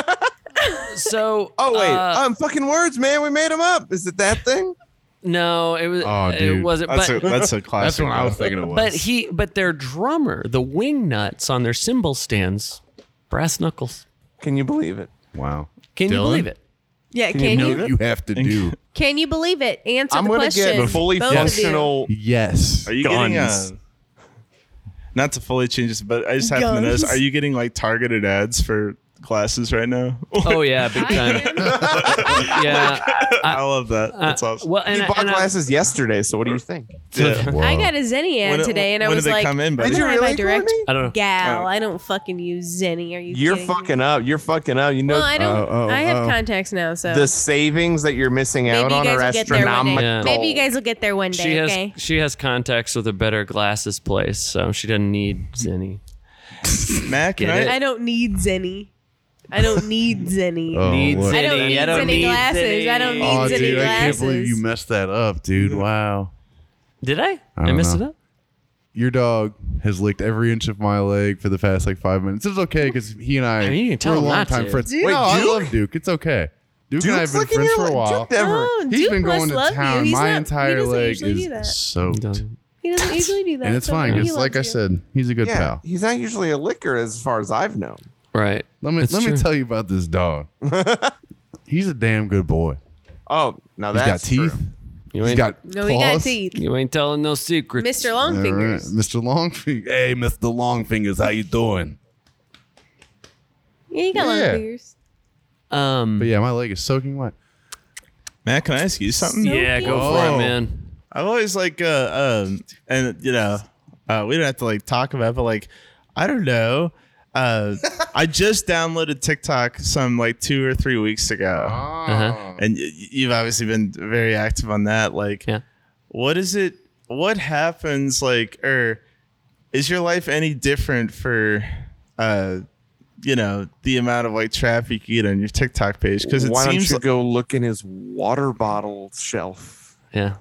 Speaker 6: so
Speaker 2: Oh wait,
Speaker 6: uh,
Speaker 2: um, fucking words, man. We made them up. Is it that thing?
Speaker 6: no, it was
Speaker 4: Oh, dude.
Speaker 6: it wasn't.
Speaker 5: That's
Speaker 6: But
Speaker 5: a that's a
Speaker 4: That's
Speaker 5: classic.
Speaker 4: what I was thinking it was.
Speaker 6: but he but their drummer, the wing nuts on their cymbal stands, Brass knuckles.
Speaker 2: Can you believe it?
Speaker 4: Wow.
Speaker 6: Can you
Speaker 4: Dylan?
Speaker 6: believe it?
Speaker 1: Yeah, can
Speaker 4: know
Speaker 1: you
Speaker 4: what you have to do.
Speaker 1: can you believe it? Answer
Speaker 2: I'm
Speaker 1: the
Speaker 2: gonna
Speaker 1: question.
Speaker 2: get fully
Speaker 1: both of you.
Speaker 2: functional.
Speaker 4: Yes.
Speaker 5: Are you getting
Speaker 2: Guns.
Speaker 5: uh, not to fully change this, but I just happened to notice.
Speaker 1: Guns.
Speaker 5: Are you getting like targeted ads for glasses right now?
Speaker 6: Oh yeah, big time. yeah,
Speaker 2: Oh
Speaker 5: I love that. That's
Speaker 6: Uh,
Speaker 5: awesome.
Speaker 6: Well,
Speaker 2: You
Speaker 6: and, I-
Speaker 2: bought
Speaker 6: and I-
Speaker 2: glasses yesterday, so what do you think?
Speaker 5: Yeah.
Speaker 1: I got a Zenny ad
Speaker 5: When it-
Speaker 1: today, and I
Speaker 5: when
Speaker 1: was
Speaker 5: did they
Speaker 1: like,
Speaker 5: come in, buddy?
Speaker 1: "Why
Speaker 5: Did you
Speaker 1: am I
Speaker 2: really,
Speaker 1: direct
Speaker 2: Courtney?
Speaker 6: I don't know.
Speaker 1: gal?
Speaker 5: Oh.
Speaker 1: I don't fucking use Zenny. Are you?
Speaker 2: You're
Speaker 1: kidding me?
Speaker 2: fucking up. You're fucking up. You know
Speaker 1: Well, I don't.
Speaker 4: Oh, oh,
Speaker 1: I have
Speaker 4: oh.
Speaker 1: contacts now, so
Speaker 2: the savings that you're missing out
Speaker 1: maybe you
Speaker 2: on
Speaker 1: guys
Speaker 2: are
Speaker 1: will get there one day.
Speaker 2: astronomical.
Speaker 6: Yeah.
Speaker 1: Maybe you guys will get there one day.
Speaker 6: she has
Speaker 1: okay.
Speaker 6: she has contacts with a better glasses place, so she doesn't need any.
Speaker 5: Mac, can
Speaker 6: Get it?
Speaker 5: I,
Speaker 1: I don't need Zenny. I don't need Zenny.
Speaker 4: Oh,
Speaker 6: Needs
Speaker 4: Lord.
Speaker 1: I don't
Speaker 6: Zenny,
Speaker 1: need
Speaker 6: I don't
Speaker 1: Zenny
Speaker 6: need
Speaker 1: glasses.
Speaker 6: Zenny.
Speaker 1: I don't need
Speaker 4: Oh,
Speaker 1: Zenny
Speaker 4: dude, I
Speaker 1: glasses.
Speaker 4: can't believe you messed that up, dude. Wow.
Speaker 6: Did I? I,
Speaker 4: don't
Speaker 6: messed
Speaker 4: know.
Speaker 6: it up.
Speaker 4: Your dog has licked every inch of my leg for the past like five minutes. It's okay because he and I
Speaker 6: I mean, you can tell
Speaker 4: we're
Speaker 6: him
Speaker 4: long
Speaker 6: not
Speaker 4: time
Speaker 6: to.
Speaker 4: friends.
Speaker 2: Wait,
Speaker 4: no, I
Speaker 2: Duke?
Speaker 4: love Duke. It's okay. Duke and I have
Speaker 2: Duke's
Speaker 4: been
Speaker 2: looking
Speaker 4: friends
Speaker 2: at
Speaker 4: for a
Speaker 2: you like-
Speaker 4: while.
Speaker 2: Duke never.
Speaker 1: Oh,
Speaker 4: He's
Speaker 1: Duke
Speaker 4: been going
Speaker 1: must
Speaker 4: to
Speaker 1: love
Speaker 4: town.
Speaker 1: You. He's
Speaker 4: My
Speaker 1: not, he
Speaker 4: entire
Speaker 1: doesn't
Speaker 4: leg
Speaker 1: usually do that.
Speaker 4: is soaked,
Speaker 6: Done.
Speaker 1: He doesn't usually do that.
Speaker 4: and it's
Speaker 1: so
Speaker 4: fine.
Speaker 1: he
Speaker 4: Because
Speaker 1: loves
Speaker 4: like I
Speaker 1: you.
Speaker 4: said, he's a good
Speaker 2: Yeah,
Speaker 4: pal.
Speaker 2: he's not usually a licker as far as I've known.
Speaker 6: Right.
Speaker 4: Let me
Speaker 6: It's
Speaker 4: let
Speaker 6: true.
Speaker 4: me tell you about this dog. he's a damn good boy.
Speaker 2: Oh, now
Speaker 4: He's
Speaker 2: that's
Speaker 4: got teeth.
Speaker 2: true.
Speaker 6: You
Speaker 4: He's
Speaker 6: ain't,
Speaker 4: got
Speaker 1: no,
Speaker 4: claws.
Speaker 1: he got teeth.
Speaker 6: you ain't telling no secrets.
Speaker 1: Mr.
Speaker 4: All right.
Speaker 1: Longfingers.
Speaker 4: Mr. Longfingers. Hey, Mr. Longfingers, how you doing?
Speaker 1: Yeah, he got
Speaker 4: Yeah.
Speaker 1: long fingers.
Speaker 6: Um.
Speaker 4: But yeah, my leg is soaking wet.
Speaker 5: Mac, can I ask you something?
Speaker 6: Yeah, go for
Speaker 4: Oh.
Speaker 6: it, man.
Speaker 5: I've always like uh um and you know uh we don't have to like talk about it, but like I don't know. Uh I just downloaded TikTok some like two or three weeks ago.
Speaker 2: Oh.
Speaker 6: Uh-huh.
Speaker 5: And y- you've obviously been very active on that. Like
Speaker 6: Yeah.
Speaker 5: what is it what happens like or is your life any different for uh you know the amount of like traffic you get on your TikTok page because it
Speaker 2: Why don't
Speaker 5: seems
Speaker 2: you
Speaker 5: like,
Speaker 2: go look in his water bottle shelf?
Speaker 6: Yeah.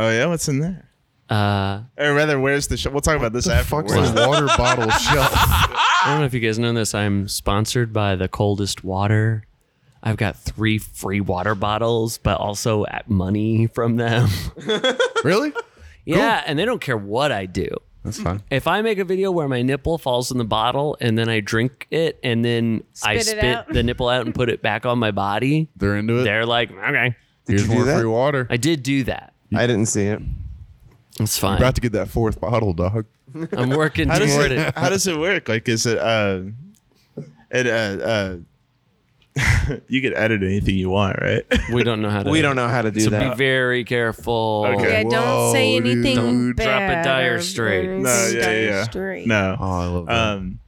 Speaker 5: oh yeah what's in there
Speaker 6: Uh,
Speaker 5: or rather where's the show we'll talk about this
Speaker 4: The fuck's
Speaker 5: afterwards
Speaker 4: a water bottle shelf?
Speaker 6: I don't know if you guys know this. I'm sponsored by the coldest water. I've got three free water bottles, but also at money from them.
Speaker 4: Really?
Speaker 6: Yeah, and they don't care what I do.
Speaker 4: That's fine.
Speaker 6: If I make a video where my nipple falls in the bottle and then I drink it and then I
Speaker 1: Spit it
Speaker 6: spit
Speaker 1: out.
Speaker 6: the nipple out and put it back on my body,
Speaker 4: They're into it.
Speaker 6: they're like, okay.
Speaker 4: Here's
Speaker 2: you do
Speaker 4: more
Speaker 2: that?
Speaker 4: free water.
Speaker 6: I did do that.
Speaker 2: I didn't see it.
Speaker 6: It's fine.
Speaker 4: About to get that fourth bottle, dog.
Speaker 6: I'm working
Speaker 5: how does
Speaker 6: toward
Speaker 5: it
Speaker 6: it.
Speaker 5: how does it work like is it uh it uh uh you can edit anything you want right
Speaker 6: We don't know how to.
Speaker 2: We don't know how to do
Speaker 6: So be
Speaker 2: that.
Speaker 6: very careful.
Speaker 5: Okay.
Speaker 1: Yeah, don't say
Speaker 4: Whoa,
Speaker 1: anything.
Speaker 4: dude.
Speaker 1: bad
Speaker 6: Drop a dire
Speaker 1: or
Speaker 6: straight.
Speaker 1: anything
Speaker 5: no yeah
Speaker 1: dire
Speaker 5: yeah, yeah.
Speaker 1: straight.
Speaker 4: Oh,
Speaker 5: no
Speaker 4: I love that.
Speaker 5: um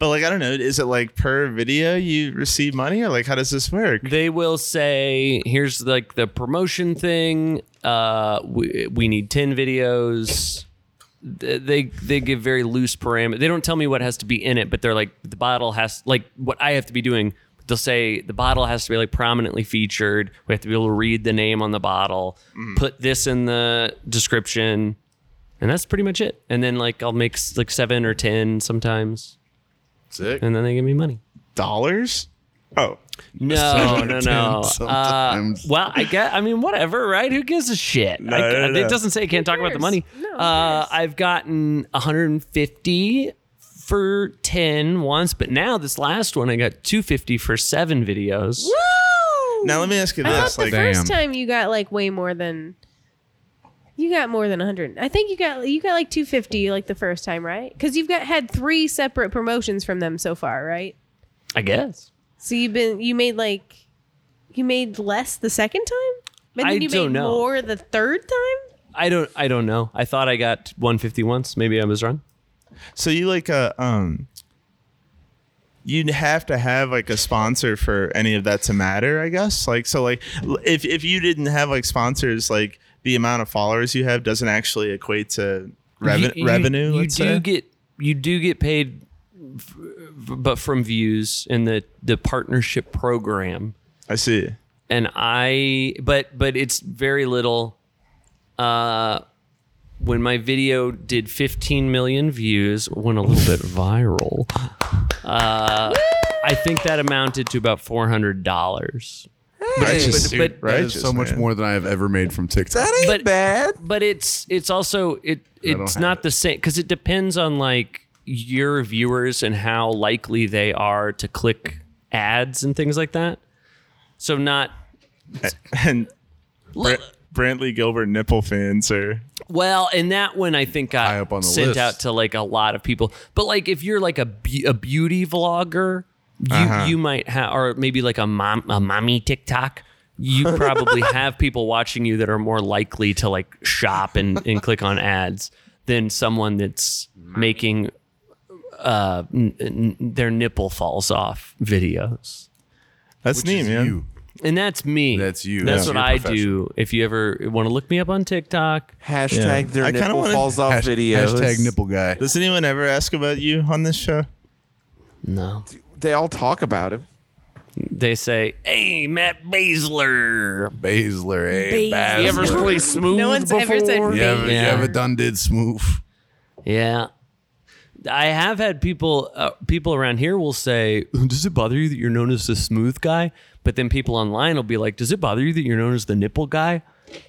Speaker 5: but like i don't know is it like per video you receive money or like how does this work
Speaker 6: They will say, "Here's like the promotion thing. Uh, we, we need ten videos." Th- They they give very loose parameters. They don't tell me what has to be in it, but they're like the bottle has like what I have to be doing. They'll say the bottle has to be like prominently featured. We have to be able to read the name on the bottle. Put this in the description, and that's pretty much it. And then like I'll make s- like seven or ten sometimes,
Speaker 4: Sick.
Speaker 6: and then they give me money.
Speaker 5: dollars oh
Speaker 6: No, no, no. Uh,
Speaker 4: sometimes.
Speaker 6: well, I get. I mean, whatever, right? Who gives a shit? I,
Speaker 5: no, no.
Speaker 6: It doesn't say you can't talk about the
Speaker 1: cares?
Speaker 6: money.
Speaker 1: No, who
Speaker 6: uh,
Speaker 1: cares?
Speaker 6: I've gotten 150 for 10 once, but now this last one, I got 250 for seven videos.
Speaker 5: now let me ask you
Speaker 1: I
Speaker 5: this
Speaker 1: thought the
Speaker 5: like
Speaker 1: first
Speaker 4: Damn.
Speaker 1: time you got like way more than you got more than 100. I think you got you got like 250 like the first time, right? Cuz you've got had 3 separate promotions from them so far, right?
Speaker 6: I guess.
Speaker 1: So you've been you made like you made less the second time? But then
Speaker 6: I
Speaker 1: you
Speaker 6: don't
Speaker 1: made
Speaker 6: know.
Speaker 1: more the third time?
Speaker 6: I don't. I don't know. I thought I got 150 once. Maybe I was wrong.
Speaker 5: So you like uh um you'd have to have like a sponsor for any of that to matter, I guess. Like so like l- if if you didn't have like sponsors, like the amount of followers you have doesn't actually equate to reven-
Speaker 6: You- you-
Speaker 5: revenue,
Speaker 6: You
Speaker 5: let's
Speaker 6: do
Speaker 5: say.
Speaker 6: get. You do get paid, f- f- but from views in the the partnership program.
Speaker 5: I see.
Speaker 6: and I but but it's very little. Uh, when my video did 15 million views, went a little bit viral. Uh, I think that amounted to about four hundred dollars.
Speaker 5: Righteous,
Speaker 6: but- but-
Speaker 4: That is so much
Speaker 5: man.
Speaker 4: more than I have ever made from TikTok.
Speaker 2: That ain't
Speaker 6: But-
Speaker 2: bad.
Speaker 6: But it's it's also it
Speaker 4: don't
Speaker 6: it's
Speaker 4: have
Speaker 6: not
Speaker 4: it.
Speaker 6: the same because it depends on like your viewers and how likely they are to click ads and things like that. So not
Speaker 5: and Br- Brantley Gilbert nipple fans are
Speaker 6: well, and that one I think got
Speaker 4: High up on the
Speaker 6: sent
Speaker 4: list.
Speaker 6: out to like a lot of people. But like if you're like a, be- a beauty vlogger, you
Speaker 4: Uh-huh.
Speaker 6: you might have, or maybe like a mom a mommy TikTok. You probably have people watching you that are more likely to like shop and, and click on ads than someone that's making uh n- n- their nipple falls off videos.
Speaker 5: that's
Speaker 4: Which
Speaker 5: neat,
Speaker 4: is
Speaker 5: man.
Speaker 4: you.
Speaker 6: And that's me.
Speaker 4: That's you. That's
Speaker 6: That's what
Speaker 4: your
Speaker 6: I
Speaker 4: profession.
Speaker 6: do. If you ever want to look me up on TikTok,
Speaker 2: Hashtag
Speaker 5: Yeah.
Speaker 2: their
Speaker 5: I kinda
Speaker 2: nipple
Speaker 5: wanna-
Speaker 2: falls off
Speaker 4: Hash-
Speaker 2: videos.
Speaker 4: Hashtag nipple guy.
Speaker 5: Does anyone ever ask about you on this show?
Speaker 6: no.
Speaker 2: They all talk about him.
Speaker 6: they say, "Hey, Matt Basler."
Speaker 4: Basler, hey,
Speaker 1: Basler.
Speaker 4: Baz.
Speaker 1: You
Speaker 4: You
Speaker 1: ever
Speaker 4: ever,
Speaker 1: Basler.
Speaker 2: really smooth
Speaker 1: No one's ever said
Speaker 2: before?
Speaker 1: big.
Speaker 4: you ever,
Speaker 6: Yeah.
Speaker 4: done did smooth?
Speaker 6: Yeah, I have had people uh, people around here will say, "Does it bother you that you're known as the smooth guy?" But then people online will be like, "Does it bother you that you're known as the nipple guy?"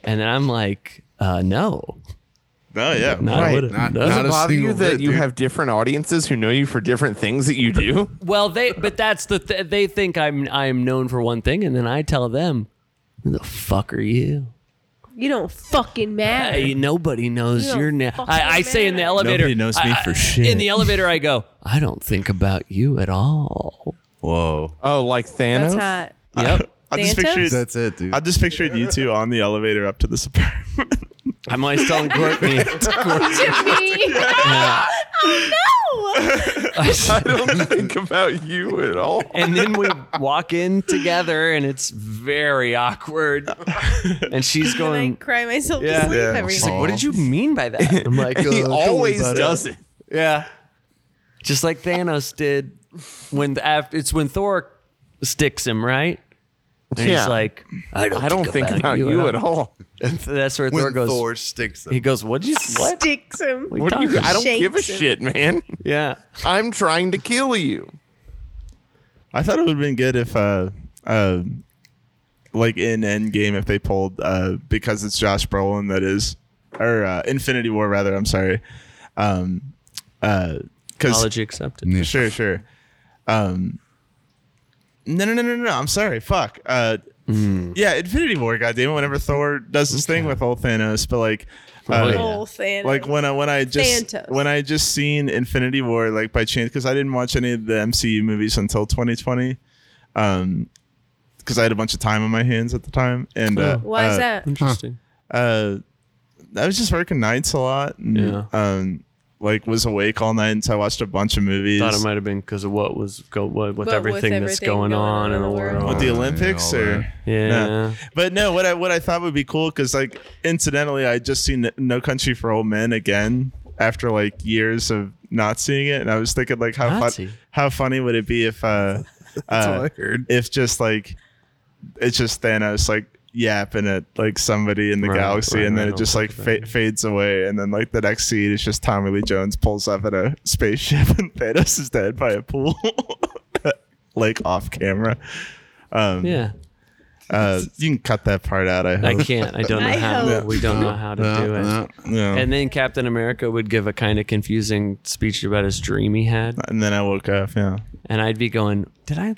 Speaker 6: And then I'm like, uh, "No,
Speaker 5: Oh yeah.
Speaker 6: not
Speaker 2: Right.
Speaker 6: would've-
Speaker 4: Not-
Speaker 6: doesn't
Speaker 4: not a
Speaker 2: Bother you
Speaker 4: single
Speaker 2: that
Speaker 4: bit,
Speaker 2: you
Speaker 4: dude.
Speaker 2: have different audiences who know you for different things that you do.
Speaker 6: Well, they but that's the th- they think I'm I'm known for one thing, and then I tell them, "Who the fuck are you?"
Speaker 1: You don't fucking matter.
Speaker 6: Hey, nobody knows
Speaker 1: You don't
Speaker 6: your name.
Speaker 1: fucking
Speaker 6: I, I say in the
Speaker 1: matter.
Speaker 6: elevator.
Speaker 5: Nobody knows me
Speaker 6: I- I-
Speaker 5: for shit.
Speaker 6: In the elevator, I go. I don't think about you at all.
Speaker 5: Whoa.
Speaker 2: Oh, like Thanos.
Speaker 1: That's hot.
Speaker 6: Yep.
Speaker 5: I just pictured
Speaker 4: That's it, dude.
Speaker 5: I just pictured you two on the elevator up to this apartment.
Speaker 6: I'm always telling Courtney.
Speaker 1: Me? oh no!
Speaker 2: I don't think about you at all.
Speaker 6: and then we walk in together, and it's very awkward. And she's
Speaker 1: I
Speaker 6: going. "Oh."
Speaker 1: cry myself
Speaker 6: Um, Yeah.
Speaker 1: to sleep
Speaker 5: Yeah.
Speaker 1: every
Speaker 6: She's
Speaker 1: night.
Speaker 6: like, "What did you mean by that?" I'm like,
Speaker 2: he
Speaker 6: "Uh,
Speaker 2: always does it.
Speaker 6: Yeah. Just like Thanos did when the, af- it's when Thor sticks him, right? And
Speaker 2: Yeah.
Speaker 6: he's like, I don't,
Speaker 2: I don't think about you at all.
Speaker 6: That's where Thor goes.
Speaker 4: sticks
Speaker 6: he goes, "What did you what?
Speaker 1: Sticks him.
Speaker 6: What
Speaker 2: What do you?
Speaker 6: Talking
Speaker 2: I don't
Speaker 1: shakes
Speaker 2: give a
Speaker 1: him.
Speaker 2: shit, man.
Speaker 6: Yeah.
Speaker 2: I'm trying to kill you.
Speaker 5: I thought it would have been good if, uh, uh, like in Endgame, if they pulled uh, because it's Josh Brolin that is, or uh, Infinity War rather. I'm sorry, um, uh, because
Speaker 6: Apology accepted.
Speaker 5: sure, sure. Um, no, no, no, no, no. I'm sorry. Fuck. Uh, yeah, Infinity War. Goddamn it. Whenever Thor does his thing with old Thanos, but like.
Speaker 6: Oh,
Speaker 5: Uh,
Speaker 6: yeah.
Speaker 1: Whole Thanos.
Speaker 5: like when I when I just
Speaker 1: Phantom.
Speaker 5: when I just seen Infinity War like by chance because I didn't watch any of the MCU movies until 2020, um, because I had a bunch of time on my hands at the time, and uh,
Speaker 1: Why is
Speaker 5: uh,
Speaker 1: that?
Speaker 6: Interesting.
Speaker 5: Uh, I was just working nights a lot, and,
Speaker 6: Yeah.
Speaker 5: um, like was awake all night, and so I watched a bunch of movies.
Speaker 6: Thought it might have been because of what was go what, with
Speaker 1: But with
Speaker 6: everything that's
Speaker 1: everything
Speaker 6: going, on in the world.
Speaker 5: with the
Speaker 4: Oh, yeah,
Speaker 5: Olympics
Speaker 4: all
Speaker 5: or
Speaker 4: that.
Speaker 6: yeah.
Speaker 5: No. But no, what I what I thought would be cool because like incidentally, I just seen No Country for Old Men again after like years of not seeing it, and I was thinking like how
Speaker 6: Nazi.
Speaker 5: fun, how funny would it be if uh, uh if just like it's just Thanos like yapping at like somebody in the
Speaker 6: Right,
Speaker 5: galaxy,
Speaker 6: right,
Speaker 5: and
Speaker 6: right,
Speaker 5: then
Speaker 6: I'll
Speaker 5: it just like
Speaker 6: talk about
Speaker 5: fa- fades away, and then like the next scene is just Tommy Lee Jones pulls up in a spaceship, and Thanos is dead by a pool, like off camera. Um,
Speaker 6: Yeah.
Speaker 5: uh, you can cut that part out. I
Speaker 6: I
Speaker 5: hope.
Speaker 6: can't. I don't know
Speaker 1: I
Speaker 6: how.
Speaker 1: hope.
Speaker 6: We don't know how to do it.
Speaker 5: No.
Speaker 6: And
Speaker 5: And,
Speaker 6: then Captain America would give a kind of confusing speech about his dream he had.
Speaker 5: then I woke up. Yeah,
Speaker 6: and I'd be going, "Did I?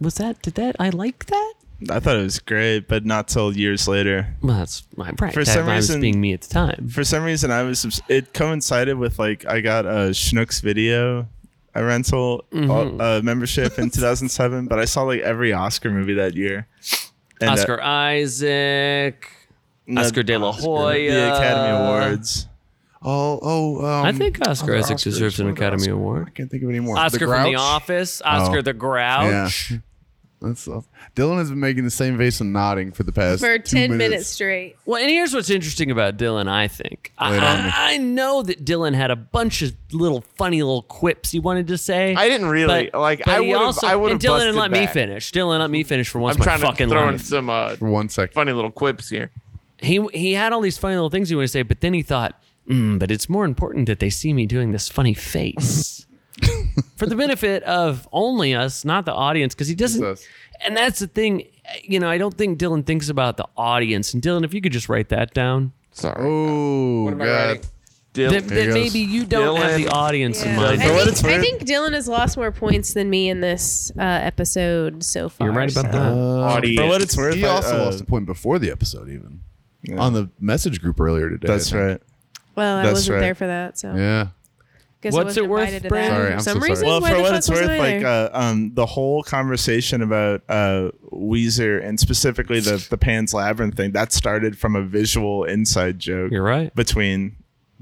Speaker 6: Was that? Did that? I like that."
Speaker 5: I thought it was great, but not till years later.
Speaker 6: Well, that's my right.
Speaker 5: For
Speaker 6: that
Speaker 5: some
Speaker 6: I was
Speaker 5: reason-
Speaker 6: being me at the time.
Speaker 5: For some reason, I was. obs- It coincided with like I got a Schnucks video, a rental
Speaker 6: Mm-hmm.
Speaker 5: uh, uh, membership in 2007. But I saw like every Oscar movie that year. And, uh,
Speaker 6: Oscar Isaac.
Speaker 5: no,
Speaker 6: Oscar de la Hoya.
Speaker 5: the Academy Awards.
Speaker 4: Oh, oh, um,
Speaker 6: I think Oscar
Speaker 4: other
Speaker 6: Isaac
Speaker 4: Oscars.
Speaker 6: deserves an
Speaker 4: What other
Speaker 6: Academy
Speaker 4: Oscar?
Speaker 6: Award.
Speaker 4: I can't think of any more.
Speaker 6: Oscar from The
Speaker 4: Grouch?
Speaker 6: Office. Oscar
Speaker 4: Oh.
Speaker 6: the Grouch.
Speaker 4: That's uh, Dylan has been making the same face and nodding for the past
Speaker 1: For
Speaker 4: two
Speaker 1: 10 minutes straight.
Speaker 6: Well, and here's what's interesting about Dylan, I think.
Speaker 4: Wait on
Speaker 6: I,
Speaker 4: me.
Speaker 6: I know that Dylan had a bunch of little funny little quips he wanted to say.
Speaker 2: I didn't really
Speaker 6: but-
Speaker 2: like.
Speaker 6: but
Speaker 2: I
Speaker 6: he
Speaker 2: would have.
Speaker 6: also-
Speaker 2: I would have
Speaker 6: And Dylan,
Speaker 2: busted
Speaker 6: let me
Speaker 2: back.
Speaker 6: finish. Dylan, let me finish for once.
Speaker 2: I'm
Speaker 6: my
Speaker 2: trying to
Speaker 6: fucking
Speaker 2: throw
Speaker 6: life.
Speaker 2: in some uh,
Speaker 4: For one second.
Speaker 2: funny little quips here.
Speaker 6: he he had all these funny little things he wanted to say, but then he thought, mm, but it's more important that they see me doing this funny face. For the benefit of only us, not the audience, because he doesn't.
Speaker 4: us.
Speaker 6: And that's the thing, you know. I don't think Dylan
Speaker 2: Oh,
Speaker 6: thinks about the audience. And Dylan, if you could just write that down,
Speaker 2: Sorry.
Speaker 4: Oh, God.
Speaker 2: Dil-
Speaker 6: That, that
Speaker 4: goes.
Speaker 6: maybe you don't have
Speaker 2: Dylan.
Speaker 6: the audience in
Speaker 1: Yeah.
Speaker 6: mind.
Speaker 1: I,
Speaker 5: But what
Speaker 1: think,
Speaker 5: it's weird-
Speaker 1: I think Dylan has lost more points than me in this uh, episode so far.
Speaker 6: You're right about
Speaker 1: so-
Speaker 6: that.
Speaker 4: Uh,
Speaker 2: audience.
Speaker 5: For what it's worth,
Speaker 4: He
Speaker 5: I,
Speaker 4: also
Speaker 5: uh,
Speaker 4: lost a point before the episode, even
Speaker 5: Yeah.
Speaker 4: on the message group earlier today.
Speaker 5: That's
Speaker 4: I think.
Speaker 5: right.
Speaker 1: Well, I
Speaker 5: That's
Speaker 1: wasn't
Speaker 5: right.
Speaker 1: there for that, so
Speaker 4: Yeah.
Speaker 1: guess I
Speaker 6: What's
Speaker 1: wasn't
Speaker 6: it worth,
Speaker 1: invited to
Speaker 6: Brad?
Speaker 1: that.
Speaker 4: Sorry, I'm
Speaker 1: for
Speaker 4: so
Speaker 1: some
Speaker 4: sorry.
Speaker 1: reason,
Speaker 5: Well,
Speaker 1: why
Speaker 5: for
Speaker 1: the
Speaker 5: what
Speaker 1: fuck
Speaker 5: it's
Speaker 1: was
Speaker 5: worth,
Speaker 1: I
Speaker 5: like
Speaker 1: there?
Speaker 5: uh, um, the whole conversation about uh, Weezer and specifically the the Pan's Labyrinth thing that started from a visual inside joke.
Speaker 6: You're right.
Speaker 5: between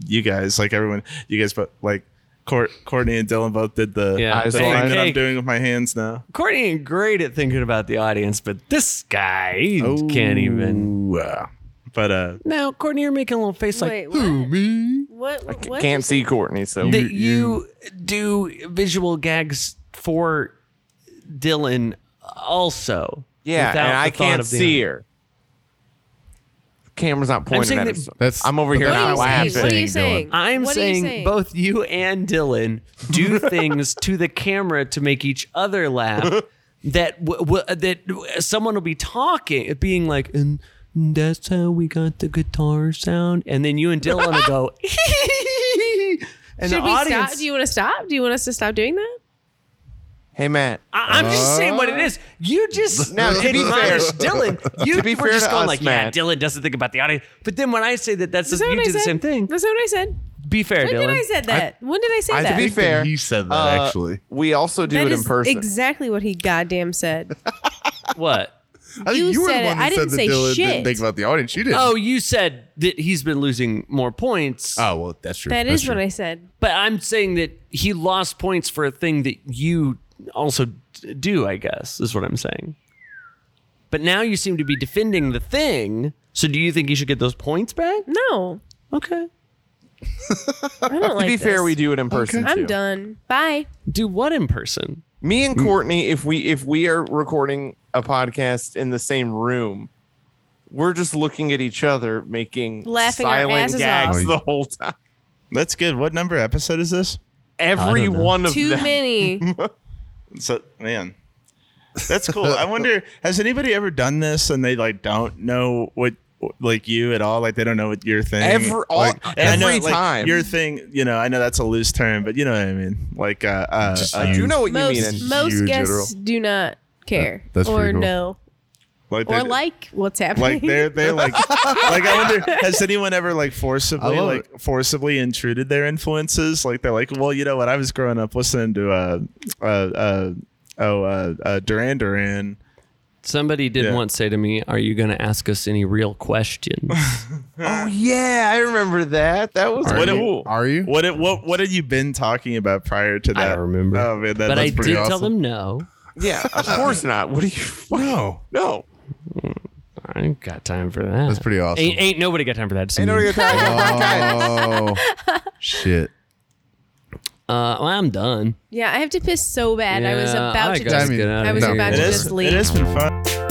Speaker 5: you guys, like everyone, you guys, but like Court, Courtney and Dylan both did the
Speaker 6: Yeah.
Speaker 5: the
Speaker 2: Eyes
Speaker 5: thing
Speaker 2: wide.
Speaker 5: that I'm
Speaker 6: Cake.
Speaker 5: doing with my hands now.
Speaker 6: Courtney ain't great at thinking about the audience, but this guy he can't even.
Speaker 4: Wow.
Speaker 5: But uh,
Speaker 6: Now, Courtney, you're making a little face like
Speaker 1: Wait,
Speaker 4: Who me?
Speaker 1: what? What? what?
Speaker 2: Can't see Courtney, so
Speaker 6: that you, do visual gags for Dylan also.
Speaker 2: yeah,
Speaker 6: without
Speaker 2: and
Speaker 6: the
Speaker 2: I
Speaker 6: thought
Speaker 2: can't
Speaker 6: of the
Speaker 2: see
Speaker 6: audience.
Speaker 2: her. The camera's not pointing
Speaker 6: saying
Speaker 2: at
Speaker 6: that-
Speaker 2: us.
Speaker 4: That's-
Speaker 2: I'm over here
Speaker 1: What are
Speaker 2: not
Speaker 1: you saying? What are
Speaker 2: laughing.
Speaker 1: you
Speaker 4: Dylan.
Speaker 1: saying?
Speaker 6: I'm
Speaker 1: What are you
Speaker 6: saying, both you and Dylan do things to the camera to make each other laugh. that w- w- that w- someone will be talking, being like, and that's how we got the guitar sound, and then you and Dylan will go. and
Speaker 1: Should
Speaker 6: the
Speaker 1: we
Speaker 6: audience,
Speaker 1: stop? Do you want to stop? Do you want us to stop doing that?
Speaker 2: Hey Matt,
Speaker 6: I- I'm just saying what it is. You just
Speaker 2: Now, to be fair-
Speaker 6: admonished Dylan. You
Speaker 2: to be
Speaker 6: were
Speaker 2: fair
Speaker 6: just
Speaker 2: to
Speaker 6: going
Speaker 2: us,
Speaker 6: like,
Speaker 2: Matt-
Speaker 6: yeah, Dylan doesn't think about the audience. But then when I say that, that's
Speaker 1: Is
Speaker 6: just,
Speaker 1: that
Speaker 6: you
Speaker 1: what I
Speaker 6: do the
Speaker 1: said?
Speaker 6: same thing.
Speaker 1: That's not what I said.
Speaker 6: Be fair,
Speaker 1: When
Speaker 6: Dylan.
Speaker 1: did I said that? when did I say
Speaker 2: to
Speaker 1: that?
Speaker 2: be
Speaker 4: think that
Speaker 2: fair,
Speaker 4: he said that,
Speaker 2: uh,
Speaker 4: actually.
Speaker 2: We also do
Speaker 1: That
Speaker 2: it in
Speaker 1: is
Speaker 2: person.
Speaker 1: exactly what he goddamn said.
Speaker 6: what?
Speaker 4: I think
Speaker 1: you
Speaker 4: were
Speaker 1: said
Speaker 4: the
Speaker 1: it.
Speaker 4: one that
Speaker 1: I didn't
Speaker 4: said
Speaker 1: say
Speaker 4: that Dylan
Speaker 1: shit.
Speaker 4: didn't think about the audience. You didn't.
Speaker 6: Oh, you said that he's been losing more points.
Speaker 4: Oh, well, that's true.
Speaker 1: That
Speaker 4: that's
Speaker 1: is what I said.
Speaker 6: But I'm saying that he lost points for a thing that you also d- do, I guess, is what I'm saying. But now you seem to be defending the thing. So do you think he should get those points back?
Speaker 1: No,
Speaker 6: Okay.
Speaker 1: I don't like
Speaker 2: to be fair,
Speaker 1: this.
Speaker 2: we do it in person
Speaker 1: I'm
Speaker 2: too.
Speaker 1: done. Bye.
Speaker 6: Do what in person?
Speaker 2: Me and Courtney, if we if we are recording a podcast in the same room, we're just looking at each other, making
Speaker 1: Laughing our
Speaker 2: silent
Speaker 1: asses
Speaker 2: gags
Speaker 4: off.
Speaker 2: the whole time.
Speaker 5: that's good. What number episode is this?
Speaker 2: Every
Speaker 6: don't know.
Speaker 2: one of
Speaker 1: Too
Speaker 2: them.
Speaker 1: many.
Speaker 5: So man, that's cool. I wonder, has anybody ever done this and they like don't know what like you at all? Like they don't know what your thing.
Speaker 2: Every- all-
Speaker 5: like, and I know,
Speaker 2: every
Speaker 5: like,
Speaker 2: time.
Speaker 5: your thing. You know, I know that's a loose term, but you know what I mean. Like uh, uh,
Speaker 2: I
Speaker 5: uh,
Speaker 2: do know what you mean.
Speaker 1: most
Speaker 2: and-
Speaker 1: most
Speaker 4: huge
Speaker 1: guests
Speaker 4: literal.
Speaker 1: do not care
Speaker 4: That- that's
Speaker 1: or
Speaker 4: pretty cool.
Speaker 1: know
Speaker 5: like
Speaker 1: or
Speaker 5: they-
Speaker 1: "Oh, like what's happening.
Speaker 5: Like they're they're like like I wonder has anyone ever like forcibly
Speaker 4: I love
Speaker 5: like forcibly intruded their influences? Like they're like, well, you know what? I was growing up listening to uh uh uh oh uh, uh Duran Duran.
Speaker 6: Somebody did
Speaker 5: Yeah.
Speaker 6: once say to me, Are you going to ask us any real questions?
Speaker 2: oh yeah, I remember that. That was
Speaker 5: What
Speaker 2: cool.
Speaker 5: cool.
Speaker 4: Are you?
Speaker 5: What it, what what had you been talking about prior to that?
Speaker 6: don't remember.
Speaker 5: Oh man, that,
Speaker 6: but I
Speaker 5: that's pretty
Speaker 6: did tell
Speaker 5: awesome.
Speaker 6: them no.
Speaker 2: Yeah, of course not. What do you?
Speaker 4: No.
Speaker 2: No.
Speaker 6: I ain't got time for that.
Speaker 4: That's pretty awesome.
Speaker 6: Ain't, ain't nobody got time for that. It's
Speaker 2: Ain't
Speaker 6: me.
Speaker 2: nobody got time.
Speaker 4: Oh, shit.
Speaker 6: uh, well, I'm done.
Speaker 1: yeah, I have to piss so bad. I was
Speaker 6: Yeah,
Speaker 1: about
Speaker 6: I
Speaker 1: to
Speaker 6: gotta
Speaker 1: just
Speaker 4: I mean,
Speaker 6: get out of
Speaker 1: I was
Speaker 6: here.
Speaker 1: about
Speaker 5: It
Speaker 1: to
Speaker 5: is.
Speaker 1: just
Speaker 5: It
Speaker 1: leave.
Speaker 5: has been fun.